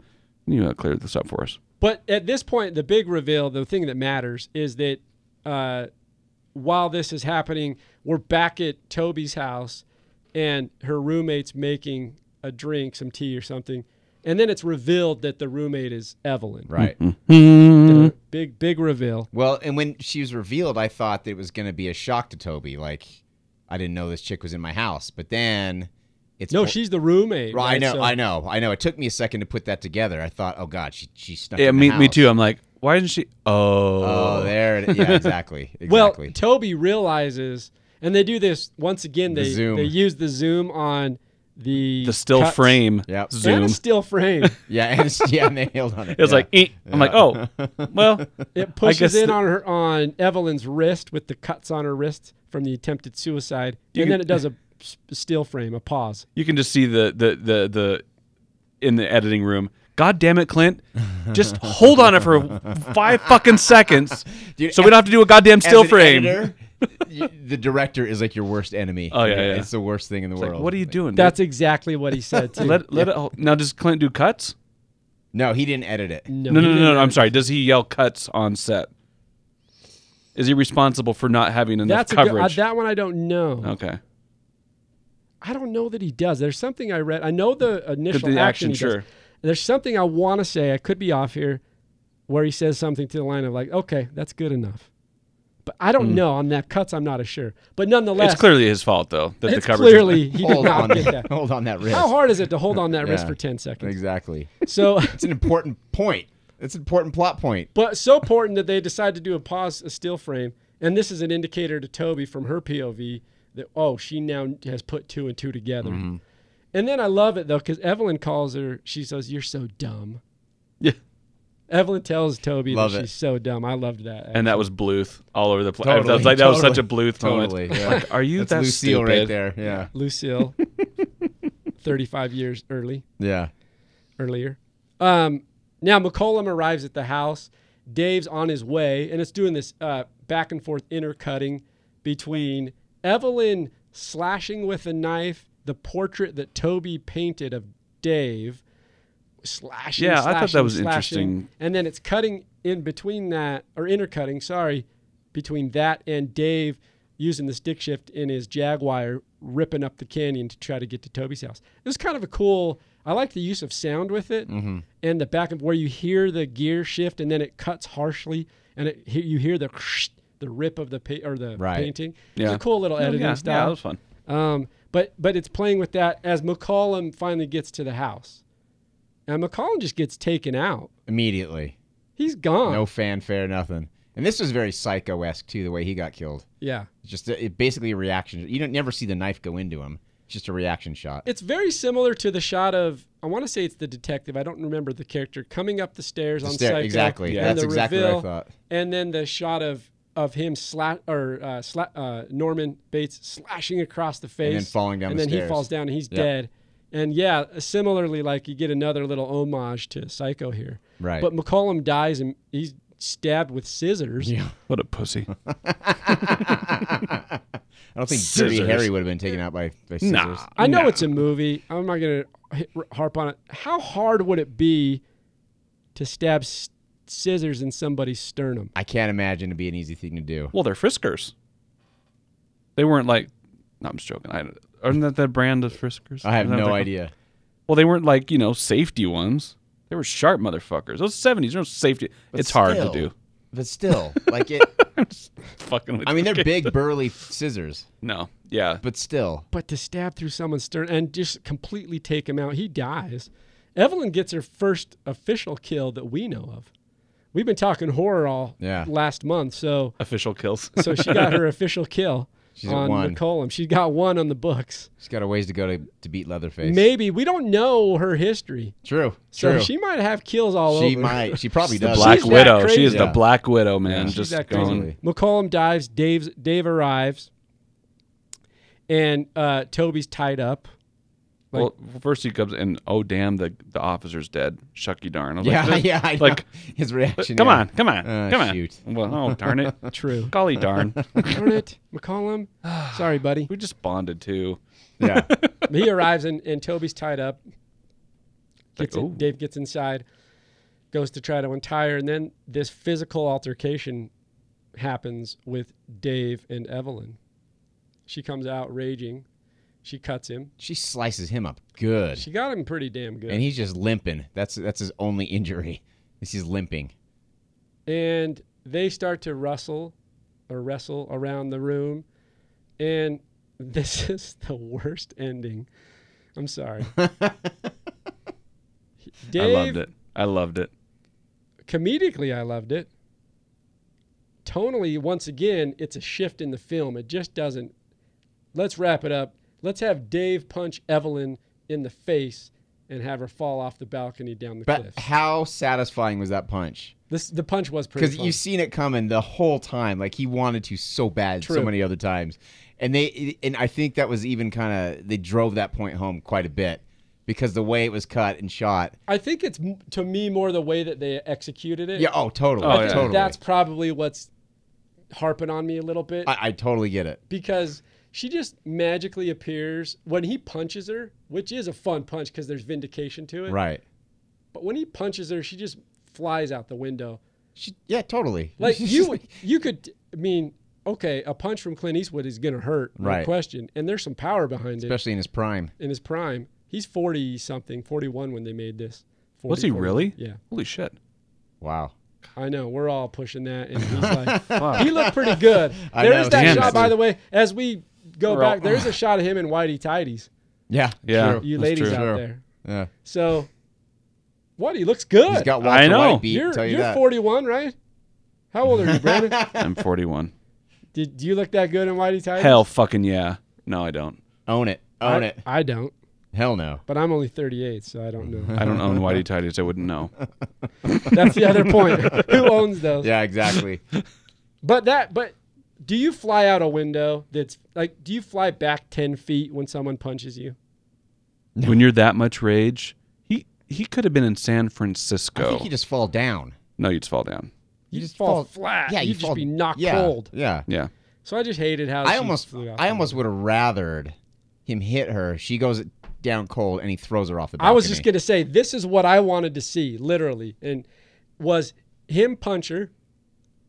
can you uh, clear this up for us
But at this point, the big reveal, the thing that matters, is that uh, while this is happening, we're back at Toby's house, and her roommate's making a drink, some tea or something, and then it's revealed that the roommate is Evelyn.
right. Mm-hmm.
The big, big reveal.
Well, and when she was revealed, I thought that it was going to be a shock to Toby. Like, I didn't know this chick was in my house. But then, it's
No,
more-
she's the roommate.
Right, I
right?
know,
So-
I know, I know. It took me a second to put that together. I thought, oh god, she she snuck.
Yeah,
in the
me, me
house.
too. I'm like, Why didn't she? Oh,
Oh, there it is. Yeah, exactly. Exactly.
Well, Toby realizes, and they do this once again.
The
They
zoom.
they use the zoom on the
the still
cuts.
frame
Yep.
And
zoom.
a still frame.
yeah, and it's, yeah, and they nailed on it.
It was
yeah.
like, eh. I'm like, oh, well,
It pushes
guess
in
the-
on her on Evelyn's wrist with the cuts on her wrist from the attempted suicide,
You
and
can-
then it does a s- still frame, a pause.
you can just see the the the the in the editing room. God damn it, Clint! Just hold on it for five fucking seconds,
Dude,
so we don't have to do a goddamn
As
still
an
frame.
editor, y- the director is like your worst enemy.
Oh, yeah, yeah.
It's the worst thing in the
It's
world.
like, what are you doing?
That's exactly what he said. Too.
let let it, oh, now. Does Clint do cuts?
No, he didn't edit it.
no,
No,
he
no, no,
didn't
no,
have
I'm
it.
sorry. Does he yell cuts on set? Is he responsible for not having enough
That's a good, uh,
coverage?
that one I don't know.
okay.
I don't know that he does. There's something I read. I know the initial
the
action.
action,
he does.
sure.
There's something I want to say. I could be off here, where he says something to the line of like, "Okay, that's good enough," but I don't know on that cuts. I'm not as sure. But nonetheless,
Hmm. It's clearly his fault though that
it's
the coverage.
clearly he did
Hold on,
not get
that.
that.
hold on that wrist.
How hard is it to hold on that wrist
Yeah.
for 10 seconds?
Exactly.
So,
It's an important point. It's an important plot point.
but so important that they decide to do a pause, a still frame. And this is an indicator to Toby from her POV that, oh, she now has put two and two together.
Mm-hmm.
And then I love it though, because Evelyn calls her, she says, You're so dumb.
Yeah.
Evelyn tells Toby
Love
that
it.
she's so dumb. I loved that.
And that was Bluth all over the place.
Totally,
that was like that was such a Bluth
Totally.
moment.
yeah.
Like, are you
That's
that
Lucille
stupid?
right there. Yeah.
Lucille, 35 years early.
Yeah.
earlier. Um, now McCollum arrives at the house. Dave's on his way, and it's doing this uh, back and forth intercutting between Evelyn slashing with a knife the portrait that Toby painted of Dave, slashing.
Yeah, I thought that
slashing,
was
slashing,
interesting.
And then it's cutting in between that, or intercutting, sorry, between that and Dave using the stick shift in his Jaguar, ripping up the canyon to try to get to Toby's house. It was kind of a cool. I like the use of sound with it,
Mm-hmm.
and the back of where you hear the gear shift, and then it cuts harshly, and it he- you hear the the rip of the pa- or the
Right.
painting.
Yeah. Oh,
It's a cool little
Yeah,
editing
yeah,
style.
yeah, that was fun.
Um, but but it's playing with that as McCollum finally gets to the house, and McCollum just gets taken out.
Immediately.
He's gone.
No fanfare, nothing. And this was very psycho esque, too, the way he got killed.
Yeah,
Just a, it basically a reaction. You don't never see the knife go into him. It's just a reaction shot.
it's very similar to the shot of I want to say it's the detective. I don't remember the character coming up the stairs
The
on
stair-
Psycho.
exactly.
and
That's
the
exactly
reveal,
what I thought.
And then the shot of of him sla- or uh, sla- uh, Norman Bates slashing across the face,
then falling down
and
the
then he
stairs.
falls down and he's
Yep.
dead. And yeah, similarly, like you get another little homage to Psycho here.
Right.
But McCollum dies and he's stabbed with scissors.
Yeah.
What a pussy.
I don't think Dirty
Scissors.
Harry would have been taken out by, by scissors.
Nah.
I know it's a movie. I'm not going to harp on it. How hard would it be to stab s- scissors in somebody's sternum?
I can't imagine it'd be an easy thing to do.
Well, they're Friskers. They weren't like. No, I'm just joking. I, aren't that that brand of Friskers?
I have
Isn't that what
no
they're
idea.
called? Well, they weren't like you know safety ones. They were sharp motherfuckers. Those seventies, no safety.
But
it's hard to
still-
do.
But still, like it.
Fucking. With
I mean,
you.
they're big, burly scissors.
No. Yeah.
But still,
But to stab through someone's stern and just completely take him out, he dies. Evelyn gets her first official kill that we know of. We've been talking horror all
Yeah.
last month, so
Official kills.
so she got her official kill
She's at
on
one.
McCollum. She got one on the books.
she's got a ways to go to, to beat Leatherface.
Maybe we don't know her history,
True.
so
true.
she might have kills all
She
over.
might. She probably
the
does.
Black
She's that
Widow. She is
crazy.
the
Yeah.
Black Widow, man.
She's
Just
that crazy.
going.
McCollum dives. Dave's Dave arrives, and uh, Toby's tied up. Like-
well, first he comes and oh damn, the the officer's dead. Shucky darn. I was
Yeah,
like,
yeah. I know.
like,
his reaction.
Come
yeah.
on, come on,
Uh,
come on.
shoot.
Well, oh darn it.
True.
Golly darn.
Darn it, McCollum. Sorry, buddy.
we just bonded too.
Yeah.
He arrives, and, and Toby's tied up. Gets
Like,
in-
ooh.
Dave gets inside, goes to try to untie her, and then this physical altercation happens with Dave and Evelyn. She comes out raging. She cuts him.
She slices him up good,
She got him pretty damn good.
and he's just limping. That's that's his only injury. Is he's limping.
and they start to rustle or wrestle around the room and this is the worst ending i'm sorry
I
dave
loved it. I loved it.
Comedically, I loved it. Tonally, once again, it's a shift in the film. It just doesn't. Let's wrap it up. Let's have Dave punch Evelyn in the face and have her fall off the balcony down the
But
cliff.
how satisfying was that punch?
This the punch was pretty.
Because
fun.
you've seen it coming the whole time. Like he wanted to so bad, so
True.
many other times, and they and I think that was even kind of they drove that point home quite a bit because the way it was cut and shot.
I think it's m- to me more the way that they executed it.
Yeah. Oh, totally.
I think
totally.
That's probably what's harping on me a little bit
I, I totally get it.
because she just magically appears when he punches her, which is a fun punch because there's vindication to it.
Right.
But when he punches her, she just flies out the window.
She, yeah. Totally.
Like
She's
you,
just
would- you could. I mean, okay, a punch from Clint Eastwood is gonna hurt, no
Right.
question. And there's some power behind it
especially in his prime.
in his prime. He's forty something, forty one when they made this. 40,
Was he
41.
really?
Yeah.
Holy shit.
Wow.
I know we're all pushing that, and he's like,
Fuck.
he looked pretty good.
I
There's
know,
that
damn
shot,
it.
by the way. As we go
We're all-
back, there's a shot of him in whitey tidies.
Yeah.
Yeah.
true.
You
That's
ladies
true.
out
Sure.
there.
Yeah.
So, what? He looks good.
He's got
I
Walter
know.
White beat.
you're
tell you
are
that.
41, right? How old are you, Brandon?
I'm 41.
Did do you look that good in whitey tidies?
Hell fucking yeah. No, I don't.
Own it.
I,
Own it.
I don't,
Hell no.
but I'm only 38, so I don't know.
I don't own whitey tidies. I wouldn't know.
That's the other point. Who owns those?
Yeah. Exactly.
But that, but do you fly out a window? That's like, do you fly back 10 feet when someone punches you?
When you're that much rage, he he could have been in San
I
Francisco.
think you just fall down.
no, you'd fall down.
You, just fall, flat.
Yeah,
Ah, you'd
you
just
fall-
be knocked
yeah,
cold.
Yeah.
Yeah.
So I just hated how
I
she
almost,
flew off
I
the
almost
window.
would have rathered him hit her. She goes down cold, and he throws her off the. Balcony.
I was just gonna say this is what I wanted to see, literally, and was him punch her,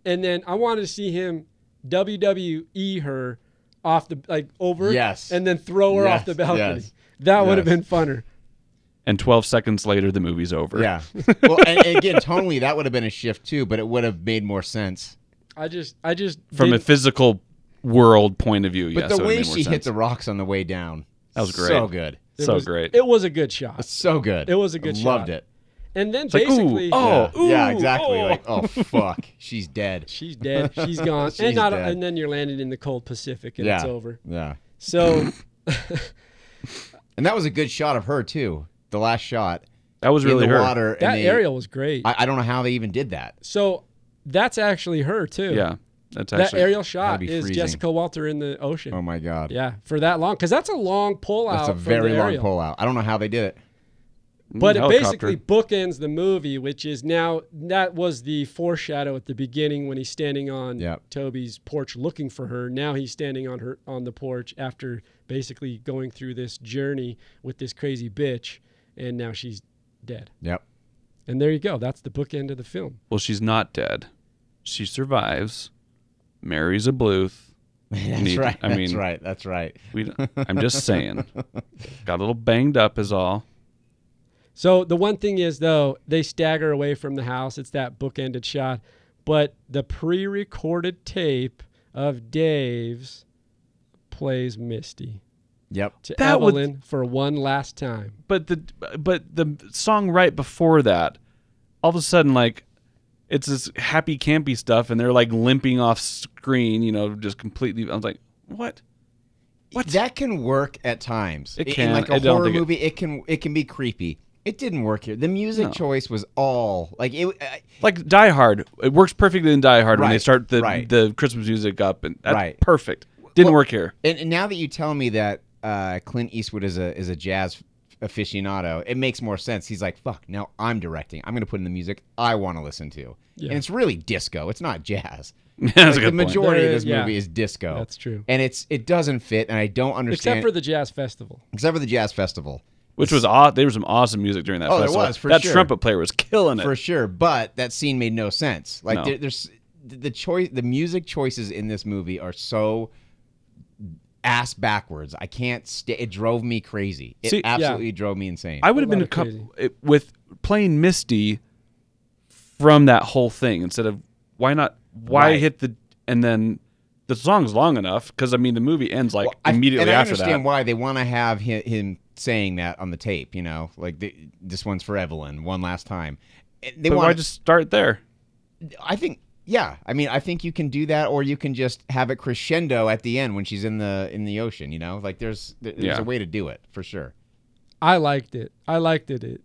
and then I wanted to see him WWE her off the like over,
Yes.
and then throw her off
Yes,
the balcony.
yes,
That would have
yes.
been funner.
And 12 seconds later, the movie's over.
Yeah. Well, and, and again, tonally, that would have been a shift too, but it would have made more sense.
I just, I just
From a
didn't-
physical world point of view,
But
yes.
the
that would
way
have made more
she hit
sense.
the rocks on the way down,
That was
So
great.
good.
it
so
was-
great.
It was a good shot,
So good.
It was a good
Loved
shot.
it.
and then
like, ooh,
basically,
oh.
yeah. yeah,
ooh,
exactly.
oh.
Like, oh fuck, she's dead.
she's dead, she's gone,
She's
and not,
dead.
and then you're landed in the cold Pacific, and
yeah.
it's over.
Yeah.
So
And that was a good shot of her too. The last shot
that was really
in the
her.
water.
that
and they,
aerial was great.
I, I don't know how they even did that.
so that's actually her too.
Yeah. That's
that
actually.
aerial shot
be
is
freezing.
Jessica Walter in the ocean.
Oh my god.
yeah, for that long, because that's a long pullout.
That's a
from the
very long
aerial.
pullout. I don't know how they did it.
But it
mm, Helicopter.
basically bookends the movie, which is now that was the foreshadow at the beginning when he's standing on
Yep.
Toby's porch looking for her. Now he's standing on her on the porch after basically going through this journey with this crazy bitch, and now she's dead.
Yep.
And there you go. That's the bookend of the film.
Well, she's not dead. She survives, marries a Bluth.
That's
Neat.
right.
I
that's
mean-
right. That's right.
We, I'm just saying. Got a little banged up, is all.
So the one thing is though, they stagger away from the house. It's that bookended shot, but the pre-recorded tape of Dave's plays Misty
Yep.
to
That would-
Evelyn for one last time.
But the but the song right before that, all of a sudden, like, it's this happy campy stuff, and they're like limping off screen, you know, just completely. I was like, what? What?
That can work at times.
It
In-
can.
In like
I
a
don't
horror
think it-
movie, it... can it can be creepy. It didn't work here. The music
No.
choice was all like it. uh, I,
Like Die Hard, it works perfectly in Die Hard when they
Right,
start the
right.
the Christmas music up, and that's
Right.
perfect. Didn't
Well-
work here.
and, and now that you tell me that uh, Clint Eastwood is a is a jazz aficionado, it makes more sense. He's like, fuck. Now I'm directing. I'm gonna put in the music I want to listen to. And it's really disco. It's not jazz.
that's
Like,
a
the
good point.
majority
There-
of this
yeah.
movie is disco.
That's true.
And it's it doesn't fit, and I don't understand
Except for the jazz festival.
except for the jazz festival.
Which was aw- there was some awesome music during that.
Oh, there
festival.
was, for
that
sure.
trumpet player was killing it.
for sure. But that scene made no sense. Like
No.
there, there's the, the choice, the music choices in this movie are so ass backwards. I can't. Sta- it drove me crazy. It
See, yeah.
absolutely drove me insane.
I would have been a
lot of
couple it, with playing Misty from that whole thing instead of why not why
Right.
hit the and then the song's long enough because I mean the movie ends like
Well, I-
immediately
and I
after
understand
that.
why they want to have him, him saying that on the tape. You know, like the, this one's for Evelyn, one last time. Eh, They
but why
want.
just start there?
I think. Yeah, I mean, I think you can do that, or you can just have it crescendo at the end when she's in the in the ocean. You know, like there's there's
Yeah.
a way to do it for sure.
I liked it. I liked it. It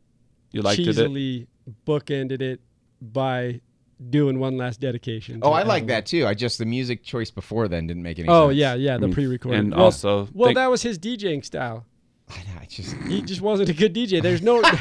You liked it, it.
cheesily bookended it by doing one last dedication. to
Oh, I
the
like
album.
that too. I just the music choice before then didn't make any sense.
Oh yeah, yeah, the
Mm.
pre-recorded.
And
well,
also,
well,
thank-
that was his DJing style.
I, know, I just
He just wasn't a good DJ. There's no.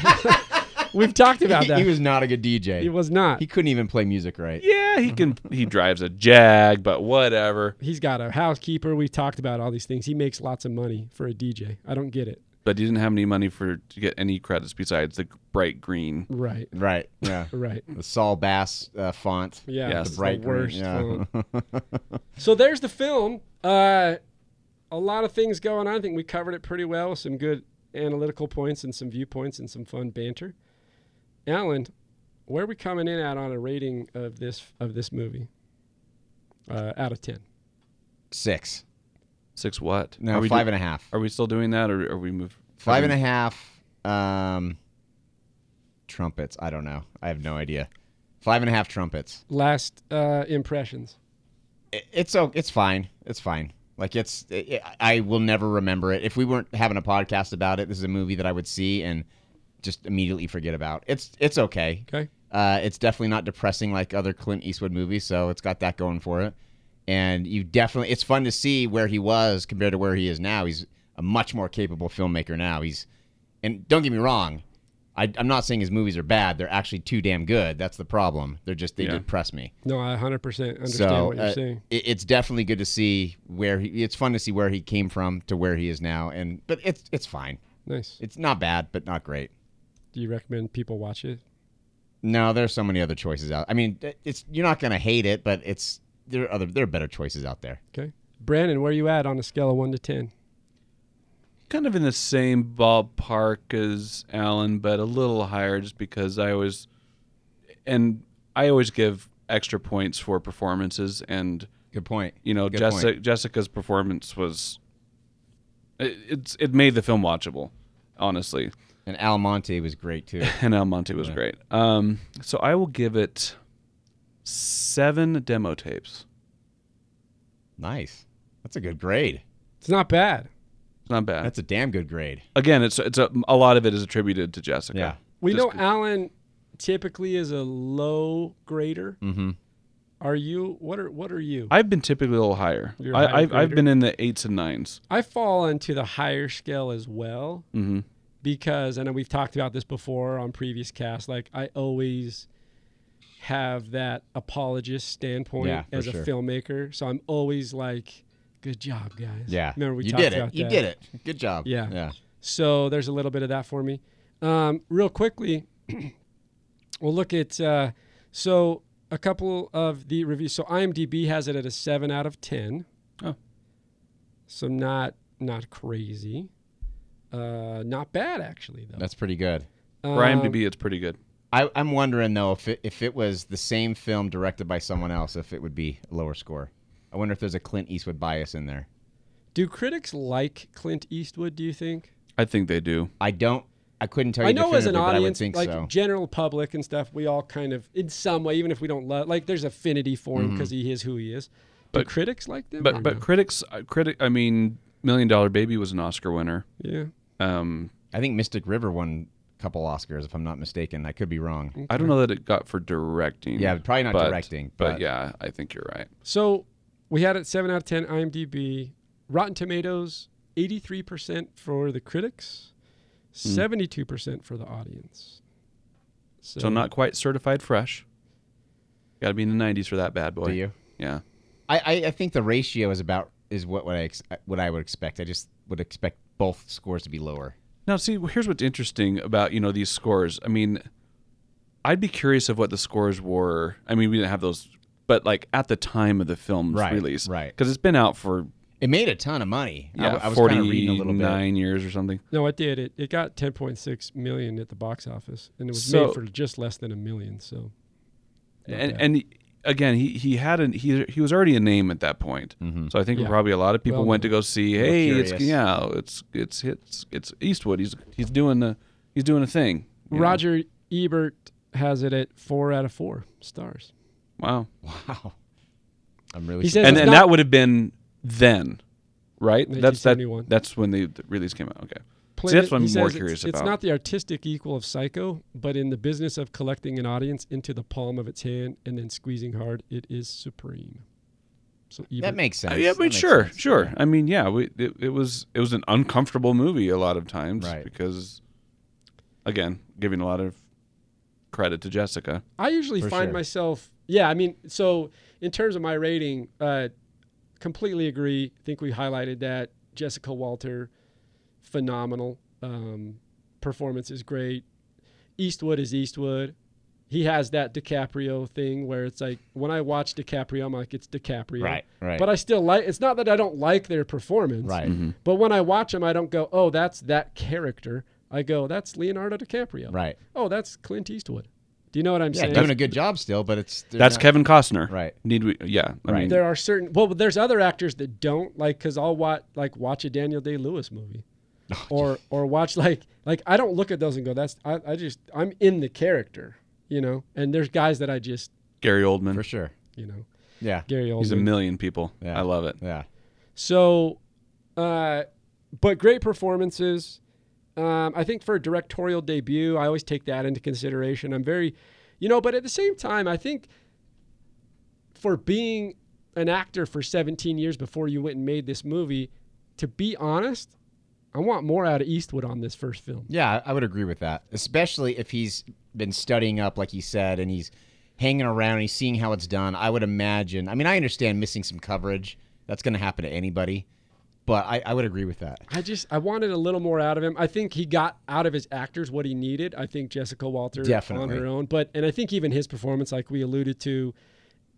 We've talked about
he,
that.
he was not a good DJ.
He was not.
He couldn't even play music right.
yeah, he can. he drives a Jag, but whatever.
He's got a housekeeper. We've talked about all these things. He makes lots of money for a DJ. I don't get it.
But he didn't have any money for to get any credits besides the bright green.
Right.
Right. Yeah.
Right.
the Saul Bass uh, font.
Yeah.
Yes.
it's
The
bright
the worst.
green, yeah.
phone. so there's the film. Uh, a lot of things going on. I think we covered it pretty well. with Some good analytical points and some viewpoints and some fun banter. Alan, where are we coming in at on a rating of this of this movie? Uh, out of ten.
Six.
Six what?
No,
we
five
do-
and a half.
Are we still doing that, or are we moved?
Five and a half. Um, trumpets. I don't know. I have no idea. Five and a half trumpets.
Last uh, impressions.
I- It's o- It's fine. It's fine. Like it's. i I will never remember it. If we weren't having a podcast about it, this is a movie that I would see and just immediately forget about. It's. It's okay.
Okay.
Uh, it's definitely not depressing like other Clint Eastwood movies, so it's got that going for it. And you definitely, it's fun to see where he was compared to where he is now. He's a much more capable filmmaker now. He's, and don't get me wrong, I, I'm not saying his movies are bad. They're actually too damn good. That's the problem. They're just they
Yeah.
depress me.
No, I 100% understand
so
what you're
uh,
saying.
it- it's definitely good to see where he. It's fun to see where he came from to where he is now. And but it's it's fine.
Nice.
It's not bad, but not great.
Do you recommend people watch it?
No, there's so many other choices out. I mean, th- it's you're not gonna hate it, but it's there are other there are better choices out there.
Okay. Brandon, where are you at on a scale of 1 to 10?
kind of in the same ballpark as Alan, but a little higher just because I always and I always give extra points for performances and
Good point.
you know
Good
Jessica
point.
Jessica's performance was it, it's it made the film watchable honestly
And Al Monte was great too.
and Almonte was great um so I will give it 7 demo tapes
nice. That's a good grade.
It's not bad.
it's not bad
That's a damn good grade.
again it's it's a, a lot of it is attributed to Jessica
Yeah.
We
Just
know Alan typically is a low grader.
Mm-hmm.
Are you? What are what are you? I,
I've been typically a little higher.
You're a
I,
higher
I've, I've
grader?
been in the eights and 9s
fall into the higher scale as well
Mm-hmm.
because I know we've talked about this before on previous casts. Like I always have that apologist standpoint
Yeah, for
as a
sure.
filmmaker, so I'm always like, "Good job, guys."
Yeah.
remember we
you
talked
did it.
about
You
that.
did it. Good job.
Yeah.
Yeah.
So there's a little bit of that for me. Um, real quickly, we'll look at uh, so a couple of the reviews. So IMDb has it at a seven out of ten.
Oh.
So not not crazy. Uh, not bad actually though.
That's pretty good.
For
Um,
IMDb,
Uh,
it's pretty good.
I, I'm wondering though if it, if it was the same film directed by someone else, if it would be a lower score. I wonder if there's a Clint Eastwood bias in there.
Do critics like Clint Eastwood? Do you think?
I think they do.
I don't. I couldn't tell you.
I know as an
definitively, but I would
audience,
think
like
so.
general public and stuff, we all kind of, in some way, even if we don't love, like there's affinity for
Mm-hmm.
him because he is who he is. Do
But-
critics like them? or
But but
no?
critics, uh, critic. I mean, Million Dollar Baby was an Oscar winner.
yeah,
Um,
I think Mystic River won a couple Oscars, if I'm not mistaken. I could be wrong.
I don't know that it got for directing.
Yeah, probably not
but-
directing, but-
yeah, I think you're right.
So we had it seven out of ten IMDb. Rotten Tomatoes, eighty-three percent for the critics,
Hmm.
seventy-two percent for the audience. So,
So not quite certified fresh. Got to be in the 90s for that bad boy.
Do you?
Yeah.
I, I, I think the ratio is about is what what I ex- what I would expect. I just would expect both scores to be lower.
Now, see, here's what's interesting about you know these scores. I mean, I'd be curious of what the scores were. I mean, we didn't have those, but like at the time of the film's
Right,
release,
right.
Because it's been out for
It made a ton of money. I
yeah,
w- I, was kind of reading a little bit.
forty-nine years or something.
No, it did. It it got ten point six million at the box office, and it was
So-
made for just less than a million. So Not
and
bad.
and again, he he had an he he was already a name at that point.
Mm-hmm.
So I think
Yeah.
probably a lot of people
Well
went to go see. Hey, it's
curious.
yeah, it's it's it's it's Eastwood. He's he's doing the he's doing a thing. you know?
Roger Ebert has it at four out of four stars.
Wow.
Wow. I'm really
He
surprised.
says-
and
it's
and
not-
that would have been then, right? That's that.
1971.
That's when the, the release came out. Okay.
Play-
See, that's what
he
I'm more
says it's-
curious
It's
about.
not the artistic equal of Psycho, but in the business of collecting an audience into the palm of its hand and then squeezing hard, it is supreme. So
that
Ebert,
makes sense.
Uh, yeah,
That
but
makes
sure,
sense.
sure. I mean, yeah, we, it, it was it was an uncomfortable movie a lot of times
Right.
because, again, giving a lot of credit to Jessica.
I usually
For
find
sure.
myself, yeah, I mean, so in terms of my rating, uh, completely agree. think we highlighted that Jessica Walter, phenomenal. Um, performance is great. Eastwood is Eastwood. He has that DiCaprio thing where it's like when I watch DiCaprio, I'm like, it's DiCaprio.
Right, right.
But I Mm-hmm. still like. It's not that I don't like their performance.
Right.
But when I watch them, I don't go, oh, that's that character. I go, that's Leonardo DiCaprio.
Right.
Oh, that's Clint Eastwood. Do you know what I'm
Yeah,
saying?
doing a good job still, but it's they're
That's
not-
Kevin Costner.
Right.
Need we? Yeah. I
Right.
mean,
there are certain well but there's other actors that don't like because i'll watch like watch a daniel day lewis movie
Oh,
or or watch like like i don't look at those and go that's I, I just i'm in the character you know and there's guys that i just
Gary Oldman.
for sure.
you know
Yeah,
gary Oldman.
He's a million people.
Yeah.
I love it.
yeah.
so uh but great performances um i think for a directorial debut i always take that into consideration i'm very you know but at the same time i think for being an actor for 17 years before you went and made this movie, to be honest, I want more out of Eastwood on this first film.
Yeah, I would agree with that, especially if he's been studying up, like he said, and he's hanging around and he's seeing how it's done. I would imagine. I mean, I understand missing some coverage. That's going to happen to anybody, but I, I would agree with that.
I just I wanted a little more out of him. I think he got out of his actors what he needed. I think Jessica Walter
Definitely.
on her own, but and I think even his performance, like we alluded to,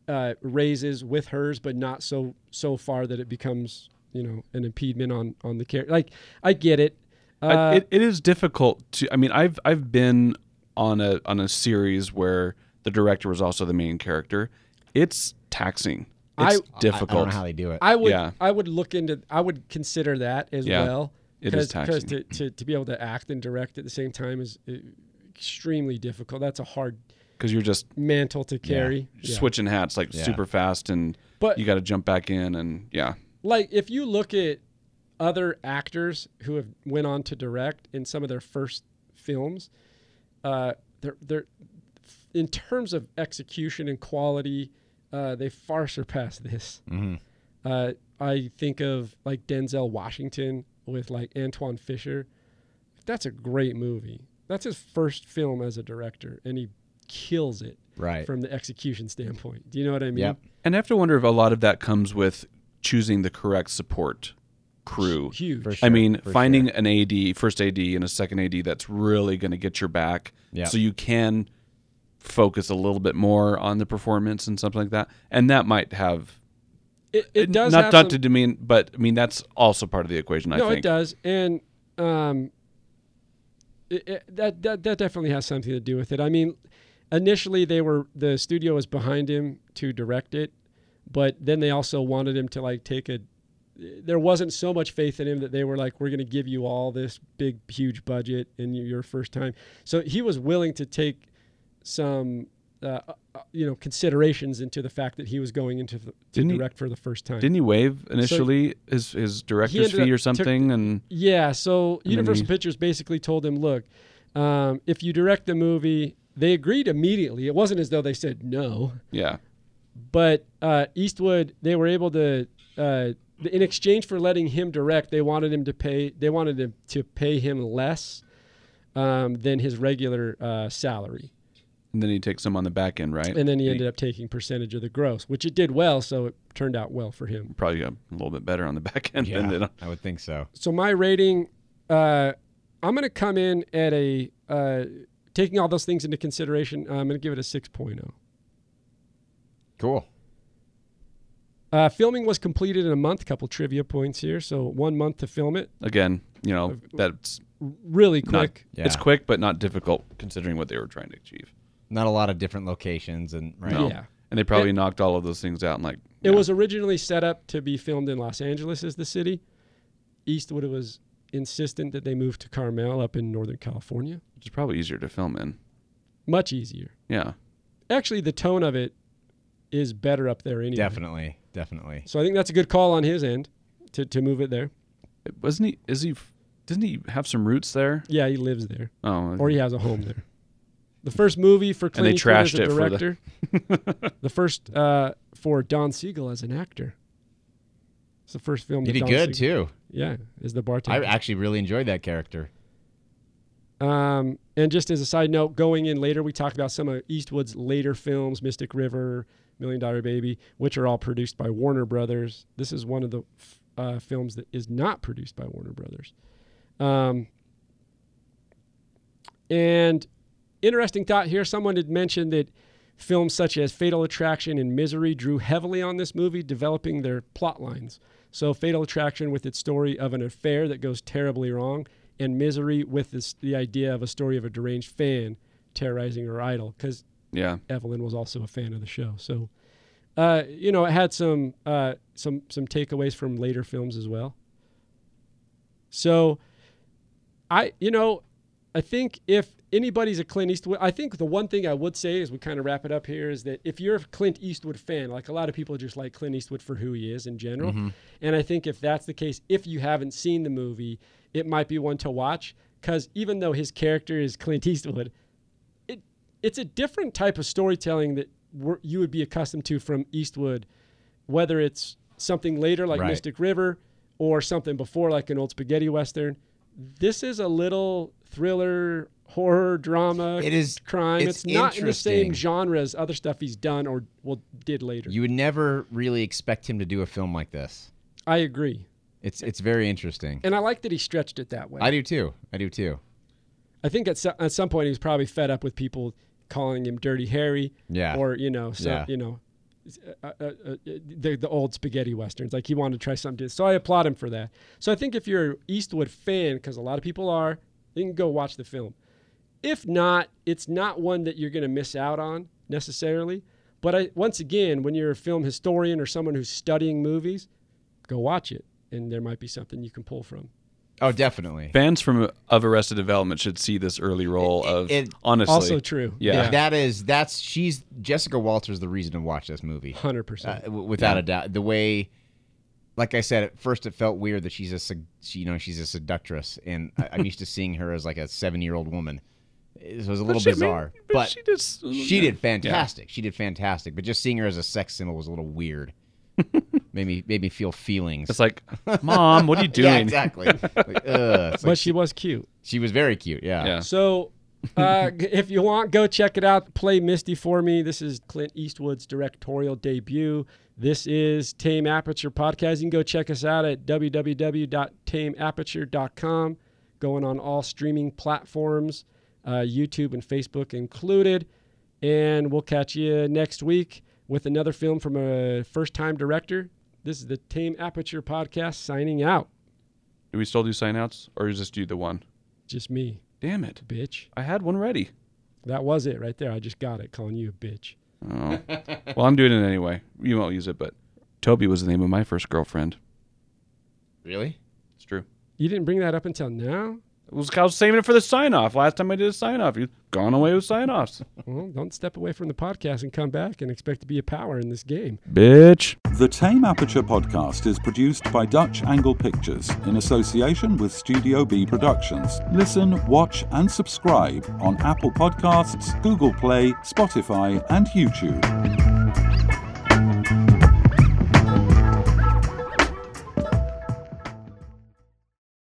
uh, raises with hers, but not so so far that it becomes you know an impediment on on the character. Like I get it.
I,
Uh,
it, it is difficult to. I mean, I've I've been on a on a series where the director was also the main character. It's taxing.
I-
It's
I-
difficult.
I don't know how they do it.
I would
Yeah.
I would look into I would consider that as
Yeah.
well.
It is
because
taxing.
to, to, to be able to act and direct at the same time is uh, extremely difficult. That's a hard
Because you're just
mantle to carry. Yeah.
switching hats like
Yeah.
super fast, and
But-
you got to jump back in, and yeah,
Like if you look at other actors who have went on to direct in some of their first films, uh, they're they're in terms of execution and quality, uh, they far surpass this.
Mm-hmm.
Uh, I think of like Denzel Washington with like Antoine Fisher. That's a great movie. That's his first film as a director, and he kills it
Right.
from the execution standpoint. Do you know what I mean?
Yep.
and I have to wonder if a lot of that comes with choosing the correct support crew.
Huge.
For sure.
I mean,
for
finding an AD, first AD, and a second AD that's really going to get your back,
Yeah.
so you can focus a little bit more on the performance and something like that, and that might have
It, it does
not
have
not
some-
to demean, but I mean that's also part of the equation. I
no,
think
it does, and um, it, it, that that that definitely has something to do with it. I mean, initially they were the studio was behind him to direct it, but then they also wanted him to like take a. There wasn't so much faith in him that they were like, "We're going to give you all this big, huge budget in y- your first time." So he was willing to take some. Uh, uh, you know considerations into the fact that he was going into the, to
Didn't he-
direct for the first time.
Didn't he waive initially his his director's
ended up-
fee or
took-
something? and
Yeah, so
then
Universal
he-
Pictures basically told him, look, um, if you direct the movie, they agreed immediately. It wasn't as though they said no,
yeah,
but uh, Eastwood, they were able to, uh, in exchange for letting him direct, they wanted him to pay, they wanted to, to pay him less um, than his regular uh, salary.
and then he takes him on the back end, right?
And then he ended up taking percentage of the gross, which it did well, so it turned out well for him.
probably got a little bit better on the back end
Yeah,
than it.
I would think so.
so my rating uh i'm gonna come in at a uh taking all those things into consideration uh, i'm gonna give it a oh. 6.0
Cool.
uh, filming was completed in a month couple trivia points here so one month to film it
Again, you know that's
really
not,
quick
Yeah.
it's quick but not difficult considering what they were trying to achieve.
Not a lot of different locations and right.
No.
Yeah.
And they probably knocked all of those things out in like
it was originally set up to be filmed in los angeles as the city eastwood was insistent that they move to carmel up in northern california
which is probably easier to film in.
Much easier.
Yeah.
Actually, the tone of it is better up there anyway.
Definitely, definitely.
So I think that's a good call on his end to, to move it there.
Wasn't he? Is he? Didn't he have some roots there?
Yeah, he lives there,
Oh,
or he has a home there. The first movie for Clint
they
Eastwood as
trashed
a
it for the-
director. the... first uh, for Don Siegel as an actor. It's the first film.
He
that
did
Don
good
Siegel-
too.
Yeah, is the
I
bartender.
actually really enjoyed that character.
Um, and just as a side note, going in later, we talk about some of Eastwood's later films, Mystic River, Million Dollar Baby, which are all produced by Warner Brothers. This is one of the f- uh, films that is not produced by Warner Brothers. Um, and interesting thought here someone had mentioned that films such as Fatal Attraction and Misery drew heavily on this movie, developing their plot lines. So, Fatal Attraction with its story of an affair that goes terribly wrong, and Misery with this, the idea of a story of a deranged fan terrorizing her idol, because
yeah.
Evelyn was also a fan of the show. So, uh, you know, it had some uh, some some takeaways from later films as well. So, I you know, I think if anybody's a Clint Eastwood, I think the one thing I would say as we kind of wrap it up here is that if you're a Clint Eastwood fan, like a lot of people just like Clint Eastwood for who he is in general, and I think if that's the case, if you haven't seen the movie, it might be one to watch because even though his character is Clint Eastwood, it it's a different type of storytelling that we're, you would be accustomed to from Eastwood, whether it's something later like
Right.
Mystic River or something before like an old spaghetti western. This is a little thriller, horror, drama,
It is-
crime. It's,
it's
not in the same
interesting.
genre as other stuff he's done or well did later.
You would never really expect him to do a film like this.
I agree,
It's it's very interesting.
and I like that he stretched it that way.
I do too. I do too.
I think at, so, at some point he was probably fed up with people calling him Dirty Harry.
Yeah.
Or you know, so
Yeah.
you know, s- uh, uh, uh, the the old spaghetti westerns. Like he wanted to try something. different. So I applaud him for that. So I think if you're an Eastwood fan, because a lot of people are, you can go watch the film. If not, it's not one that you're going to miss out on necessarily. But I, once again, when you're a film historian or someone who's studying movies, go watch it, and there might be something you can pull from.
Oh, definitely.
Fans from uh, of Arrested Development should see this early role of
it-
honestly.
Also true.
Yeah.
That is that's she's Jessica Walters the reason to watch this movie.
Hundred
Uh,
percent.
w- without a doubt. The way like I said at first it felt weird that she's a sed- she, you know, she's a seductress and I, I'm used to seeing her as like a 7-year-old woman. It was a little
she- I mean,
bizarre, but
she just
She did fantastic. She did fantastic. But just seeing her as a sex symbol was a little weird. made me made me feel feelings.
It's like, mom, what are you doing?
yeah, exactly. Like, ugh. It's like
But she was cute.
she was very cute. Yeah.
Yeah.
So, uh, g- if you want, go check it out. Play Misty for me. This is Clint Eastwood's directorial debut. This is Tame Aperture Podcast. You can go check us out at www.tameaperture.com. Going on all streaming platforms, uh, YouTube and Facebook included. And we'll catch you next week with another film from a first time director. This is the Tame Aperture Podcast signing out.
Do we still do signouts, or is this do the one?
Just me,
Damn it!
bitch.
I had one ready.
That was it right there. I just got it calling you a bitch.
Oh. well, I'm doing it anyway. You won't use it, but Toby was the name of my first girlfriend.
Really?
It's true.
You didn't bring that up until now?
It was, I was saving it for the sign off. Last time I did a sign off, you've gone away with sign offs.
Well, don't step away from the podcast and come back and expect to be a power in this game.
Bitch.
The Tame Aperture podcast is produced by Dutch Angle Pictures in association with Studio B Productions. Listen, watch, and subscribe on Apple Podcasts, Google Play, Spotify, and YouTube.